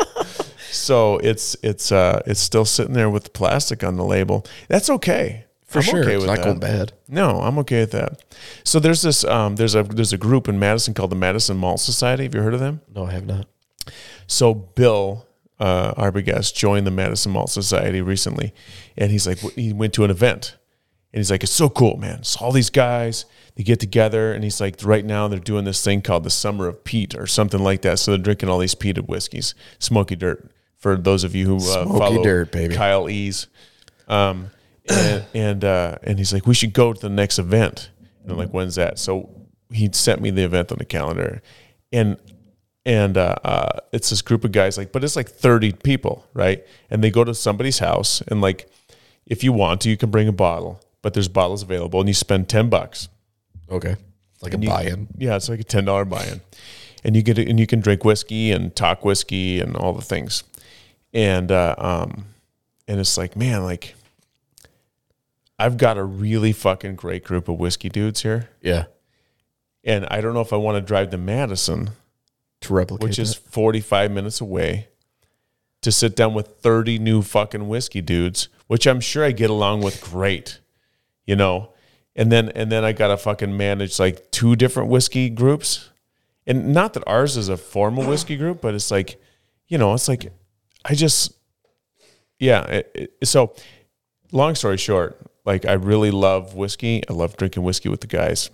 S1: So it's it's uh it's still sitting there with the plastic on the label. That's okay.
S2: For
S1: I'm
S2: sure.
S1: okay
S2: it's
S1: with
S2: not
S1: that.
S2: going bad.
S1: No, I'm okay with that. So there's this um, there's a there's a group in Madison called the Madison Malt Society. Have you heard of them?
S2: No, I have not.
S1: So Bill uh, Arbogast joined the Madison Malt Society recently, and he's like he went to an event, and he's like it's so cool, man. So all these guys they get together, and he's like right now they're doing this thing called the Summer of Peat or something like that. So they're drinking all these peated whiskeys, smoky dirt. For those of you who uh,
S2: Smoky
S1: follow
S2: dirt, baby.
S1: Kyle Ease, um, and and, uh, and he's like, we should go to the next event. And I'm like, when's that? So he sent me the event on the calendar, and and uh, uh, it's this group of guys like, but it's like 30 people, right? And they go to somebody's house, and like, if you want to, you can bring a bottle, but there's bottles available, and you spend 10 bucks.
S2: Okay. Like a
S1: You-
S2: buy in.
S1: Yeah, it's like a ten dollar buy in, and you get and you can drink whiskey and talk whiskey and all the things, and uh, um, and it's like man, like I've got a really fucking great group of whiskey dudes here,
S2: Yeah.
S1: and I don't know if I want to drive to Madison,
S2: To replicate
S1: which is
S2: that.
S1: forty five minutes away, to sit down with thirty new fucking whiskey dudes, which I'm sure I get along with great, you know. And then and then I gotta fucking manage like two different whiskey groups and not that ours is a formal whiskey group, but it's like, you know, it's like, I just, yeah. It, it, so, long story short, like I really love whiskey. I love drinking whiskey with the guys.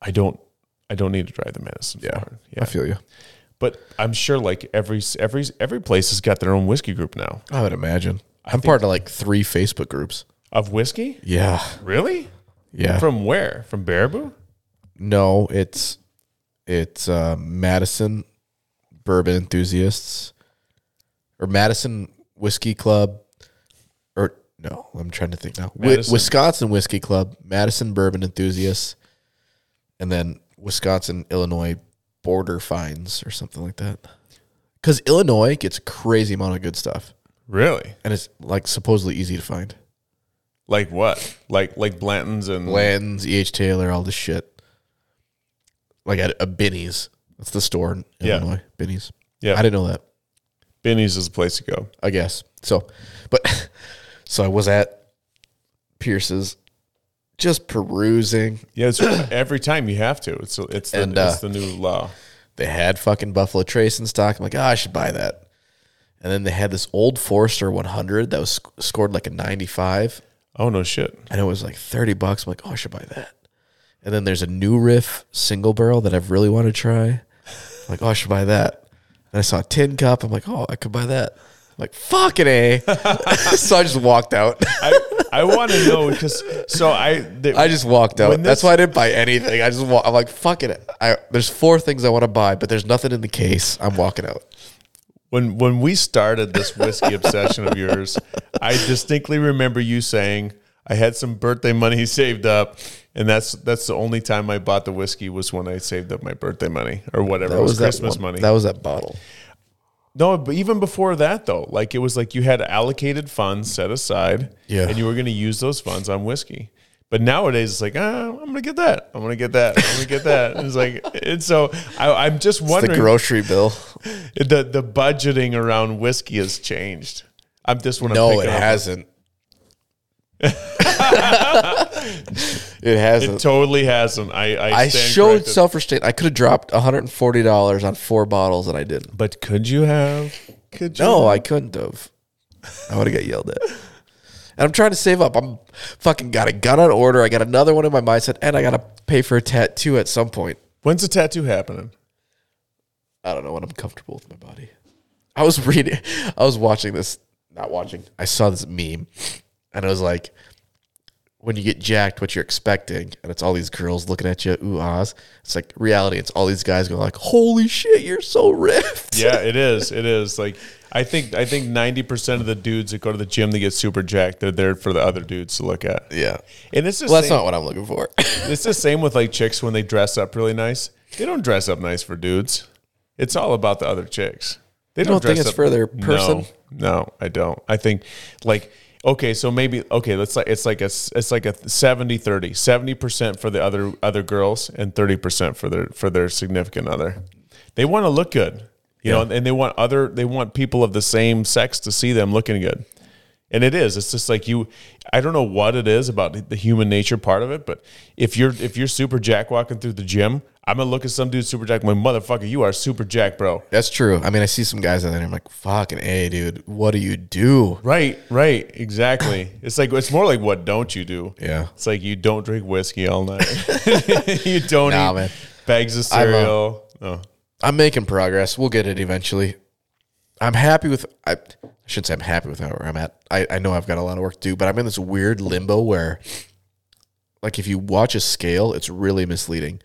S1: I don't, I don't need to drive the Madison.
S2: Yeah,
S1: far.
S2: I
S1: yeah.
S2: feel you.
S1: But I'm sure like every every every place has got their own whiskey group now
S2: I would imagine. I'm part of like three Facebook groups.
S1: of whiskey.
S2: Yeah.
S1: Really?
S2: Yeah.
S1: From where? From Baraboo?
S2: No, it's it's uh, Madison Bourbon Enthusiasts or Madison Whiskey Club or no, I'm trying to think now. Wi-
S1: Madison.
S2: Wisconsin Whiskey Club, Madison Bourbon Enthusiasts, and then Wisconsin Illinois Border Finds or something like that. Because Illinois gets a crazy amount of good stuff.
S1: Really?
S2: and it's like supposedly easy to find.
S1: Like what? Like like Blanton's and
S2: Blanton's, E. H. Taylor, all this shit. Like at a Binnie's. That's the store in
S1: Yeah.
S2: Illinois. Binnie's.
S1: Yeah.
S2: I didn't know that.
S1: Benny's is the place to go.
S2: I guess. So, but so I was at Pierce's, just perusing.
S1: Yeah, it's every time you have to. It's it's the,
S2: And, uh,
S1: it's the new law.
S2: They had fucking Buffalo Trace in stock. I'm like, ah, I should buy that. And then they had this old Forester 100 that was sc- scored like a 95.
S1: Oh no shit.
S2: and it was like 30 bucks. I'm like, oh, I should buy that. And then there's a new riff single barrel that I've really want to try. I'm like, oh, I should buy that. And I saw a tin cup. I'm like, oh, I could buy that. I'm like, fucking A. so I just walked out.
S1: I I want to know because so I the,
S2: I just walked out.
S1: When
S2: That's
S1: this-
S2: why I didn't buy anything. I just walk. I'm like, fucking it. I, there's four things I want to buy, but there's nothing in the case. I'm walking out.
S1: when when we started this whiskey obsession of yours, I distinctly remember you saying I had some birthday money saved up, and that's that's the only time I bought the whiskey was when I saved up my birthday money or whatever it was, Christmas
S2: that one-
S1: money.
S2: That was that bottle.
S1: No, but even before that though, like it was like you had allocated funds set aside,
S2: Yeah.
S1: and you were going to use those funds on whiskey. But nowadays, it's like ah, I'm going to get that, I'm going to get that, I'm going to get that. And it's like, and so I, I'm just
S2: It's the
S1: wondering
S2: grocery bill.
S1: the the budgeting around whiskey has changed. I'm just want to
S2: No,
S1: pick
S2: it
S1: up.
S2: hasn't. it hasn't.
S1: It totally hasn't. I I,
S2: I
S1: stand
S2: showed
S1: corrected.
S2: self restraint. I could have dropped $140 on four bottles and I didn't.
S1: but could you have? Could you?
S2: No, I couldn't have. I would have got yelled at. And I'm trying to save up. I'm fucking got a gun on order. I got another one in my mindset and I got to pay for a tattoo at some point.
S1: When's the tattoo happening?
S2: I don't know when I'm comfortable with my body. I was reading, I was watching this, not watching. I saw this meme, and I was like, when you get jacked, what you're expecting, and it's all these girls looking at you, ooh ahs. It's like reality. It's all these guys going like, holy shit, you're so ripped.
S1: Yeah, it is. It is like I think I think ninety percent of the dudes that go to the gym that get super jacked, they're there for the other dudes to look at.
S2: yeah.
S1: And it's the
S2: Well, that's
S1: same,
S2: not what I'm looking for.
S1: it's the same with like chicks when they dress up really nice. They don't dress up nice for dudes. It's all about the other chicks. They
S2: don't think
S1: dress
S2: it's for their person?
S1: No, no, I don't. I think like okay, so maybe okay, let's like it's like a s- it's like a 70 30. 70% for the other other girls and 30% for their for their significant other. They want to look good. You know, and they want other they want people of the same sex to see them looking good. And it is. It's just like you. I don't know what it is about the human nature part of it, but if you're if you're super jack walking through the gym, I'm gonna look at some dude super jack. My motherfucker, you are super jack, bro.
S2: that's true. I mean, I see some guys out there, and I'm like, fucking a dude, what do you do?
S1: Right, right, exactly. It's like it's more like what don't you do?
S2: Yeah.
S1: It's like you don't drink whiskey all night. you don't
S2: Nah,
S1: eat
S2: man.
S1: bags of cereal. Oh,
S2: I'm making progress. We'll get it eventually. I'm happy with I, I shouldn't say I'm happy with where I'm at. I, I know I've got a lot of work to do, but I'm in this weird limbo where like if you watch a scale, it's really misleading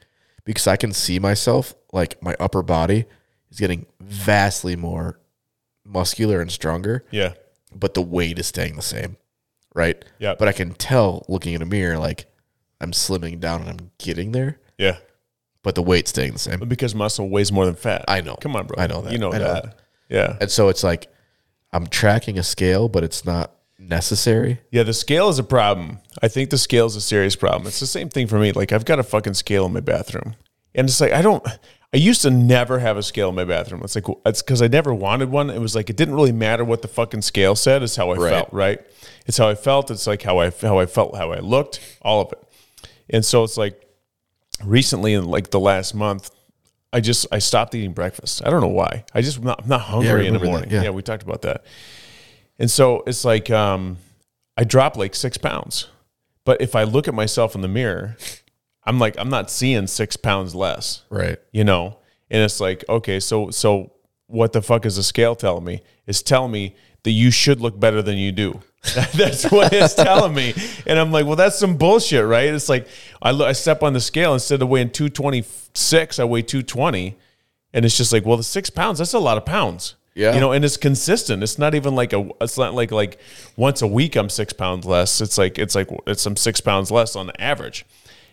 S2: because I can see myself like my upper body is getting vastly more muscular and stronger,
S1: yeah,
S2: but the weight is staying the same. Right?
S1: Yeah.
S2: But I can tell looking in a mirror like I'm slimming down and I'm getting there,
S1: yeah.
S2: but the weight's staying the same.
S1: But because muscle weighs more than fat.
S2: I know.
S1: Come on, bro.
S2: I know that.
S1: You know,
S2: I know
S1: that. Yeah,
S2: And so it's like I'm tracking a scale, but it's not necessary.
S1: yeah. The scale is a problem. I think the scale is a serious problem. It's the same thing for me. Like I've got a fucking scale in my bathroom, and it's like I don't. I used to never have a scale in my bathroom. It's like it's because I never wanted one. It was like it didn't really matter what the fucking scale said. It's how I
S2: Right.
S1: felt. Right. It's how I felt. It's like how I how I felt, how I looked, all of it. And so it's like recently in like the last month, I just I stopped eating breakfast. I don't know why. I just not, I'm not hungry in the
S2: remember that,
S1: morning.
S2: yeah.
S1: yeah, we talked about that. And so it's like um, I dropped like six pounds, but if I look at myself in the mirror, I'm like I'm not seeing six pounds less
S2: Right.
S1: you know and it's like okay so so what the fuck is the scale telling me it's telling me that you should look better than you do that's what it's telling me and i'm like well that's some bullshit right it's like i, look, I step on the scale instead of weighing 226 i weigh 220 and it's just like well the six pounds that's a lot of pounds
S2: Yeah.
S1: you know and it's consistent it's not even like a it's not like like once a week i'm six pounds less it's like it's like it's some six pounds less on average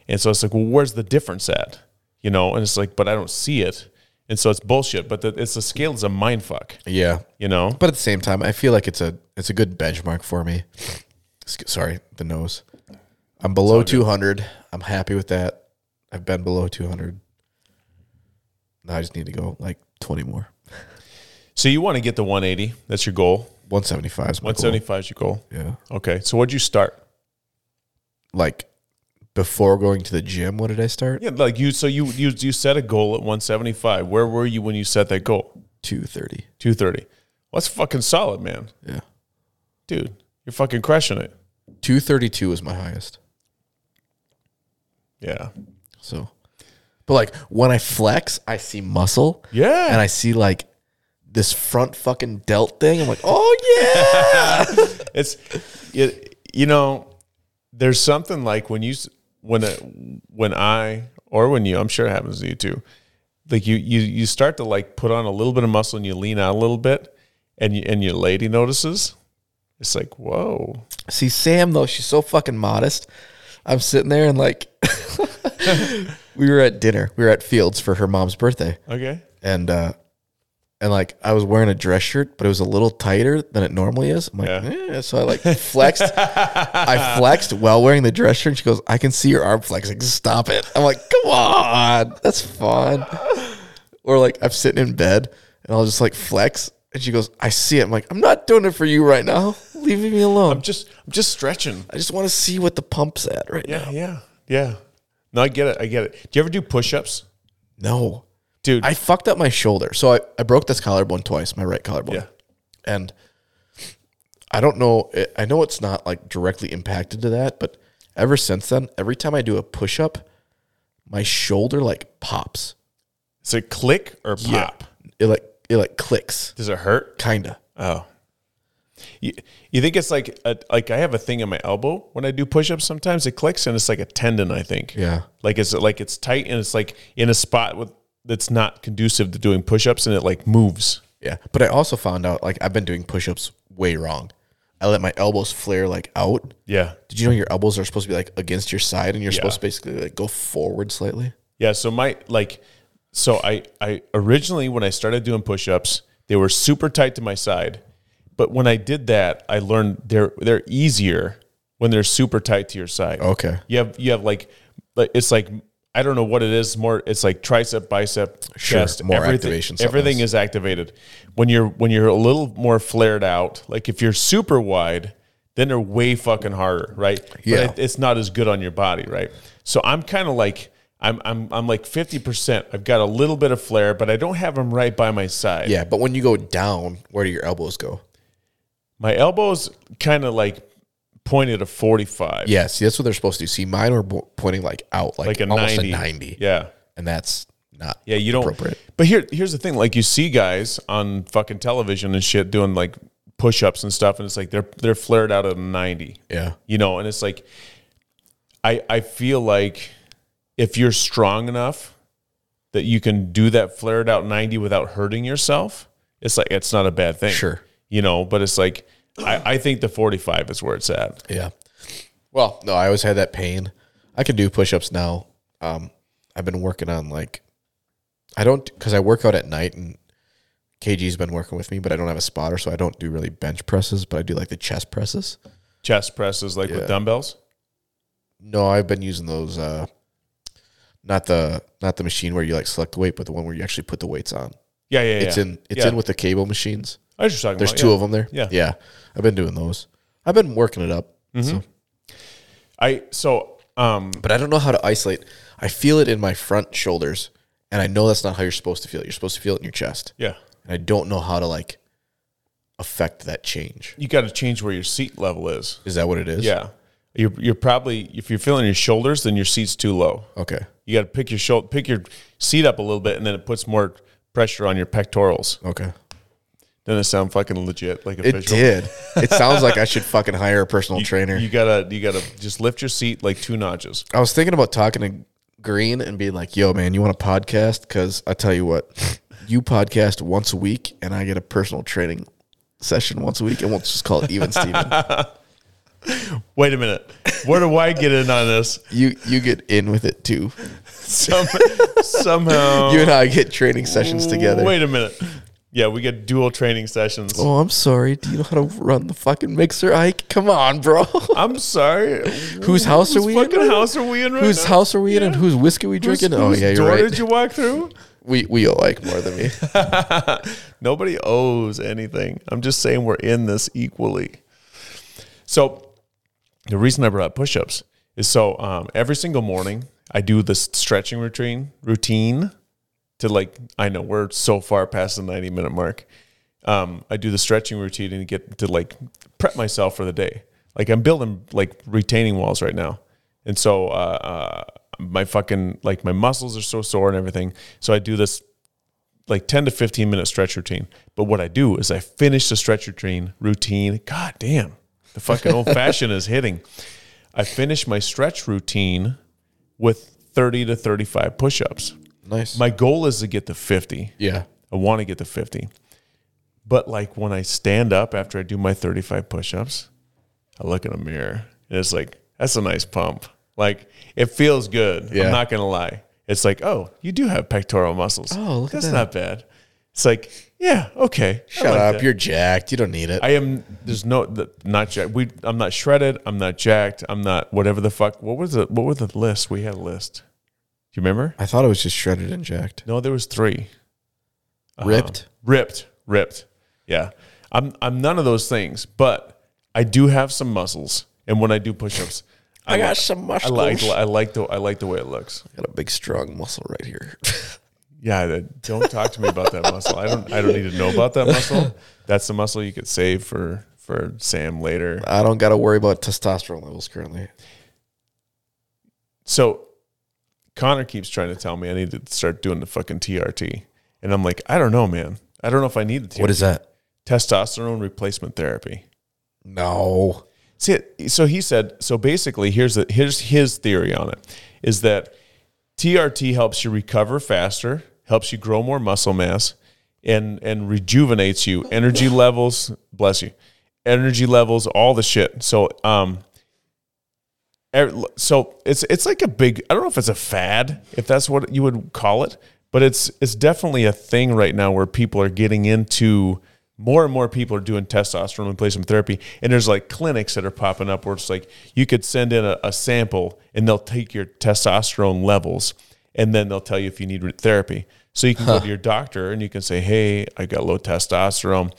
S1: and so it's like well where's the difference at you know and it's like but i don't see it and so it's bullshit. But the, it's the scale is a mind fuck,
S2: Yeah.
S1: you know.
S2: But at the same time, I feel like it's a it's a good benchmark for me. Sc- Sorry, the nose. I'm below 200. I'm happy with that. I've been below 200. Now I just need to go like 20 more.
S1: So you want to get to 180? That's your goal.
S2: 175 is my
S1: 175 is your goal.
S2: goal. Yeah.
S1: Okay. So what'd you start?
S2: Like before going to the gym, what did I start?
S1: Yeah, like you. So you you you set a goal at 175. Where were you when you set that goal?
S2: 230.
S1: 230. Well, that's fucking solid, man.
S2: Yeah.
S1: Dude, you're fucking crushing it.
S2: 232 is my highest.
S1: Yeah.
S2: So, but like when I flex, I see muscle
S1: Yeah.
S2: and I see like this front fucking delt thing. I'm like, oh yeah.
S1: it's you, you know there's something like when you s- when a, when i or when you i'm sure it happens to you too like you you you start to like put on a little bit of muscle and you lean out a little bit and you, and your lady notices it's like whoa
S2: See, Sam though, she's so fucking modest. I'm sitting there and like, we were at dinner. We were at Fields for her mom's birthday,
S1: okay
S2: and uh, and like I was wearing a dress shirt, but it was a little tighter than it normally is. I'm like, eh. so I like flexed. I flexed while wearing the dress shirt. And she goes, "I can see your arm flexing. Stop it." I'm like, "Come on, that's fun." Or like I'm sitting in bed and I'll just like flex, and she goes, "I see it." I'm like, "I'm not doing it for you right now. Leave me alone."
S1: i'm just i'm just stretching
S2: I just want to see what the pump's at right
S1: yeah yeah yeah no i get it i get it do you ever do push-ups
S2: now. No.
S1: dude
S2: I fucked up my shoulder. So I, I broke this collarbone twice, my right collarbone.
S1: yeah
S2: And I don't know. I- I know it's not like directly impacted to that, but ever since then, every time I do a push up, my shoulder like pops.
S1: is it click or pop
S2: It like, it like clicks,
S1: does it hurt
S2: kinda.
S1: Oh. You, you think it's like a, like I have a thing in my elbow when I do push-ups sometimes it clicks and it's like a tendon I think.
S2: Yeah.
S1: Like it's like it's tight and it's like in a spot with that's not conducive to doing push-ups and it like moves.
S2: Yeah. But I also found out like I've been doing push ups way wrong. I let my elbows flare like out.
S1: Yeah.
S2: Did you know your elbows are supposed to be like against your side and you're supposed to basically like go forward slightly?
S1: Yeah, so my like so I I originally when I started doing push-ups, they were super tight to my side. But when I did that, I learned they're they're easier when they're super tight to your side.
S2: Okay.
S1: You have you have like like, it's like I don't know what it is more it's like tricep, bicep,
S2: Sure,
S1: chest,
S2: more
S1: everything,
S2: activation, something
S1: Everything
S2: else.
S1: is activated. When you're when you're a little more flared out, like if you're super wide, then they're way fucking harder, right?
S2: Yeah.
S1: But it- it's not as good on your body, right? So I'm kind of like I'm I'm I'm like 50%. I've got a little bit of flare, but I don't have them right by my side.
S2: Yeah, but when you go down, where do your elbows go?
S1: My elbows kind of like pointed a 45.
S2: Yeah, see, that's what they're supposed to do. See, mine were bo- pointing like out, like,
S1: Like a
S2: almost
S1: 90.
S2: a ninety,
S1: Yeah.
S2: and that's not.
S1: Yeah, you don't.
S2: appropriate.
S1: But here, here's the thing: like you see guys on fucking television and shit doing like push-ups and stuff, and it's like they're they're flared out at ninety,
S2: Yeah,
S1: you know. And it's like, I I feel like if you're strong enough that you can do that flared out ninety without hurting yourself, it's like it's not a bad thing,
S2: Sure.
S1: you know. But it's like I I think the forty five is where it's at.
S2: yeah. Well, no, I always had that pain. I can do push-ups now. Um, I've been working on like, I don't because I work out at night, and KG's been working with me, but I don't have a spotter, so I don't do really bench presses, but I do like the chest presses.
S1: Chest presses like
S2: Yeah.
S1: with dumbbells.
S2: No, I've been using those. Uh, not the not the machine where you like select the weight, but the one where you actually put the weights on.
S1: Yeah, yeah, yeah.
S2: It's in it's
S1: Yeah.
S2: in with the cable machines.
S1: I was just talking.
S2: There's
S1: about,
S2: two
S1: yeah.
S2: of them there.
S1: Yeah. Mm-hmm.
S2: yeah. I've been doing those. I've been working it up, so.
S1: I so um
S2: but I don't know how to isolate. I feel it in my front shoulders, and I know that's not how you're supposed to feel it. You're supposed to feel it in your chest,
S1: yeah.
S2: and I don't know how to like affect that change.
S1: you got to change where your seat level is.
S2: Is that what it is?
S1: Yeah. You're, you're probably if you're feeling your shoulders, then your seat's too low.
S2: Okay.
S1: You got to pick your shoulder, pick your seat up a little bit, and then it puts more pressure on your pectorals.
S2: Okay.
S1: Doesn't it sound fucking legit? Like a
S2: It did. It sounds like I should fucking hire a personal trainer.
S1: You gotta you gotta just lift your seat like two notches.
S2: I was thinking about talking to Green and being like, "Yo, man, you want a podcast? Because I tell you what, you podcast once a week, and I get a personal training session once a week, and we'll just call it even Steven."
S1: Wait a minute. Where do I get in on this?
S2: You you get in with it too.
S1: Some, somehow.
S2: You and I get training sessions together.
S1: Wait a minute. Yeah, we get dual training sessions.
S4: Oh, I'm sorry. Do you know how to run the fucking mixer, Ike? Come on, bro.
S1: I'm sorry.
S4: Whose house are
S1: Whose
S4: we in?
S1: fucking
S4: right now?
S1: house are we in right
S4: whose
S1: now?
S4: house are we in and
S1: Yeah.
S4: whose whiskey we drinking?
S1: Whose-
S4: oh
S1: whose
S4: yeah, you're
S1: door
S4: right.
S1: did you walk through?
S2: We we owe Ike more than me.
S1: Nobody owes anything. I'm just saying we're in this equally. So the reason I brought up push-ups is so um, every single morning I do this stretching routine routine to like I know we're so far past the 90 minute mark. Um, I do the stretching routine and get to like prep myself for the day. Like I'm building like retaining walls right now, and so uh, uh, my fucking like my muscles are so sore and everything. So I do this like 10 to 15 minute stretch routine. But what I do is I finish the stretch routine routine. God damn. The fucking old fashioned is hitting. I finish my stretch routine with 30 to 35 push-ups.
S2: nice.
S1: My goal is to get to 50.
S2: yeah.
S1: I want to get to 50. But like when I stand up after I do my 35 push-ups, I look in a mirror and it's like, that's a nice pump. Like it feels good.
S2: Yeah.
S1: I'm not gonna lie. It's like, oh, you do have pectoral muscles.
S4: Oh, look at
S1: that's
S4: that.
S1: not bad. It's like, yeah, okay. I
S2: Shut
S1: like
S2: up.
S1: that.
S2: You're jacked. You don't need it.
S1: I am. There's no the, not jacked. We. I'm not shredded. I'm not jacked. I'm not whatever the fuck. What was the What were the list? We had a list. Do you remember?
S2: I thought it was just shredded and jacked.
S1: No, there was three. Um,
S2: Ripped?
S1: ripped, ripped. Yeah, I'm. I'm none of those things, but I do have some muscles, and when I do push-ups,
S2: Um,
S1: I, got some muscles. I like. I like the. I like the way it looks.
S2: Got a big strong muscle right here.
S1: Yeah, that- don't talk to me about that muscle. I don't. I don't need to know about that muscle. That's the muscle you could save for for Sam later.
S2: I don't got to worry about testosterone levels currently.
S1: So Connor keeps trying to tell me I need to start doing the fucking TRT. And I'm like, I don't know, man. I don't know if I need the TRT.
S2: that?
S1: testosterone replacement therapy?
S2: No.
S1: See, so he said, so basically here's the, here's his theory on it is that TRT helps you recover faster, helps you grow more muscle mass and and rejuvenates you, energy levels, bless you. Energy levels, all the shit. So um Er- so it's it's like a big I don't know if it's a fad if that's what you would call it but it's it's definitely a thing right now where people are getting into more and more people are doing testosterone replacement therapy and there's like clinics that are popping up where it's like you could send in a, a sample and they'll take your testosterone levels and then they'll tell you if you need re- therapy so you can go to your doctor and you can say hey I got low testosterone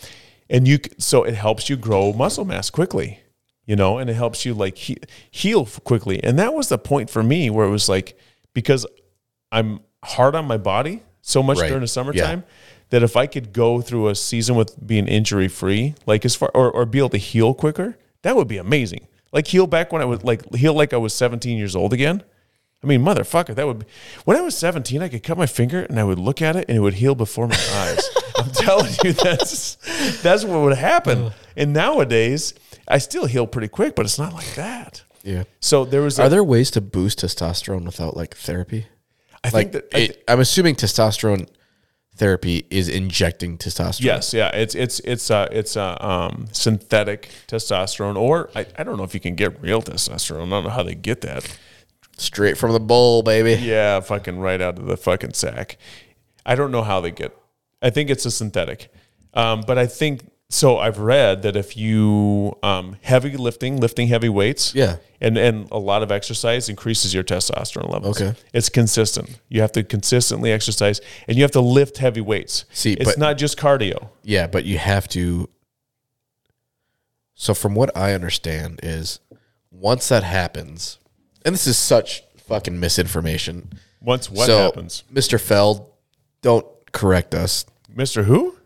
S1: and you c- so it helps you grow muscle mass quickly you know, and it helps you like he- heal f- quickly. And that was the point for me where it was like because I'm hard on my body so much
S2: Right.
S1: during
S2: Yeah.
S1: the summertime that if I could go through a season with being injury free, like as far or, or be able to heal quicker, that would be amazing. Like heal back when I was like heal like I was 17 years old again. I mean, motherfucker, that would be when I was 17, I could cut my finger and I would look at it and it would heal before my eyes. I'm telling you, that's that's what would happen. And nowadays, I still heal pretty quick, but it's not like that.
S2: Yeah.
S1: So there was, a-
S2: Are there ways to boost testosterone without like therapy?
S1: I think
S2: Like
S1: that, uh, I
S2: it, I'm assuming testosterone therapy is injecting testosterone.
S1: Yes, yeah, it's it's it's uh it's uh, um synthetic testosterone, or I, I don't know if you can get real testosterone. I don't know how they get that.
S2: Straight from the bowl, baby.
S1: Yeah, fucking right out of the fucking sack. I don't know how they get. I think it's a synthetic, um, but I think so. I've read that if you um, heavy lifting, lifting heavy weights,
S2: Yeah.
S1: and and a lot of exercise increases your testosterone levels.
S2: Okay.
S1: it's consistent. You have to consistently exercise, and you have to lift heavy weights.
S2: See,
S1: it's
S2: but-
S1: not just cardio.
S2: Yeah, but you have to. So, from what I understand, is once that happens, and this is such fucking misinformation.
S1: Once what
S2: so,
S1: happens,
S2: Mr. Feld, don't correct us.
S1: Mister Who?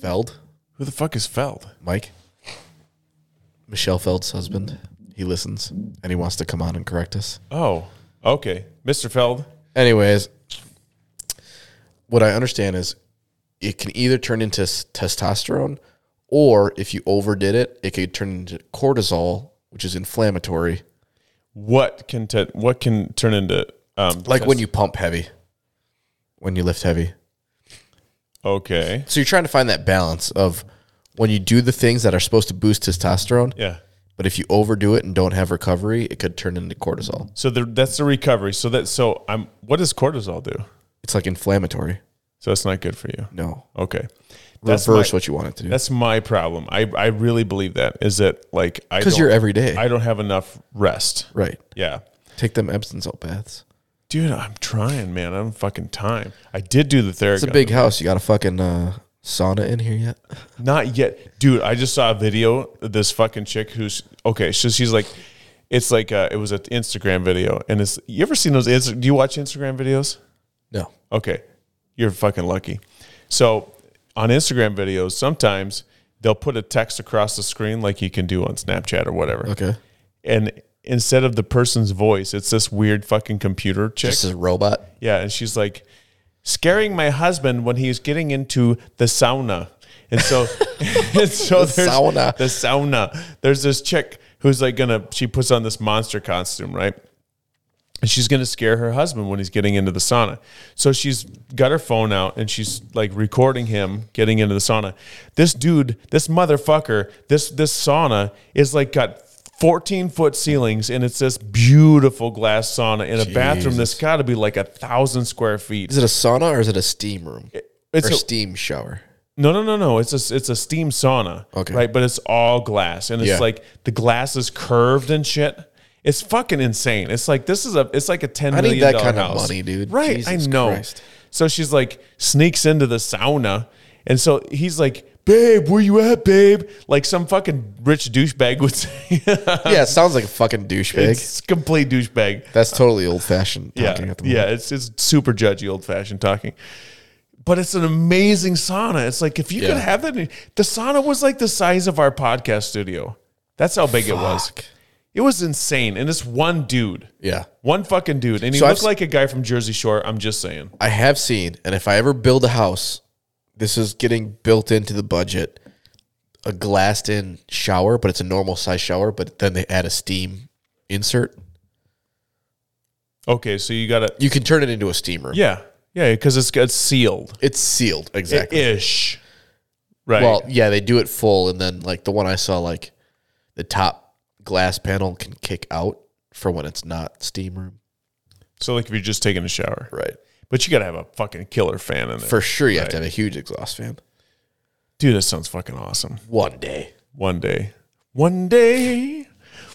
S2: Feld,
S1: Who the fuck is Feld?
S2: Mike, Michelle Feld's husband. He listens and he wants to come on and correct us.
S1: Oh, okay. Mr. Feld.
S2: Anyways, what I understand is it can either turn into s- testosterone, or if you overdid it, it could turn into cortisol, which is inflammatory.
S1: What can te- what can turn into um
S2: Like when you pump heavy, when you lift heavy.
S1: okay.
S2: So you're trying to find that balance of when you do the things that are supposed to boost testosterone,
S1: Yeah.
S2: But if you overdo it and don't have recovery, it could turn into cortisol.
S1: So the, that's the recovery. So that so I'm. What does cortisol do?
S2: It's like inflammatory.
S1: So that's not good for you.
S2: No,
S1: Okay, that's
S2: reverse
S1: my,
S2: what you want it to do.
S1: that's my problem. I I really believe that is that like I
S2: Because
S1: don't-
S2: you're every day,
S1: I don't have enough rest.
S2: right?
S1: Yeah.
S2: Take them Epsom salt baths.
S1: Dude, I'm trying, man. I'm fucking time. I did do the Theragun.
S2: It's a big house. You got a fucking uh, sauna in here yet?
S1: Not yet, dude. I just saw a video. Of this fucking chick who's okay. So she's like, it's like uh, it was an Instagram video, and it's you ever seen those? Insta- do you watch Instagram videos?
S2: No.
S1: Okay, you're fucking lucky. So on Instagram videos, sometimes they'll put a text across the screen like you can do on Snapchat or whatever,
S2: Okay.
S1: and instead of the person's voice, it's this weird fucking computer chick.
S2: This is a robot.
S1: Yeah, and she's like scaring my husband when he's getting into the sauna. And so and so there's
S2: sauna.
S1: the sauna. There's this chick who's like gonna she puts on this monster costume, right? And she's gonna scare her husband when he's getting into the sauna. So she's got her phone out and she's like recording him getting into the sauna. This dude, this motherfucker, this this sauna is like got 14 foot ceilings and it's this beautiful glass sauna in a bathroom that's got to be like a thousand square feet.
S2: Is it a sauna or is it a steam room
S1: It's
S2: or
S1: a-
S2: steam shower?
S1: no, no, no, no. It's a it's a steam sauna,
S2: Okay.
S1: right? But it's all glass, and it's
S2: Yeah.
S1: like the glass is curved and shit. It's fucking insane. It's like this is a it's like a ten
S2: I
S1: million
S2: need that
S1: dollar
S2: kind of
S1: house.
S2: money, dude.
S1: Right?
S2: Jesus
S1: I know.
S2: Christ.
S1: So she's like sneaks into the sauna, and so he's like. Babe, where you at, babe? Like some fucking rich douchebag would say.
S2: Yeah, it sounds like a fucking douchebag.
S1: Um, it's complete douchebag.
S2: That's totally old fashioned.
S1: Yeah, yeah. It's it's super judgy, old fashioned talking. But it's an amazing sauna. It's like if you
S2: Yeah.
S1: could have that, in- the sauna was like the size of our podcast studio. That's how big it was. It was insane, and it's one dude,
S2: Yeah.
S1: one fucking dude, and he
S2: So I've
S1: looked
S2: s-
S1: like a guy from Jersey Shore. I'm just saying.
S2: I have seen, and if I ever build a house, this is getting built into the budget. A glassed in shower, but it's a normal size shower, but then they add a steam insert.
S1: Okay, so you got to
S2: You can turn it into a steamer.
S1: yeah, yeah, because it's it's sealed
S2: It's sealed, exactly.
S1: ish, right?
S2: Well, yeah, they do it full, and then like the one I saw, like the top glass panel can kick out for when it's not steam room.
S1: so like if you're just taking a shower,
S2: Right.
S1: but you got to have a fucking killer fan in there,
S2: For sure, you have to have a huge exhaust fan.
S1: dude. That sounds fucking awesome.
S2: One day.
S1: One day. One day.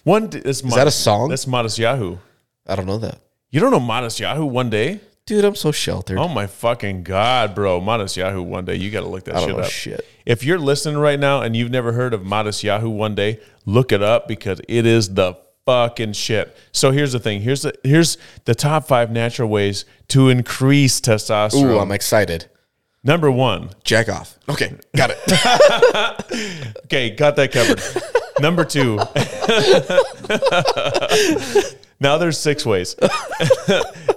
S1: One day. That's Is
S2: that a song?
S1: That's Modest Yahoo.
S2: I don't know that.
S1: You don't know Modest Yahoo One Day?
S2: Dude, I'm so sheltered.
S1: Oh my fucking God, bro. Modest Yahoo One Day. You got to look that
S2: I
S1: shit
S2: don't know
S1: up.
S2: shit.
S1: If you're listening right now and you've never heard of Modest Yahoo One Day, look it up because it is the fucking shit. So here's the thing. Here's the here's the top five natural ways to increase testosterone.
S2: Ooh, I'm excited.
S1: Number one.
S2: Jack off. Okay, got it.
S1: Okay, got that covered. Number two. now there's six ways: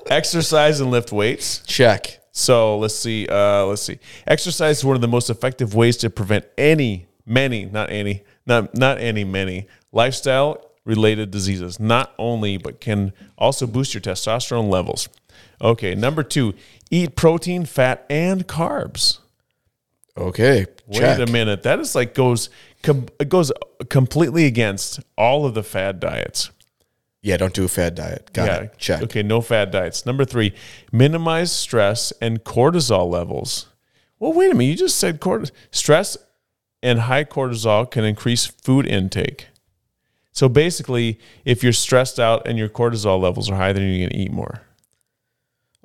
S1: exercise and lift weights.
S2: Check.
S1: So let's see. Uh, let's see. Exercise is one of the most effective ways to prevent any, many, not any, not not any, many lifestyle related diseases. Not only, but can also boost your testosterone levels. Okay, number two: eat protein, fat, and carbs.
S2: Okay, check.
S1: Wait a minute. That is like goes com- it goes completely against all of the fad diets.
S2: Yeah, don't do a fad diet. Got it. Check.
S1: Okay, no fad diets. Number three, minimize stress and cortisol levels. Well, wait a minute. You just said cortisol. Stress and high cortisol can increase food intake. So basically, if you're stressed out and your cortisol levels are high, then you're going to eat more.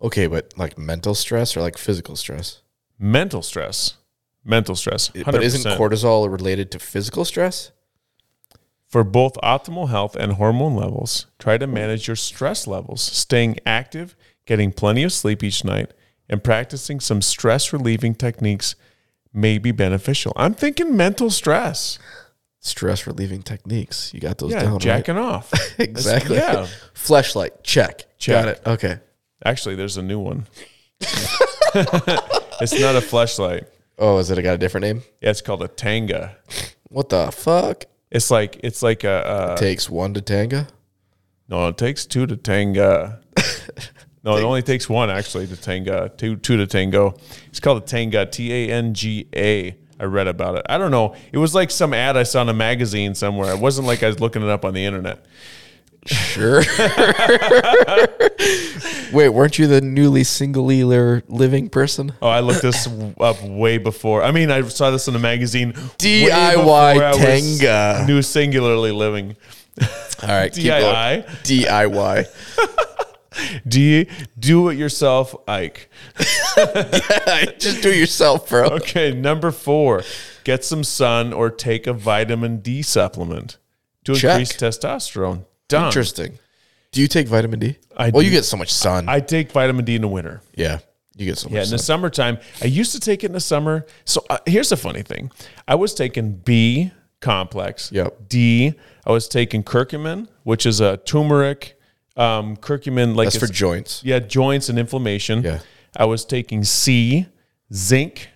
S2: Okay, but like mental stress or like physical stress?
S1: Mental stress. Mental stress.
S2: But isn't
S1: 100%.
S2: cortisol related to physical stress?
S1: For both optimal health and hormone levels, try to manage your stress levels, staying active, getting plenty of sleep each night, and practicing some stress relieving techniques may be beneficial. I'm thinking mental stress.
S2: Stress relieving techniques. You got those
S1: Yeah,
S2: down.
S1: jacking off.
S2: right? Exactly.
S1: Yeah.
S2: Flashlight. Check.
S1: Check.
S2: Got it. Okay.
S1: Actually, there's a new one. it's not a flashlight.
S2: Oh, is it? I got a different name.
S1: Yeah, it's called a tanga.
S2: What the fuck?
S1: It's like it's like a uh,
S2: Takes one to tanga.
S1: no. It takes two to tanga. No, it only takes one actually to tanga two two to tango. It's called a tanga. T A N G A. I read about it. I don't know. It was like some ad I saw in a magazine somewhere. It wasn't like I was looking it up on the internet.
S2: Sure.
S4: Wait, weren't you the newly singly lir- living person?
S1: Oh, I looked this up way before. I mean, I saw this in a magazine. way
S2: DIY
S1: before I was
S2: Tenga.
S1: New singularly living.
S2: All right. keep going.
S1: DIY.
S2: DIY.
S1: D do it yourself, Ike.
S2: Just do it yourself, bro.
S1: Okay, number four, get some sun or take a vitamin D supplement to
S2: Check.
S1: increase testosterone. Done.
S2: Interesting. Do you take vitamin D?
S1: I
S2: well,
S1: do.
S2: you get so much sun.
S1: I take vitamin D in the winter.
S2: yeah, you get so much
S1: Yeah, in
S2: sun.
S1: the summertime, I used to take it in the summer. So uh, here's the funny thing: I was taking B complex,
S2: Yep.
S1: D. I was taking curcumin, which is a turmeric. Um, curcumin, like
S2: That's for
S1: it's-
S2: joints.
S1: yeah, joints and inflammation.
S2: Yeah.
S1: I was taking C, zinc,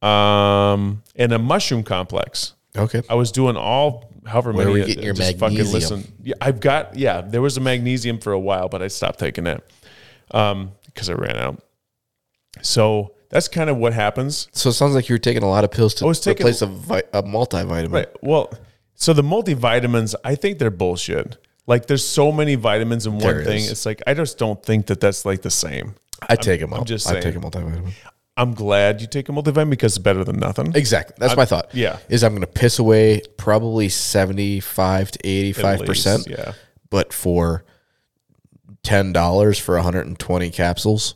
S1: um, and a mushroom complex.
S2: Okay.
S1: I was doing all however many.
S2: were you
S1: it-
S2: getting
S1: it
S2: your
S1: just fucking
S2: magnesium?
S1: listen. Yeah, I've got yeah. There was a magnesium for a while, but I stopped taking it um, because I ran out. So that's kind of what happens.
S2: So it sounds like you were taking a lot of pills to
S1: I was taking-
S2: replace a, vi- a multivitamin.
S1: Right. Well, so the multivitamins, I think they're bullshit. Like there's so many vitamins in one
S2: There
S1: thing.
S2: is.
S1: It's like I just don't think that that's like the same.
S2: I take them.
S1: I'm just
S2: I take a
S1: saying.
S2: multivitamin.
S1: I'm glad you take a multivitamin because it's better than nothing.
S2: Exactly. That's my thought.
S1: yeah.
S2: Is I'm going to piss away probably 75 to 85%.
S1: At least, Yeah.
S2: But for $10 for 120 capsules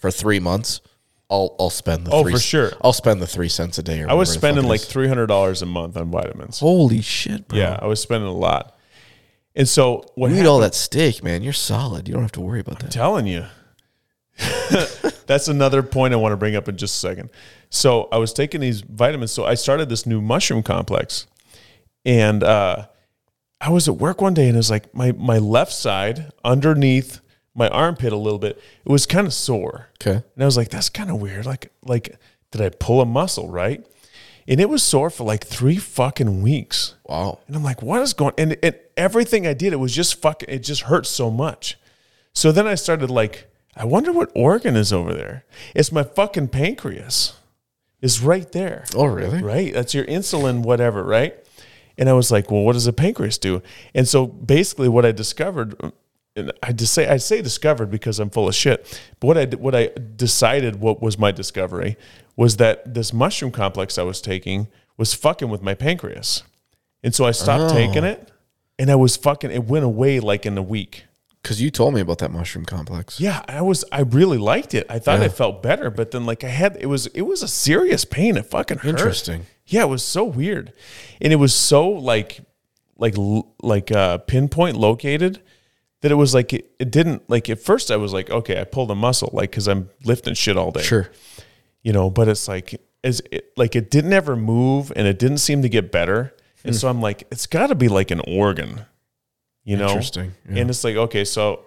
S2: for three months, I'll, I'll spend the
S1: Oh,
S2: three-
S1: for sure.
S2: I'll spend the three cents a day. Or
S1: I was spending like three hundred dollars a month on vitamins.
S2: holy shit, bro.
S1: Yeah, I was spending a lot. And so what
S2: You
S1: happened?
S2: eat all that steak, man. You're solid. You don't have to worry about that.
S1: telling you. That's another point I want to bring up in just a second. So I was taking these vitamins. So I started this new mushroom complex, and uh, I was at work one day, and it was like my my left side underneath my armpit a little bit. It was kind of sore.
S2: Okay.
S1: And I was like, that's kind of weird. Like, like, did I pull a muscle, right? And it was sore for like three fucking weeks.
S2: Wow.
S1: And I'm like, what is going and and everything I did, it was just fucking it just hurt so much. So then I started like, I wonder what organ is over there. It's my fucking pancreas. Is right there.
S2: Oh, really?
S1: Right? That's your insulin, whatever, right? And I was like, well, what does a pancreas do? And so basically what I discovered, and I just say I say discovered because I'm full of shit. But what I what I decided what was my discovery was that this mushroom complex I was taking was fucking with my pancreas. And so I stopped taking it and I was fucking it went away like in a week.
S2: Because you told me about that mushroom complex.
S1: Yeah, I was I really liked it. I thought I felt better, but then like I had it was it was a serious pain. It fucking hurt.
S2: Interesting.
S1: Yeah, it was so weird. And it was so like like l- like uh pinpoint located that it was like it, it didn't like at first I was like, okay, I pulled a muscle like cuz I'm lifting shit all day
S2: Sure.
S1: you know but it's like as it, like it didn't ever move and it didn't seem to get better and
S2: Hmm.
S1: so i'm like it's got to be like an organ you know
S2: Interesting, yeah.
S1: and it's like okay so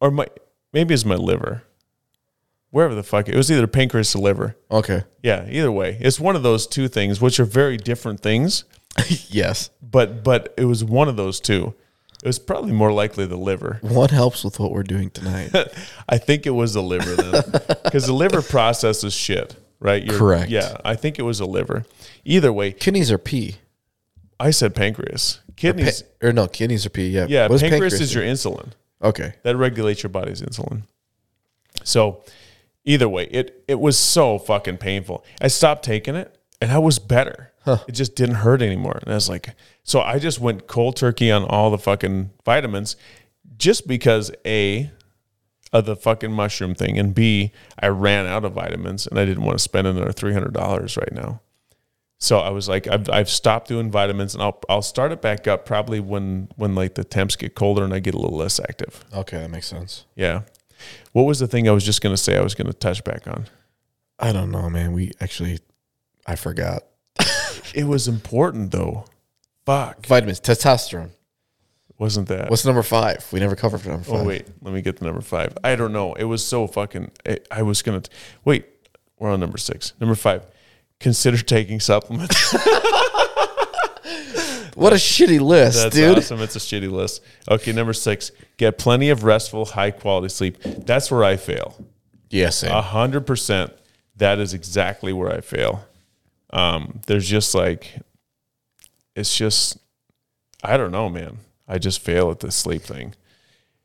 S1: or my maybe it's my liver wherever the fuck it was either pancreas or liver
S2: Okay.
S1: yeah either way it's one of those two things which are very different things
S2: yes.
S1: but but it was one of those two it was probably more likely the liver
S2: What helps with what we're doing tonight?
S1: I think it was the liver then, because the liver processes shit, right? You're,
S2: Correct.
S1: Yeah, I think it was the liver. Either way,
S2: kidneys are pee.
S1: I said pancreas,
S2: Pa-
S1: kidneys.
S2: or no, kidneys are pee. Yeah.
S1: yeah,
S2: What
S1: pancreas, is your insulin
S2: Okay.
S1: that regulates your body's insulin. So, either way, it it was so fucking painful. I stopped taking it, and I was better. It just didn't hurt anymore, and I was like, so I just went cold turkey on all the fucking vitamins, just because a of the fucking mushroom thing, and B, I ran out of vitamins, and I didn't want to spend another three hundred dollars right now. So I was like, I've, I've stopped doing vitamins, and I'll I'll start it back up probably when when like the temps get colder and I get a little less active.
S2: Okay, that makes sense.
S1: Yeah. What was the thing I was just gonna say? I was gonna touch back on.
S2: I don't know, man. We actually, I forgot.
S1: It was important though. Fuck,
S2: Vitamins, testosterone.
S1: wasn't that?
S2: What's number five? We never covered number five.
S1: oh wait, let me get the number five. I don't know. It was so fucking. I, I was gonna wait. We're on number six. Number five. Consider taking supplements.
S2: What a shitty list,
S1: That's
S2: dude.
S1: awesome. It's a shitty list. Okay, number six, get plenty of restful, high quality sleep. That's where I fail.
S2: Yeah, same.
S1: A hundred percent. That is exactly where I fail. um, there's just like, it's just, I don't know, man. I just fail at the sleep thing.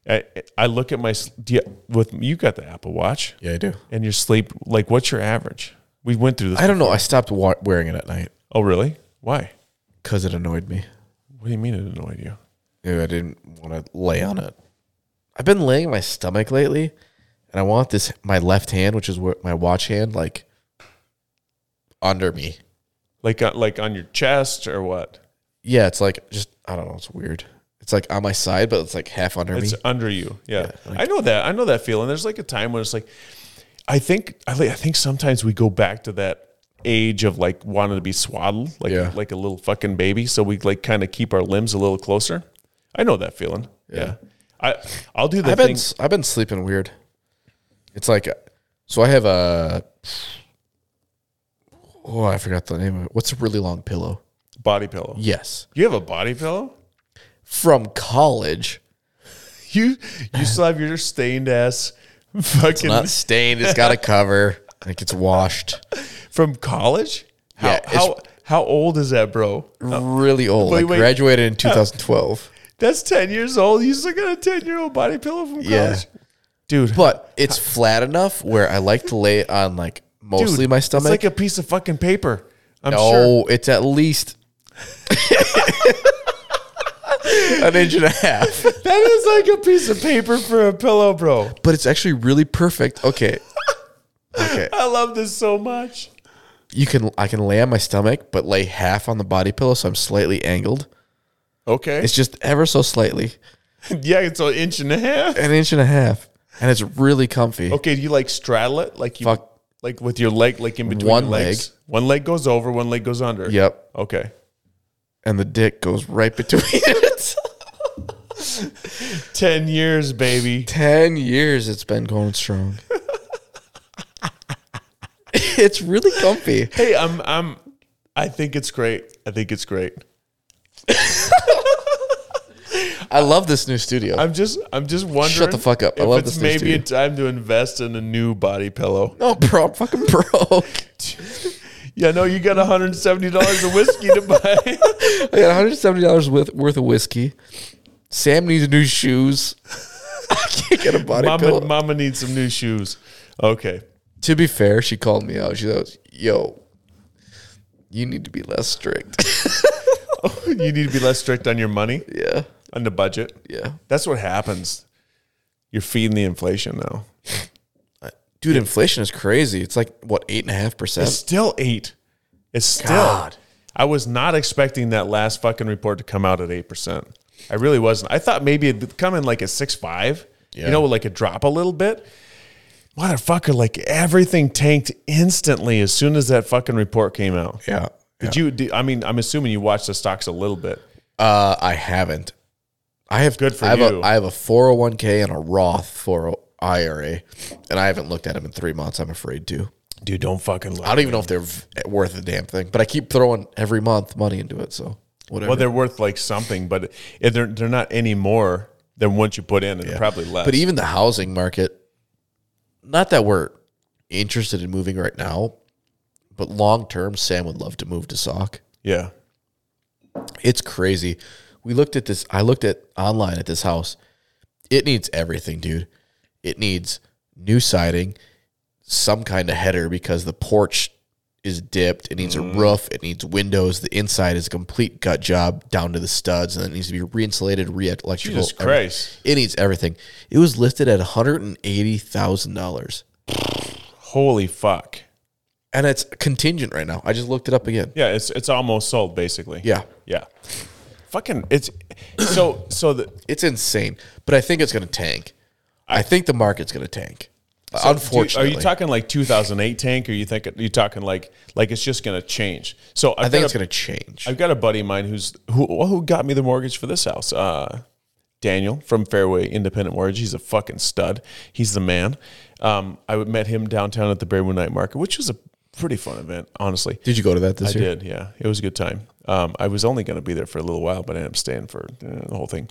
S1: I, I look at my s- do you, with you got the Apple Watch
S2: Yeah, I do.
S1: and your sleep like what's your average? We went through this.
S2: I don't know. I stopped wa- wearing it at night
S1: oh really? Why?
S2: because it annoyed me.
S1: What do you mean it annoyed you?
S2: Dude, I didn't want to lay on it. I've been laying on my stomach lately, and I want this my left hand, which is where my watch hand, like under me.
S1: Like uh, like on your chest or what?
S2: Yeah, it's like just I don't know. It's weird. It's like on my side, but it's like half under
S1: It's
S2: me.
S1: under you. Yeah.
S2: Yeah, like-
S1: I know that. I know that feeling. There's like a time when it's like I think I, li- I think sometimes we go back to that age of like wanting to be swaddled like
S2: Yeah.
S1: like a little fucking baby so we like kind of keep our limbs a little closer. I know that feeling. Yeah. I I'll do the
S2: I've
S1: thing.
S2: been s- I've been sleeping weird. It's like so I have a oh I forgot the name of it. What's a really long pillow?
S1: Body pillow.
S2: Yes,
S1: You have a body pillow?
S2: from college.
S1: You you still have your stained ass fucking
S2: Not stained. It's got a cover. It gets washed.
S1: from college? How
S2: Yeah, it's-
S1: how how old is that, bro?
S2: Really old.
S1: Oh. Wait,
S2: I
S1: wait. Oh.
S2: graduated in 2012.
S1: That's ten years old. You still got a ten year old body pillow from college.
S2: Yeah.
S1: Dude.
S2: But it's flat enough where I like to lay it on like
S1: dude,
S2: mostly my stomach.
S1: It's like a piece of fucking paper. I'm sure.
S2: no, it's at least an inch and a half.
S1: That is like a piece of paper for a pillow, bro.
S2: But it's actually really perfect. Okay. Okay.
S1: I love this so much.
S2: You can I can lay on my stomach, but lay half on the body pillow so I'm slightly angled.
S1: Okay.
S2: It's just ever so slightly.
S1: yeah, it's an inch and a half.
S2: An inch and a half. And it's really comfy.
S1: Okay, do you like straddle it? Like you
S2: Fuck.
S1: like with your leg like in between
S2: One
S1: your legs. One leg goes over, one leg goes under.
S2: Yep.
S1: Okay.
S2: And the dick goes right between it.
S1: 10 years, baby.
S4: 10 years it's been going strong.
S2: it's really comfy.
S1: Hey, I'm I'm I think it's great. I think it's great.
S2: I love this new studio.
S1: I'm just I'm just wondering
S2: Shut the fuck up. I
S1: if
S2: love
S1: it's
S2: this thing,
S1: maybe a
S2: dude.
S1: time to invest in a new body pillow.
S2: no, bro, I'm fucking broke.
S1: Yeah, no, you got $170 of whiskey to buy.
S4: I got 170 dollars worth worth of whiskey.
S2: Sam needs new shoes. I can't get a body
S1: mama
S2: pillow.
S1: mama needs some new shoes. Okay.
S2: To be fair, she called me out. She goes, "Yo, you need to be less strict."
S1: You need to be less strict on your money,
S2: yeah,
S1: on the budget.
S2: yeah,
S1: That's what happens. You're feeding the inflation now.
S2: dude. Inflation is crazy. It's like what eight and a half
S1: It's
S2: percent.
S1: still eight. It's still.
S2: God.
S1: I was not expecting that last fucking report to come out at eight percent. I really wasn't. I thought maybe it'd come in like a six five.
S2: Yeah.
S1: You know, like a drop a little bit. Motherfucker, like everything tanked instantly as soon as that fucking report came out.
S2: Yeah.
S1: Did you? Did, I mean, I'm assuming you watched the stocks a little bit.
S2: Uh, I haven't. I have
S1: Good for
S2: I have
S1: you.
S2: A, I have a four hundred one k and a Roth four IRA, and I haven't looked at them in three months. I'm afraid to.
S1: Dude, don't fucking look.
S2: I don't even know if they're v- worth a damn thing, but I keep throwing every month money into it. So whatever.
S1: Well, they're worth like something, but if they're they're not any more than what you put in, and they're probably less.
S2: But e- even the housing market, not that we're interested in moving right now, but long term, Sam would love to move to Sauk.
S1: yeah,
S2: It's crazy. We looked at this. I looked at online at this house. It needs everything, dude. It needs new siding, some kind of header because the porch is dipped. It needs
S1: Mm.
S2: a roof. It needs windows. The inside is a complete gut job down to the studs, and it needs to be re-insulated, re-electrical.
S1: Jesus Christ,
S2: It needs everything. It was listed at $180,000.
S1: holy fuck!
S2: And it's contingent right now. I just looked it up again.
S1: Yeah, it's it's almost sold basically.
S2: Yeah.
S1: yeah. Fucking it's so so the
S2: It's insane. But I think it's going to tank. I think the market's going to tank. Unfortunately.
S1: Are you talking like 2008 tank? Or you think you talking like like it's just gonna change? So I've
S2: I think
S1: got
S2: it's
S1: a-
S2: going to change.
S1: I've got a buddy of mine who's who who got me the mortgage for this house. Uh, Daniel from Fairway Independent Mortgage. He's a fucking stud. He's the man. Um, I would- met him downtown at the Bearwood Night Market, which was a pretty fun event, honestly.
S2: Did you go to that this
S1: I
S2: year?
S1: did, yeah. It was a good time. Um, I was only going to be there for a little while, but I ended up staying for uh, the whole thing.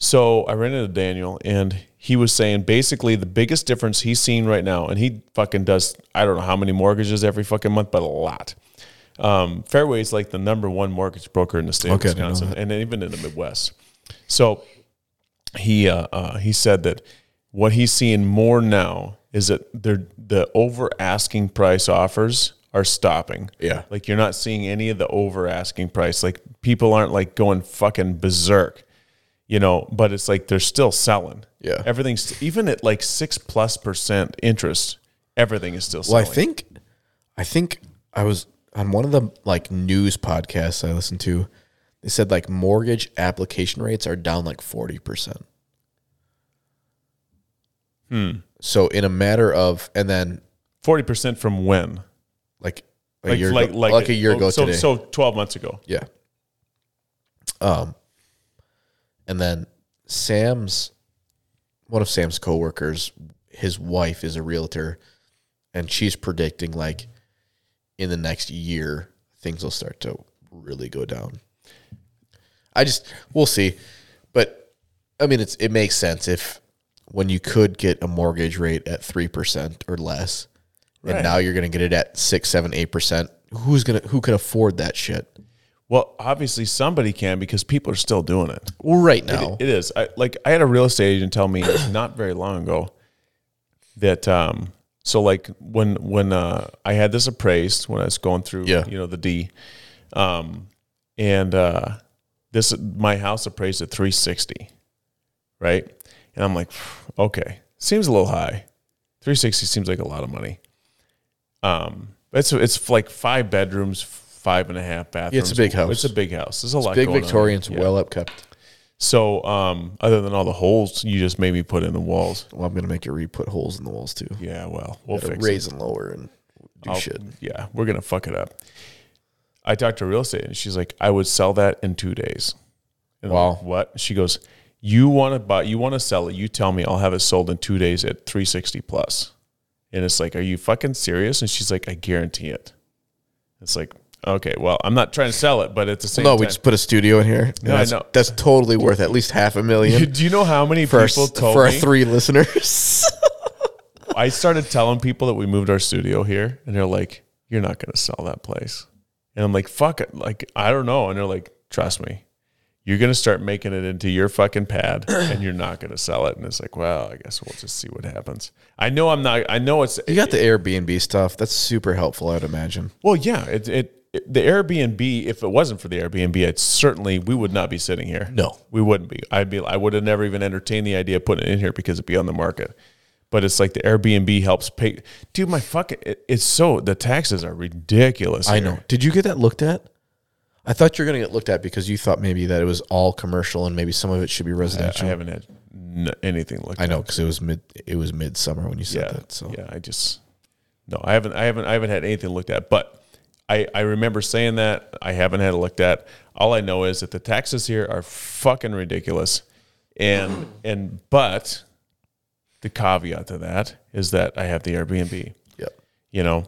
S1: So I ran into Daniel, and he was saying basically the biggest difference he's seen right now, and he fucking does I don't know how many mortgages every fucking month, but a lot. Um, Fairway is like the number one mortgage broker in the state
S2: Okay, I
S1: of
S2: didn't know
S1: Wisconsin
S2: that.
S1: and even in the Midwest. So he uh, uh, he said that what he's seeing more now is that they're, the over asking price offers are stopping.
S2: Yeah.
S1: Like you're not seeing any of the over asking price. Like people aren't like going fucking berserk, you know, but it's like they're still selling.
S2: Yeah.
S1: Everything's even at like six plus percent interest, everything is still
S2: Well, I
S1: selling.
S2: think, I think I was on one of the like news podcasts I listened to. They said like mortgage application rates are down like forty percent.
S1: Hmm.
S2: So in a matter of, and then
S1: forty percent from when?
S2: like a year, ago- like, a year ago
S1: oh, so,
S2: today.
S1: So twelve months ago.
S2: Yeah. Um, and then Sam's one of Sam's coworkers, his wife is a realtor, and she's predicting like in the next year things will start to really go down. I just we'll see, but I mean it's it makes sense if when you could get a mortgage rate at three percent or less,
S1: Right.
S2: and now you're going to get it at six, seven, eight percent. Who's gonna who can afford that shit?
S1: Well, obviously somebody can because people are still doing it.
S2: Well, right now,
S1: It is. I, like I had a real estate agent tell me not very long ago that um so like when when uh I had this appraised when I was going through
S2: Yeah.
S1: you know the D um and uh this my house appraised at 360 right and I'm like okay seems a little high 360 seems like a lot of money um it's it's like five bedrooms five and a half bathrooms
S2: a big house.
S1: it's a big house there's a lot
S2: big
S1: going on.
S2: Victorians,
S1: Yeah.
S2: well upkept.
S1: So, um, other than all the holes you just made me put in the walls,
S2: Well, I'm gonna make you re-put holes in the walls too.
S1: yeah, well, we'll
S2: Gotta
S1: fix it.
S2: raise and lower and do
S1: I'll-
S2: shit.
S1: Yeah, we're gonna fuck it up. I talked to real estate, and she's like, "I would sell that in two days." And I'm
S2: Wow.
S1: like, what? She goes, "You want to buy? You want to sell it? You tell me. I'll have it sold in two days at three sixty plus." And it's like, "Are you fucking serious?" And she's like, "I guarantee it." It's like, okay, well, I'm not trying to sell it, but at the same
S2: No,
S1: time,
S2: we just put a studio in here.
S1: No, I
S2: that's,
S1: know.
S2: that's totally worth at least half a million
S1: do you know how many
S2: for our,
S1: people
S2: s-
S1: told
S2: for our
S1: me?
S2: three listeners.
S1: I started telling people that we moved our studio here, and they're like, "You're not going to sell that place," and I'm like, "Fuck it!" Like I don't know, and they're like, "Trust me, you're going to start making it into your fucking pad, and you're not going to sell it." And it's like, "Well, I guess we'll just see what happens." I know I'm not. I know it's
S2: you got the Airbnb stuff. That's super helpful, I'd imagine.
S1: well, yeah. It, it it the Airbnb. If it wasn't for the Airbnb, it certainly we would not be sitting here.
S2: No.
S1: we wouldn't be. I'd be. I would have never even entertained the idea of putting it in here because it'd be on the market. But it's like the Airbnb helps pay. Dude, my fucking it, it's so the taxes are ridiculous.
S2: I
S1: here.
S2: know. Did you get that looked at? I thought you were gonna get looked at because you thought maybe that it was all commercial and maybe some of it should be
S1: I,
S2: residential.
S1: I haven't had n- anything like
S2: I know because it was mid it was midsummer when you said that. So
S1: yeah, I just no, I haven't, I haven't, I haven't had anything looked at. But I, I remember saying that I haven't had it looked at. All I know is that the taxes here are fucking ridiculous, and and but the caveat to that is that I have the Airbnb,
S2: Yep.
S1: you know,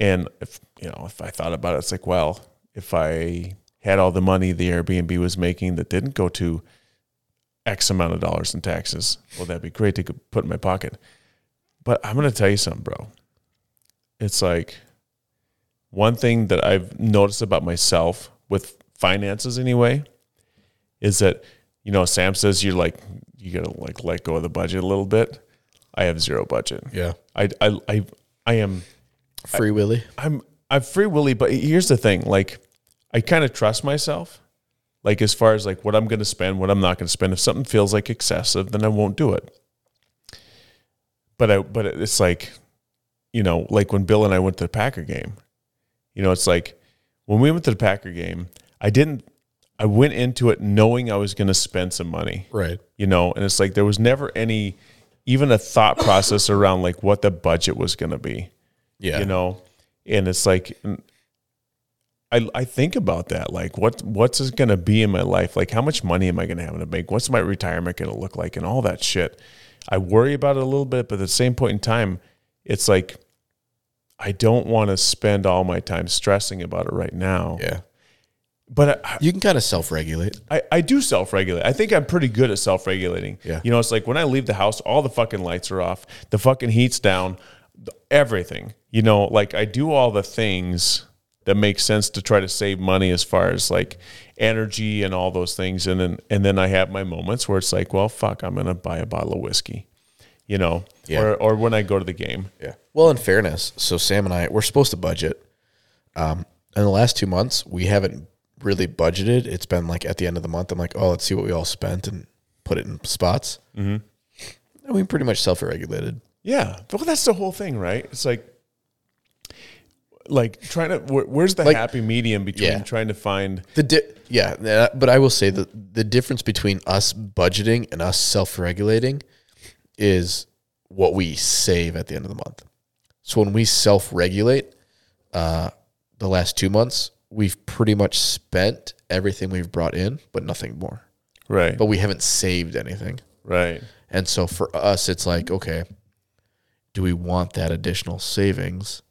S1: and if you know, if I thought about it, it's like, well, if I had all the money the Airbnb was making that didn't go to X amount of dollars in taxes, well, that'd be great to put in my pocket. But I'm going to tell you something, bro. It's like one thing that I've noticed about myself with finances anyway is that, you know, Sam says you're like, you got to like let go of the budget a little bit. I have zero budget.
S2: Yeah.
S1: I, I, I, I am,
S2: Free Willy.
S1: I'm, I'm free willy, but here's the thing. Like, I kind of trust myself. Like, as far as like what I'm going to spend, what I'm not going to spend. If something feels like excessive, then I won't do it but I but it's like, you know, like when Bill and I went to the Packer game, you know, it's like when we went to the Packer game, I didn't I went into it knowing I was going to spend some money,
S2: Right.
S1: you know, and it's like there was never any even a thought process around like what the budget was going to be
S2: Yeah.
S1: you know and it's like n- I, I think about that like what what's this going to be in my life like how much money am i going to have in the bank what's my retirement going to look like and all that shit i worry about it a little bit but at the same point in time it's like i don't want to spend all my time stressing about it right now
S2: Yeah.
S1: but I,
S2: You can kind of self regulate.
S1: I, I do self regulate. I think I'm pretty good at self regulating.
S2: Yeah.
S1: You know, it's like when I leave the house, all the fucking lights are off, the fucking heat's down, th- everything. You know, like I do all the things that makes sense to try to save money as far as like energy and all those things. And then and then I have my moments where it's like, well, fuck, I'm gonna buy a bottle of whiskey, you know,
S2: Yeah.
S1: or or when I go to the game.
S2: Yeah. Well, in fairness, so Sam and I we're supposed to budget. Um, in the last two months, we haven't really budgeted. It's been like at the end of the month, I'm like, oh, let's see what we all spent and put it in spots. Mm-hmm. And we pretty much self-regulated.
S1: Yeah, well, that's the whole thing, right? It's like like trying to where, where's the
S2: Like-
S1: happy medium between
S2: Yeah.
S1: trying to find
S2: The di- yeah, that- but I will say that the difference between us budgeting and us self-regulating is what we save at the end of the month. So when we self-regulate, uh, the last two months we've pretty much spent everything we've brought in, but nothing more.
S1: right,
S2: But we haven't saved anything,
S1: right,
S2: and so for us, it's like okay, do we want that additional savings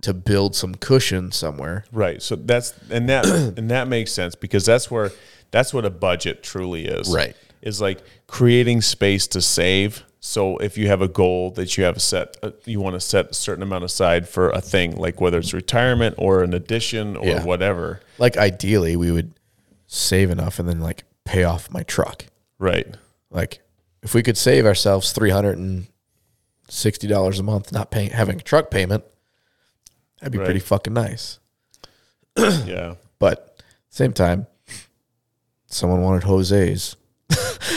S2: to build some cushion somewhere?
S1: right. So that's and that and that makes sense because that's where that's what a budget truly is,
S2: Right.
S1: Is like creating space to save. So if you have a goal that you have set, uh, you want to set a certain amount aside for a thing, like whether it's retirement or an addition or
S2: Yeah.
S1: whatever,
S2: like ideally we would save enough and then like pay off my truck
S1: right?
S2: like if we could save ourselves $360 a month not paying having a truck payment that'd be
S1: Right.
S2: pretty fucking nice
S1: Yeah,
S2: but same time someone wanted jose's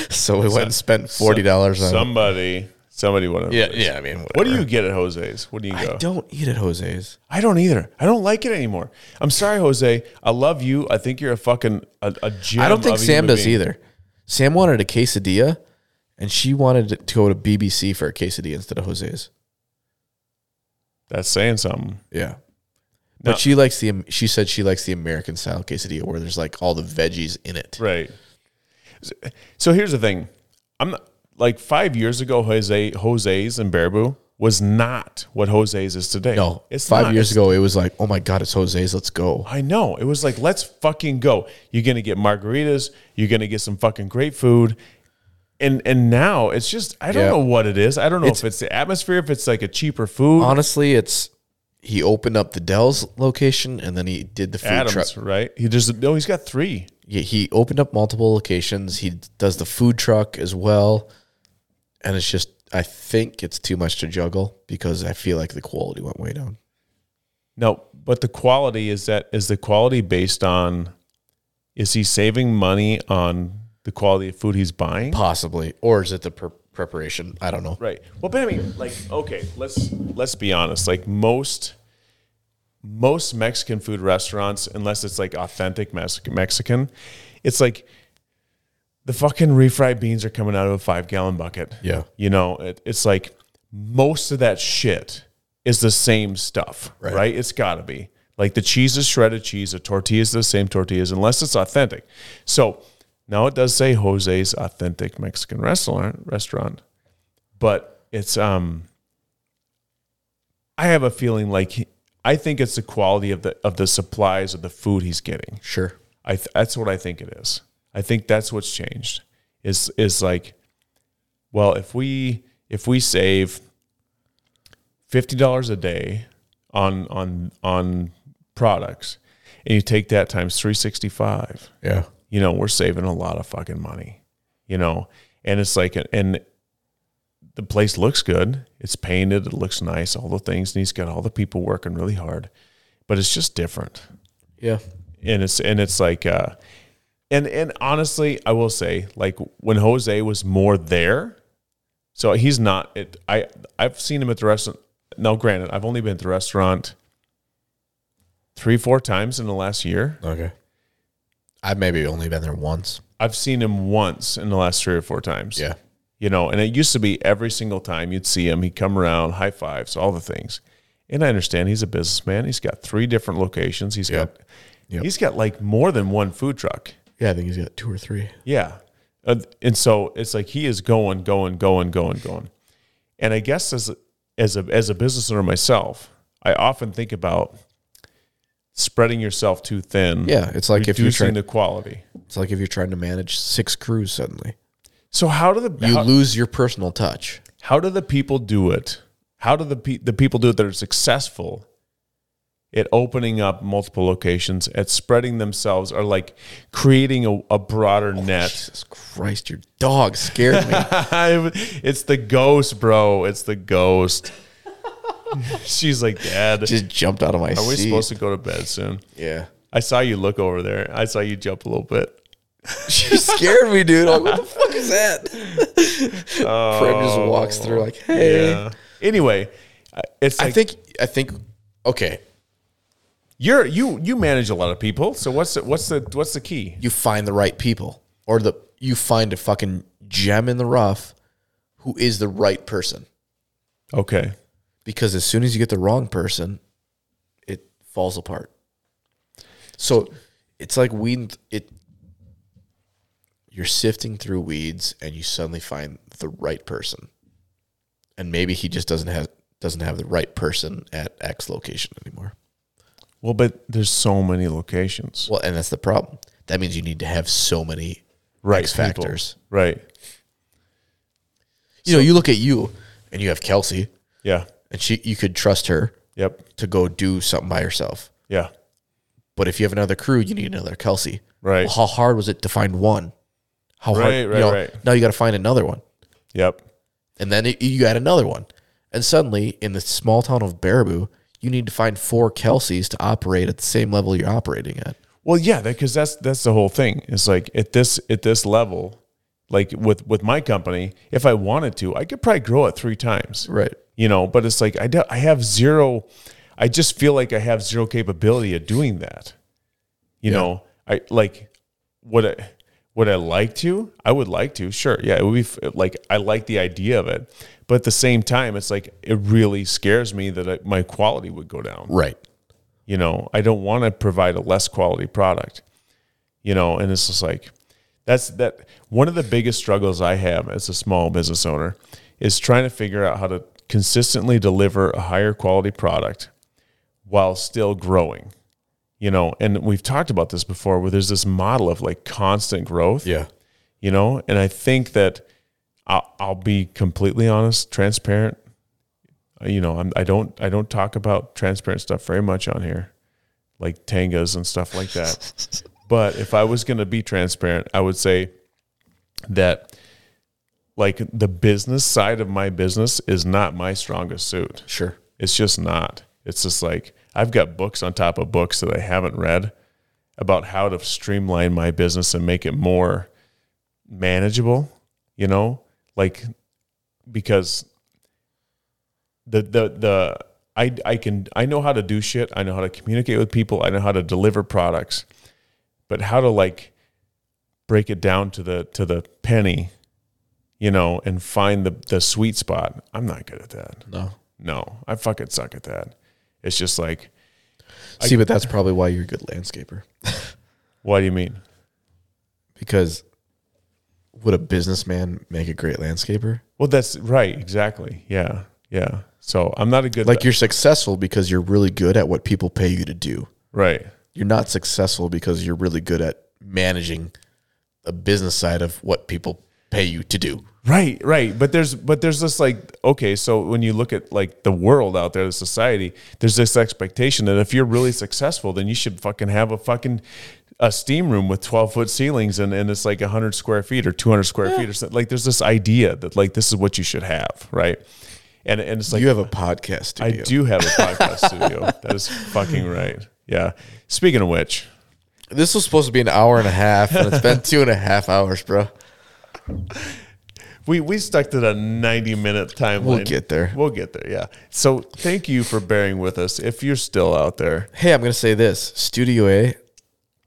S2: so we went and spent $40 on
S1: somebody, somebody wanted.
S2: yeah yeah i mean
S1: What do
S2: whatever.
S1: you get at Jose's? What do you go?
S2: i don't eat at jose's
S1: I don't either. I don't like it anymore. I'm sorry, Jose. I love you. I think you're a fucking a, a gem
S2: I don't think
S1: of a
S2: Sam
S1: human
S2: does
S1: being.
S2: either. Sam wanted a quesadilla, and she wanted to go to BBC for a quesadilla instead of Jose's.
S1: That's saying something.
S2: Yeah,
S1: No.
S2: but she likes the. She said she likes the American style quesadilla where there's like all the veggies in it.
S1: Right. So here's the thing. I'm not, like five years ago, Jose Jose's and Baraboo was not what Jose's is today.
S2: No, five
S1: not. It's-
S2: years ago it was like, oh my god, it's Jose's. Let's go.
S1: I know. It was like, let's fucking go. You're gonna get margaritas. You're gonna get some fucking great food. And and now it's just I don't
S2: Yeah.
S1: know what it is. I don't know if it's the atmosphere, if it's like a cheaper food.
S2: Honestly, it's he opened up the Dell's location and then he did the food truck.
S1: Adams, right? He just no, he's got three.
S2: He, he opened up multiple locations. He does the food truck as well, and it's just. I think it's too much to juggle because I feel like the quality went way down.
S1: No, but the quality is that is the quality based on is he saving money on the quality of food he's buying?
S2: possibly or is it the pre- preparation i don't know
S1: Right. Well, but I mean, like, okay, let's let's be honest. Like most most Mexican food restaurants, unless it's like authentic Mex- Mexican, it's like the fucking refried beans are coming out of a five gallon bucket.
S2: Yeah.
S1: You know, it, it's like most of that shit is the same stuff, right?
S2: Right.
S1: It's got to be. Like the cheese is shredded cheese, the tortillas are the same tortillas, unless it's authentic. So now it does say Jose's authentic Mexican restaurant restaurant, but it's um I have a feeling like he- I think it's the quality of the of the supplies of the food he's getting.
S2: sure
S1: I th- that's what I think it is. I think that's what's changed. Is is like, well, if we if we save fifty dollars a day on on on products, and you take that times three sixty five,
S2: yeah
S1: you know, we're saving a lot of fucking money, you know, and it's like, and the place looks good. It's painted. It looks nice. All the things, and he's got all the people working really hard, but it's just different
S2: yeah
S1: and it's and it's like uh and and honestly i will say like when jose was more there so he's not it i i've seen him at the restaurant now granted i've only been at the restaurant three four times in the last year
S2: okay i've maybe only been there once
S1: i've seen him once in the last three or four times you know and it used to be every single time you'd see him he'd come around high fives all the things and i understand he's a businessman he's got three different locations He's
S2: Yep.
S1: got
S2: Yep.
S1: he's got like more than one food truck
S2: yeah i think he's got two or three
S1: Yeah. Uh, and so it's like he is going, going, going, going, going. And I guess as as a as a business owner myself, I often think about spreading yourself too thin.
S2: yeah it's like if
S1: reducing
S2: you're trying
S1: the quality.
S2: it's like if you're trying to manage six crews suddenly
S1: So how do the
S2: you
S1: how,
S2: lose your personal touch
S1: how do the people do it? How do the pe- the people do it that are successful? at opening up multiple locations, at spreading themselves, or like creating a, a broader net.
S2: Jesus Christ, your dog scared me.
S1: it's the ghost, bro. It's the ghost. She's like, Dad,
S2: Just jumped out of my
S1: are we
S2: seat.
S1: supposed to go to bed soon?
S2: yeah.
S1: I saw you look over there. I saw you jump a little bit.
S2: She scared me, dude. I'm like, what the fuck is that?
S4: Prem just walks through like, hey.
S1: Oh, Yeah. Anyway, I- it's like
S2: I think I think okay,
S1: you're you you manage a lot of people. So what's the, what's the what's the key?
S2: you find the right people or the you find a fucking gem in the rough who is the right person
S1: Okay.
S2: because as soon as you get the wrong person, it falls apart. So it's like weed it you're sifting through weeds and you suddenly find the right person. And maybe he just doesn't have doesn't have the right person at X location anymore.
S1: Well, but there's so many locations.
S2: Well, and that's the problem. That means you need to have so many X
S1: people.
S2: factors.
S1: Right.
S2: You know, you look at you and you have Kelsey,
S1: Yeah.
S2: and she you could trust her
S1: Yep.
S2: to go do something by herself.
S1: Yeah.
S2: But if you have another crew, you need another Kelsey.
S1: Right.
S2: Well, how hard was it to find one? How hard?
S1: Right,
S2: you
S1: right,
S2: know,
S1: right.
S2: Now you got to find another one,
S1: Yep.
S2: and then it, you add another one, and suddenly in the small town of Baraboo, you need to find four Kelseys to operate at the same level you're operating at.
S1: Well, yeah, because that's that's the whole thing. It's like at this at this level, like with with my company, if I wanted to, I could probably grow it three times.
S2: Right.
S1: You know, but it's like I do, I have zero. I just feel like I have zero capability of doing that. You know, I like would I would I like to? I would like to. Sure, yeah, it would be f- like I like the idea of it, but at the same time, it's like it really scares me that I, my quality would go down
S2: Right.
S1: you know i don't want to provide a less quality product you know and it's just like that's that one of the biggest struggles i have as a small business owner is trying to figure out how to consistently deliver a higher quality product while still growing you know and we've talked about this before where there's this model of like constant growth
S2: Yeah.
S1: you know and i think that i'll, I'll be completely honest transparent Uh, you know I'm, i don't i don't talk about transparent stuff very much on here like tangas and stuff like that but if i was going to be transparent i would say that like the business side of my business is not my strongest suit
S2: Sure.
S1: it's just not. It's just like I've got books on top of books that I haven't read about how to streamline my business and make it more manageable, you know? Like because the the the I I can I know how to do shit. I know how to communicate with people. I know how to deliver products. But how to like break it down to the to the penny, you know, and find the the sweet spot. I'm not good at that.
S2: No.
S1: No, I fucking suck at that. It's just like,
S2: See, but that's probably why you're a good landscaper.
S1: what do you mean?
S2: Because would a businessman make a great landscaper?
S1: Well, that's right. Exactly. Yeah. Yeah. So I'm not a good
S2: Like you're successful because you're really good at what people pay you to do.
S1: right.
S2: You're not successful because you're really good at managing a business side of what people pay you to do.
S1: Right, right. But there's but there's this like okay, so when you look at like the world out there, the society, there's this expectation that if you're really successful, then you should fucking have a fucking a steam room with twelve foot ceilings and, and it's like hundred square feet or two hundred square feet or something. Like there's this idea that like this is what you should have, right? And and it's like
S2: you have a podcast
S1: I
S2: studio.
S1: do have a podcast studio. That is fucking right. Yeah. Speaking of which,
S2: This was supposed to be an hour and a half, and it's been two and a half hours, bro.
S1: we we stuck to the 90 minute timeline.
S2: We'll get there.
S1: We'll get there. Yeah. So thank you for bearing with us. If you're still out there,
S2: Hey, I'm gonna say this. Studio A,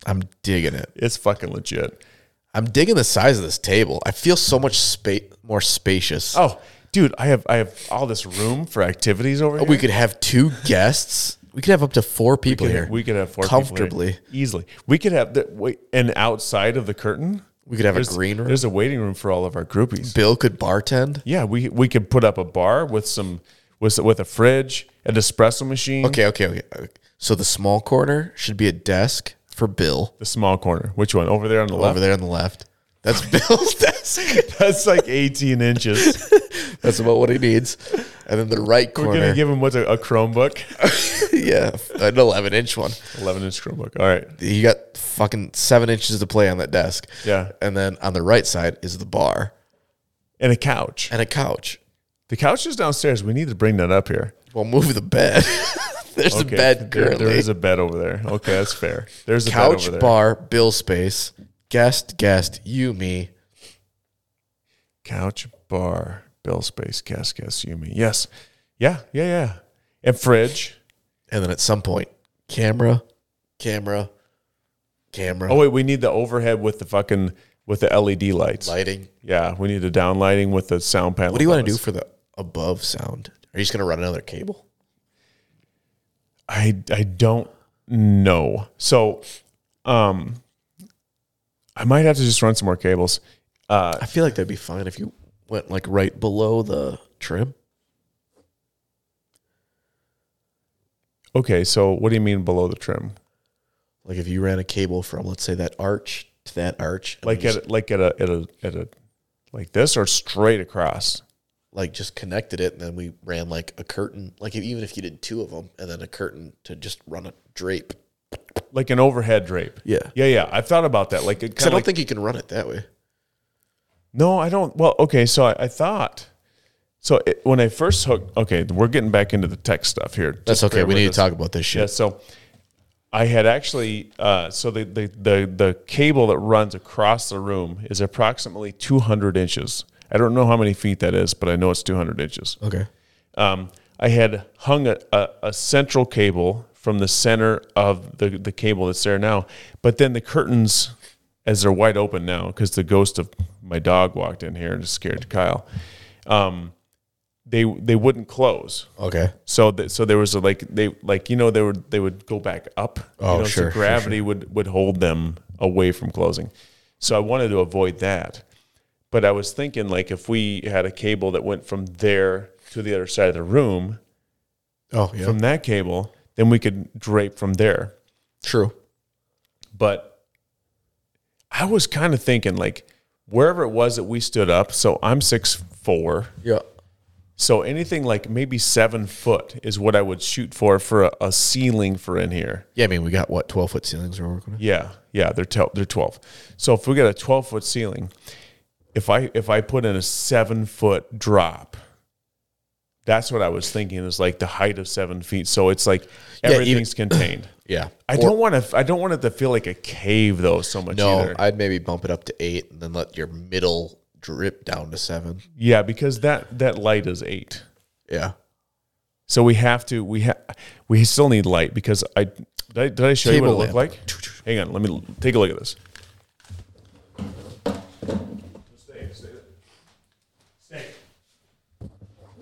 S2: I'm digging it.
S1: it's fucking legit.
S2: I'm digging the size of this table. I feel so much space more spacious.
S1: Oh, dude, I have I have all this room for activities over here.
S2: Oh, We could have two guests. We could have up to four people
S1: We could-
S2: here.
S1: we could have four people here.
S2: comfortably.
S1: easily. We could have the wait, and outside of the curtain,
S2: We could have
S1: there's,
S2: a green room.
S1: There's a waiting room for all of our groupies.
S2: Bill could bartend.
S1: Yeah, we we could put up a bar with some with with a fridge, an espresso machine.
S2: Okay, okay, okay. okay. So the small corner should be a desk for Bill
S1: The small corner. Which one? Over
S2: Oh.
S1: there on the left.
S2: over there on the left. That's Bill's desk.
S1: That's like 18 inches.
S2: That's about what he needs. And then the right
S1: We're gonna
S2: corner,
S1: give him what's a, a Chromebook,
S2: yeah, an 11 inch one.
S1: eleven inch Chromebook. All right,
S2: He got fucking seven inches to play on that desk.
S1: yeah,
S2: And then on the right side is the bar
S1: and a couch.
S2: and a couch.
S1: The couch is downstairs. We need to bring that up here.
S2: Well, move the bed. There's a bed
S1: there-
S2: currently.
S1: there is a bed over there. Okay, that's fair. There's a bed over
S2: couch,
S1: there.
S2: bar, bill space, guest, guest, you, me.
S1: Couch, bar, bill space, guest, guest, you, me. Yes, yeah, yeah, yeah, and fridge.
S2: And then at some point, camera, camera, camera,
S1: Oh wait, we need the overhead with the fucking with the LED lights.
S2: lighting.
S1: Yeah, we need the down lighting with the sound panel.
S2: What do you want to do
S1: buttons.
S2: for the above sound? Are you just going to run another cable?
S1: I I don't know. So, um, I might have to just run some more cables. Uh,
S2: I feel like that'd be fine if you went like right below the trim.
S1: okay, so what do you mean below the trim?
S2: Like if you ran a cable from let's say that arch to that arch, and
S1: Like
S2: just,
S1: at like at a at a at a like this or straight across?
S2: like just connected it, and then we ran like a curtain. Like if, even if you did two of them, and then a curtain to just run a drape.
S1: Like an overhead drape.
S2: Yeah,
S1: Yeah, yeah. I've thought about that. Like it
S2: because I
S1: kind
S2: don't
S1: of like,
S2: think you can run it that way.
S1: No, I don't. Well, okay. So I, I thought. So it, when I first hooked, okay, we're getting back into the tech stuff here.
S2: That's
S1: Just
S2: okay.
S1: bear
S2: We
S1: with
S2: need
S1: us.
S2: to talk about this shit.
S1: Yeah. So I had actually, uh, so the, the the the cable that runs across the room is approximately 200 inches. I don't know how many feet that is, but I know it's 200 inches.
S2: Okay.
S1: Um, I had hung a, a, a central cable from the center of the, the cable that's there now, but then the curtains, as they're wide open now, because the ghost of my dog walked in here and scared Kyle. Um, they they wouldn't close.
S2: Okay.
S1: So th- so there was a, like they like you know they would they would go back up.
S2: Oh,
S1: you know,
S2: sure, sure,
S1: So gravity would would hold them away from closing. So I wanted to avoid that, but I was thinking like if we had a cable that went from there to the other side of the room
S2: Oh yeah.
S1: from that cable, then we could drape from there.
S2: True.
S1: But I was kind of thinking like wherever it was that we stood up. So I'm six four.
S4: Yeah.
S1: So anything like maybe seven foot is what I would shoot for for a, a ceiling for in here.
S2: Yeah, I mean we got what twelve foot ceilings we're working with.
S1: Yeah, yeah, they're tel- they're twelve. So if we got a twelve foot ceiling, if I if I put in a seven foot drop, that's what I was thinking is like the height of seven feet. So it's like
S2: even-
S1: everything's contained.
S2: Yeah.
S1: I
S2: Or-
S1: don't want to. I don't want it to feel like a cave though so much
S2: No,
S1: either.
S2: I'd maybe bump it up to eight and then let your middle drip down to seven.
S1: yeah, because that that light is eight.
S2: Yeah.
S1: So we have to we ha- we still need light because I did I, did I show you
S2: Table
S1: what it looked
S2: lamp.
S1: like? Hang on, let me l- take a look at this.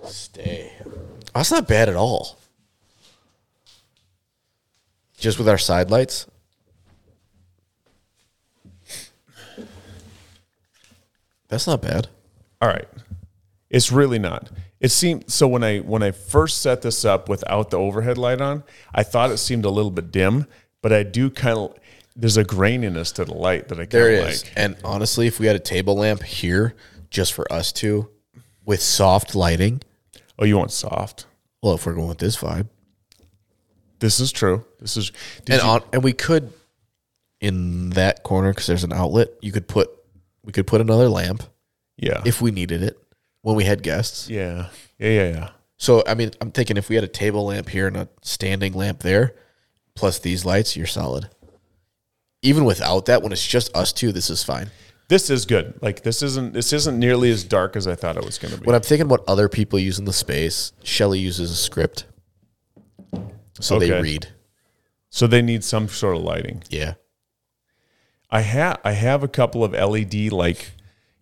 S2: Stay. That's not bad at all. Just with our side lights. That's not bad.
S1: All right. It's really not. It seemed so when I when I first set this up without the overhead light on, I thought it seemed a little bit dim, but I do kind of there's a graininess to the light that I
S2: There
S1: kind of
S2: is.
S1: like.
S2: And honestly, if we had a table lamp here just for us two with soft lighting,
S1: Oh, you want soft?
S2: well, if we're going with this vibe,
S1: This is true. This is did
S2: and
S1: you-
S2: on, and we could in that corner because there's an outlet. You could put we could put another lamp
S1: yeah.
S2: if we needed it when we had guests.
S1: yeah. Yeah, yeah, yeah.
S2: So I mean, I'm thinking if we had a table lamp here and a standing lamp there, plus these lights, you're solid. Even without that, when it's just us two, this is fine.
S1: This is good. Like this isn't this isn't nearly as dark as I thought it was going to be.
S2: When I'm thinking what other people use in the space, Shelly uses a script, so they
S1: Okay.
S2: read.
S1: so they need some sort of lighting.
S2: Yeah,
S1: I have I have a couple of LED like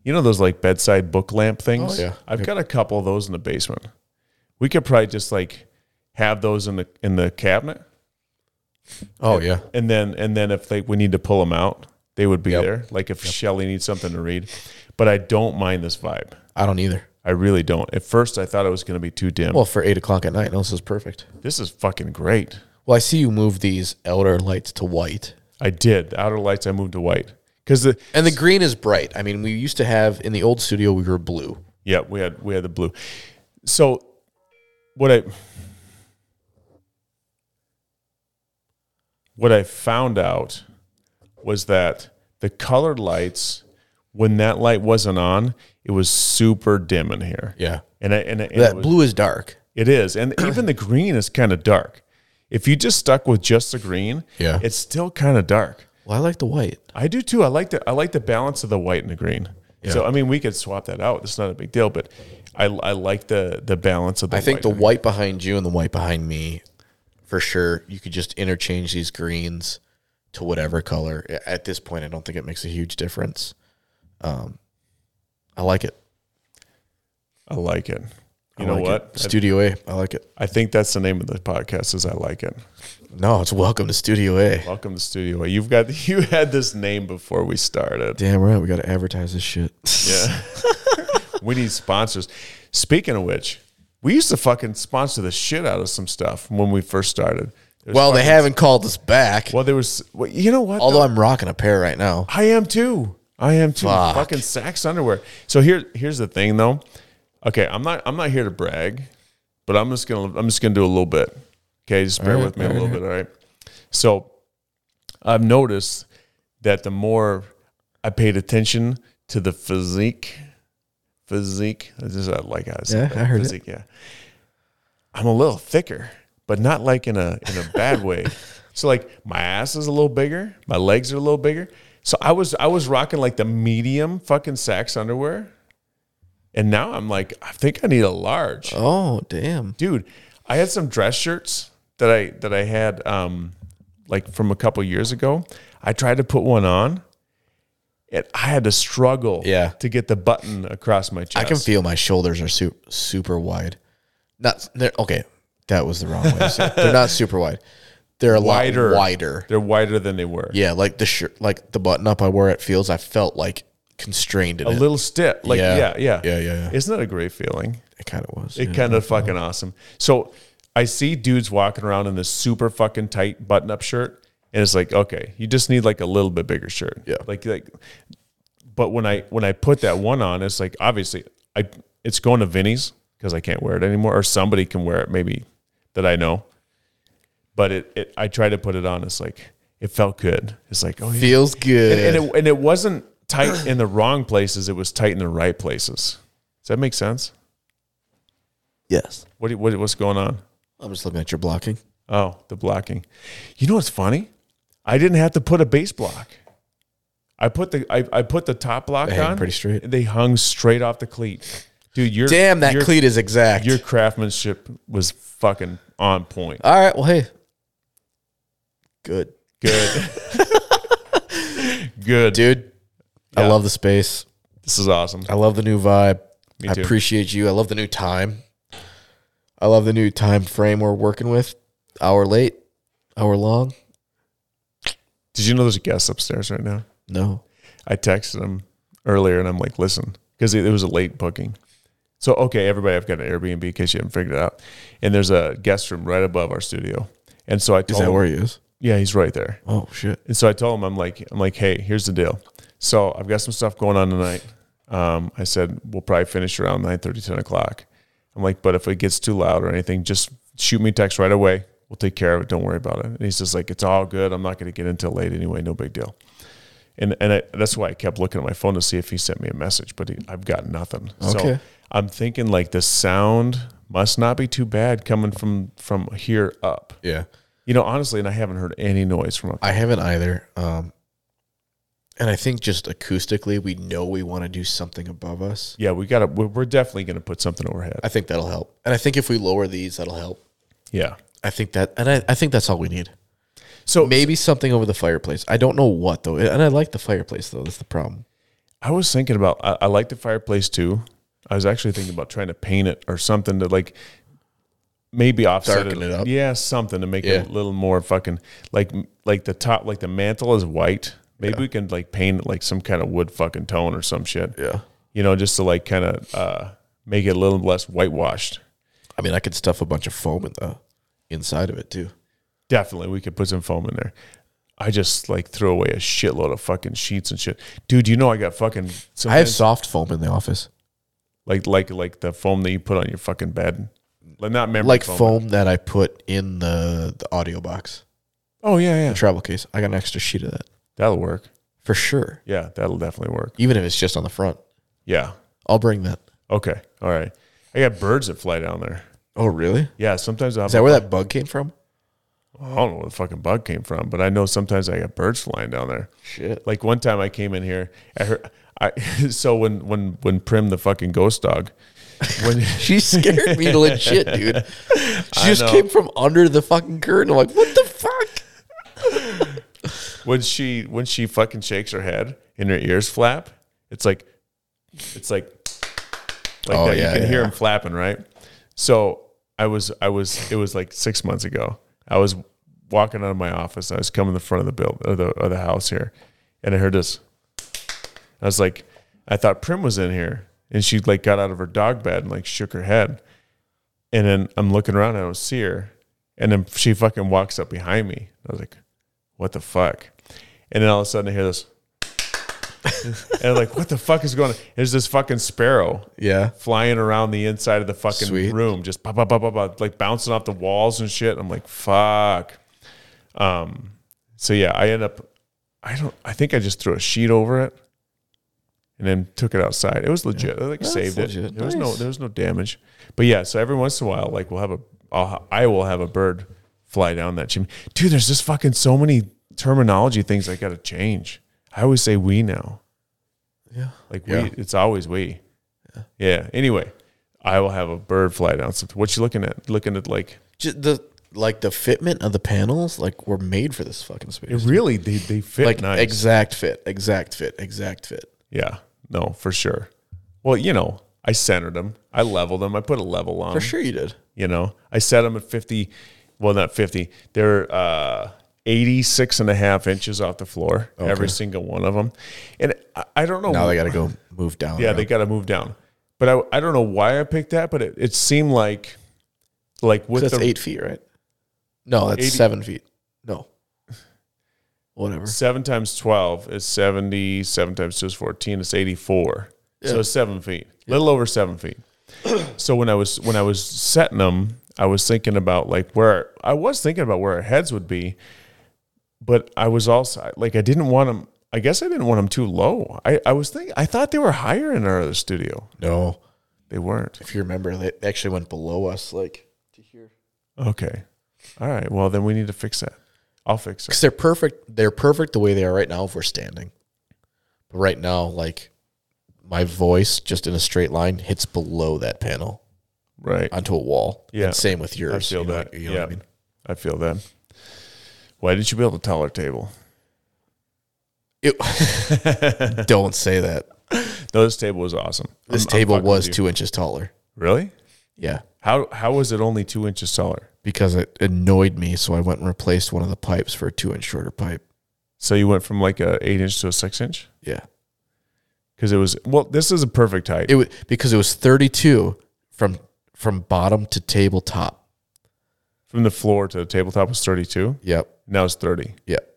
S1: you know those like bedside book lamp things.
S2: Oh, yeah.
S1: I've got a couple of those in the basement. We could probably just like have those in the in the cabinet,
S2: Oh yeah.
S1: and then and then if they we need to pull them out, they would be
S2: Yep.
S1: there. Like if Shelly needs something to read, but I don't mind this vibe.
S2: I don't either.
S1: I really don't. At first, I thought it was going to be too dim.
S2: Well, for eight o'clock at night, no, this is perfect.
S1: this is fucking great.
S2: Well, I see you move these outer lights to white.
S1: I did the outer lights. I moved to white because the
S2: And the green is bright. I mean, we used to have in the old studio we were blue.
S1: Yeah, we had we had the blue. So what I what I found out was that the colored lights, when that light wasn't on, it was super dim in here.
S2: Yeah.
S1: And I, and, I- and
S2: That
S1: it was-
S2: blue is dark.
S1: it is, and even the green is kind of dark. If you just stuck with just the green,
S2: Yeah.
S1: it's still kind of dark.
S2: Well, I like the white.
S1: I do too. I like the I like the balance of the white and the green. So I mean, we could swap that out. It's not a big deal, but I, I like the the balance of the.
S2: I think the
S1: white.
S2: white behind you and the white behind me, for sure. You could just interchange these greens to whatever color. A- At this point, I don't think it makes a huge difference. Um, I like it.
S1: I like it. You
S2: I
S1: know
S2: like
S1: what?
S2: It. Studio A. I like it.
S1: I think that's the name of the podcast. Is I like it.
S2: No, it's welcome to Studio A.
S1: Welcome to Studio. A. You've got you had this name before we started.
S4: Damn right, we gotta advertise this shit.
S1: Yeah. we need sponsors. Speaking of which, we used to fucking sponsor the shit out of some stuff when we first started. There's
S2: Well, they
S1: fucking-
S2: haven't called us back.
S1: Well, there was. Well, you know what?
S2: Although I'm rocking a pair right now.
S1: I am too. I am too.
S2: Fuck.
S1: Fucking Saks underwear. So here, here's the thing though. Okay, I'm not. I'm not here to brag, but I'm just gonna. I'm just gonna do a little bit. Okay, just bear with me a little bit. All right. So, I've noticed that the more I paid attention to the physique, physique. This is I like how I said
S4: Yeah, I heard it.
S1: physique. Yeah. I'm a little thicker, but not like in a in a bad way. So like my ass is a little bigger, my legs are a little bigger. So I was I was rocking like the medium fucking Saks underwear, and now I'm like I think I need a large
S4: Oh damn.
S1: dude i had some dress shirts that i that i had um like from a couple years ago i tried to put one on and i had to struggle
S2: Yeah.
S1: to get the button across my chest
S2: I can feel my shoulders are su- super wide. Not they're okay. That was the wrong way. To say it. They're not super wide. They're a
S1: wider
S2: lot wider.
S1: they're wider than they were
S2: Yeah, like the shirt, like the button up I wore at Fields, I felt like constrained in
S1: a
S2: it.
S1: little stiff like
S2: Yeah.
S1: yeah yeah
S2: Yeah, yeah, yeah.
S1: isn't that a great feeling
S2: it kind of was.
S1: it kind of fucking awesome so i see dudes walking around in this super fucking tight button-up shirt and it's like okay you just need like a little bit bigger shirt
S2: Yeah.
S1: like like but when I when I put that one on, it's like obviously I it's going to Vinny's because I can't wear it anymore, or somebody can wear it maybe that I know. But it, it I tried to put it on. It's like it felt good. It's like oh yeah.
S2: feels good.
S1: and, and it and it wasn't tight in the wrong places. It was tight in the right places. Does that make sense?
S4: Yes.
S1: What, do you- what what's going on?
S2: I'm just looking at your blocking.
S1: Oh, the blocking. You know what's funny? I didn't have to put a base block. I put the I, I put the top block
S2: hang
S1: on
S2: pretty straight.
S1: They hung straight off the cleat. Dude, your
S2: Damn, that
S1: your,
S2: cleat is exact.
S1: Your craftsmanship was fucking on point.
S2: All right. Well, hey, good
S1: Good. Good.
S2: dude. I
S1: Yeah.
S2: love the space.
S1: This is awesome.
S2: I love the new vibe.
S1: Me
S2: I
S1: too.
S2: appreciate you. I love the new time. I love the new time frame we're working with. Hour late, hour long.
S1: Did you know there's a guest upstairs right now?
S2: No.
S1: I texted him earlier and I'm like, listen, because it, it was a late booking. So, okay, everybody, I've got an Airbnb in case you haven't figured it out. And there's a guest room right above our studio. And so I told
S4: Is that
S1: him,
S4: where he is?
S1: yeah, he's right there.
S4: Oh shit.
S1: And so I told him, I'm like, I'm like, hey, here's the deal. So I've got some stuff going on tonight. Um, I said we'll probably finish around 9 10 o'clock. I'm like, but if it gets too loud or anything, just shoot me a text right away. We'll take care of it. Don't worry about it. And he's just like, it's all good. I'm not going to get in till late anyway. No big deal. And and I, that's why I kept looking at my phone to see if he sent me a message, but he, I've got nothing. So
S2: Okay.
S1: I'm thinking like the sound must not be too bad coming from from here up.
S2: Yeah.
S1: You know, honestly, and I haven't heard any noise from up
S2: I haven't either. Um, and I think just acoustically, we know we want to do something above us.
S1: Yeah, we got to. We're we're definitely going to put something overhead.
S2: I think that'll help. And I think if we lower these, that'll help.
S1: Yeah.
S2: I think that, and I, I think that's all we need.
S1: So
S2: Maybe something over the fireplace. I don't know what though. And I like the fireplace though. That's the problem.
S1: I was thinking about. I, I like the fireplace too. I was actually thinking about trying to paint it or something to like maybe offset
S2: Darken it up.
S1: Yeah, something to make it
S2: Yeah.
S1: a little more fucking like like the top like the mantle is white. Maybe we can like paint it like some kind of wood fucking tone or some shit.
S2: Yeah.
S1: You know, just to like kind of uh, make it a little less whitewashed.
S2: I mean, I could stuff a bunch of foam in the inside of it too.
S1: Definitely, we could put some foam in there. I just like threw away a shitload of fucking sheets and shit, dude. You know I got fucking.
S2: I have soft foam in the office.
S1: like like like the foam that you put on your fucking bed. Like not memory
S2: like
S1: foam.
S2: foam, that I put in the, the audio box,
S1: Oh yeah,
S2: the
S1: yeah,
S2: travel case. I got an extra sheet of that
S1: that'll work.
S2: for sure.
S1: Yeah, that'll definitely work.
S2: Even if it's just on the front,
S1: Yeah.
S2: I'll bring that.
S1: Okay. All right. I got birds that fly down there.
S2: Oh, really?
S1: Yeah. Sometimes I'll.
S2: Is that where that bug came from?
S1: I don't know where the fucking bug came from, but I know sometimes I got birds flying down there.
S4: Shit.
S1: Like one time I came in here, I heard. I so when when when Prim the fucking ghost dog, when
S2: She scared me legit, dude. She
S1: I
S2: just
S1: know.
S2: came from under the fucking curtain. I'm like, what the fuck?
S1: when she when she fucking shakes her head and her ears flap, it's like it's like like
S2: Oh,
S1: that.
S2: yeah,
S1: you can hear
S2: yeah.
S1: them flapping, right? So I was I was it was like six months ago. I was walking out of my office. I was coming to the front of the build of the of the house here, and I heard this. I was like, I thought Prim was in here, and she like got out of her dog bed and like shook her head, and then I'm looking around. And I don't see her, and then she fucking walks up behind me. I was like, what the fuck? And then all of a sudden I hear this. and I'm like, what the fuck is going on? There's this fucking sparrow
S2: Yeah.
S1: flying around the inside of the fucking
S2: Sweet.
S1: room, just pop, pop, pop, pop, pop, like bouncing off the walls and shit. I'm like, fuck. Um, so yeah, I end up, I don't, I think I just threw a sheet over it and then took it outside. It was legit. I like
S4: That's
S1: saved
S4: legit.
S1: it. There was no,
S4: Nice.
S1: there was no damage. But yeah, so every once in a while, like we'll have a, I'll, ha- I will have a bird fly down that chimney. Dude, there's just fucking so many terminology things I got to change. I always say we now.
S2: Yeah.
S1: Like
S2: Yeah.
S1: we, it's always we. Yeah. Anyway, I will have a bird fly down. Something. What you looking at? Looking at like
S2: Just the like the fitment of the panels, like were made for this fucking space.
S1: it really they they fit
S2: like
S1: nice.
S2: exact fit, exact fit, exact fit.
S1: yeah. No, for sure. Well, you know, I centered them. I leveled them. I put a level on.
S2: For sure you did.
S1: You know, I set them at 50. Well, not 50. They're uh, 86 and a half inches off the floor, every single one of them. And I, I don't know.
S2: Now they got to go move down.
S1: Yeah, they got to move down. But I, I don't know why I picked that, but it, it seemed like like with
S2: that's
S1: the
S2: eight feet, right? No, that's
S1: 80
S2: seven feet. No, whatever.
S1: seven times 12 is 70, seven times two is 14, it's 84. So it's seven feet, little over seven feet. so when I was, when I was setting them, I was thinking about like where I was thinking about where our heads would be, but I was also like, I didn't want them, I guess I didn't want them too low. I, I was thinking, I thought they were higher in our other studio.
S2: No,
S1: They weren't.
S2: if you remember, they actually went below us, like
S1: Okay. All right. Well, then we need to fix that. I'll fix it.
S2: because they're perfect. They're perfect the way they are right now. If we're standing, but right now, like my voice just in a straight line hits below that panel
S1: Right.
S2: onto a wall.
S1: Yeah.
S2: and same with yours.
S1: I feel
S2: you know
S1: that.
S2: what- you know
S1: yeah.
S2: what
S1: I,
S2: I mean?
S1: feel that. Why didn't you build a taller table?
S2: It- don't say that.
S1: No, this table was awesome.
S2: This
S1: I'm- I'm
S2: table
S1: fucking with
S2: was
S1: you.
S2: two inches taller.
S1: Really?
S2: Yeah,
S1: How how was it only two inches taller?
S2: because it annoyed me, so I went and replaced one of the pipes for a two-inch shorter pipe.
S1: So you went from like a eight inch to a six inch?
S2: Yeah.
S1: Because it was well, this is a perfect height.
S2: it was because it was 32 from from bottom to tabletop.
S1: from the floor to the tabletop was thirty two.
S2: Yep.
S1: Now it's thirty.
S2: Yep.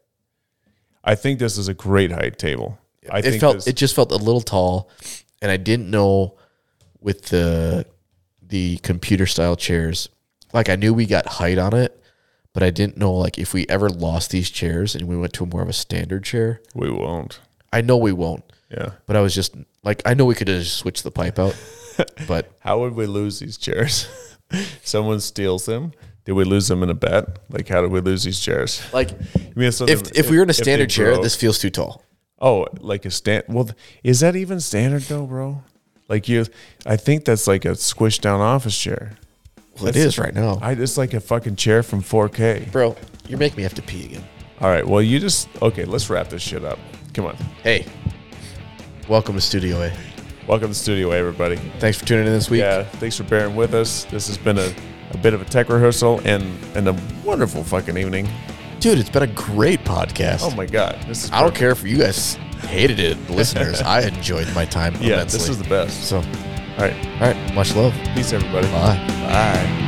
S1: I think this is a great height table. I
S2: it
S1: think
S2: felt
S1: this,
S2: it just felt a little tall and I didn't know with the the computer style chairs. Like I knew we got height on it, but I didn't know like if we ever lost these chairs and we went to more of a standard chair.
S1: we won't.
S2: I know we won't,
S1: Yeah.
S2: but I was just like I know we could have just switched the pipe out. but
S1: How would we lose these chairs? Someone steals them. Did we lose them in a bet? Like, how did we lose these chairs?
S2: like
S1: I mean, so
S2: if
S1: they-
S2: if we were in a
S1: they
S2: standard chair,
S1: broke-
S2: this feels too tall.
S1: Oh, like a stand. Well, th- is that even standard though, bro? Like you, I think that's like a squished down office chair.
S2: Well, it is right now.
S1: I it's like a fucking chair from 4K.
S2: Bro, you're making me have to pee again.
S1: All right, well you just okay. Let's wrap this shit up. Come on,
S2: Hey, welcome to Studio A.
S1: welcome to Studio A, everybody.
S2: Thanks for tuning in this week.
S1: Yeah, thanks for bearing with us. This has been a, a bit of a tech rehearsal and and a wonderful fucking evening.
S2: Dude, it's been a great podcast.
S1: Oh my god, this is
S2: I don't care if you guys hated it, listeners. I enjoyed my time
S1: yeah,
S2: immensely.
S1: this is the best.
S2: so, all
S1: All right,
S2: right, much love.
S1: peace everybody.
S2: Bye.
S1: Bye.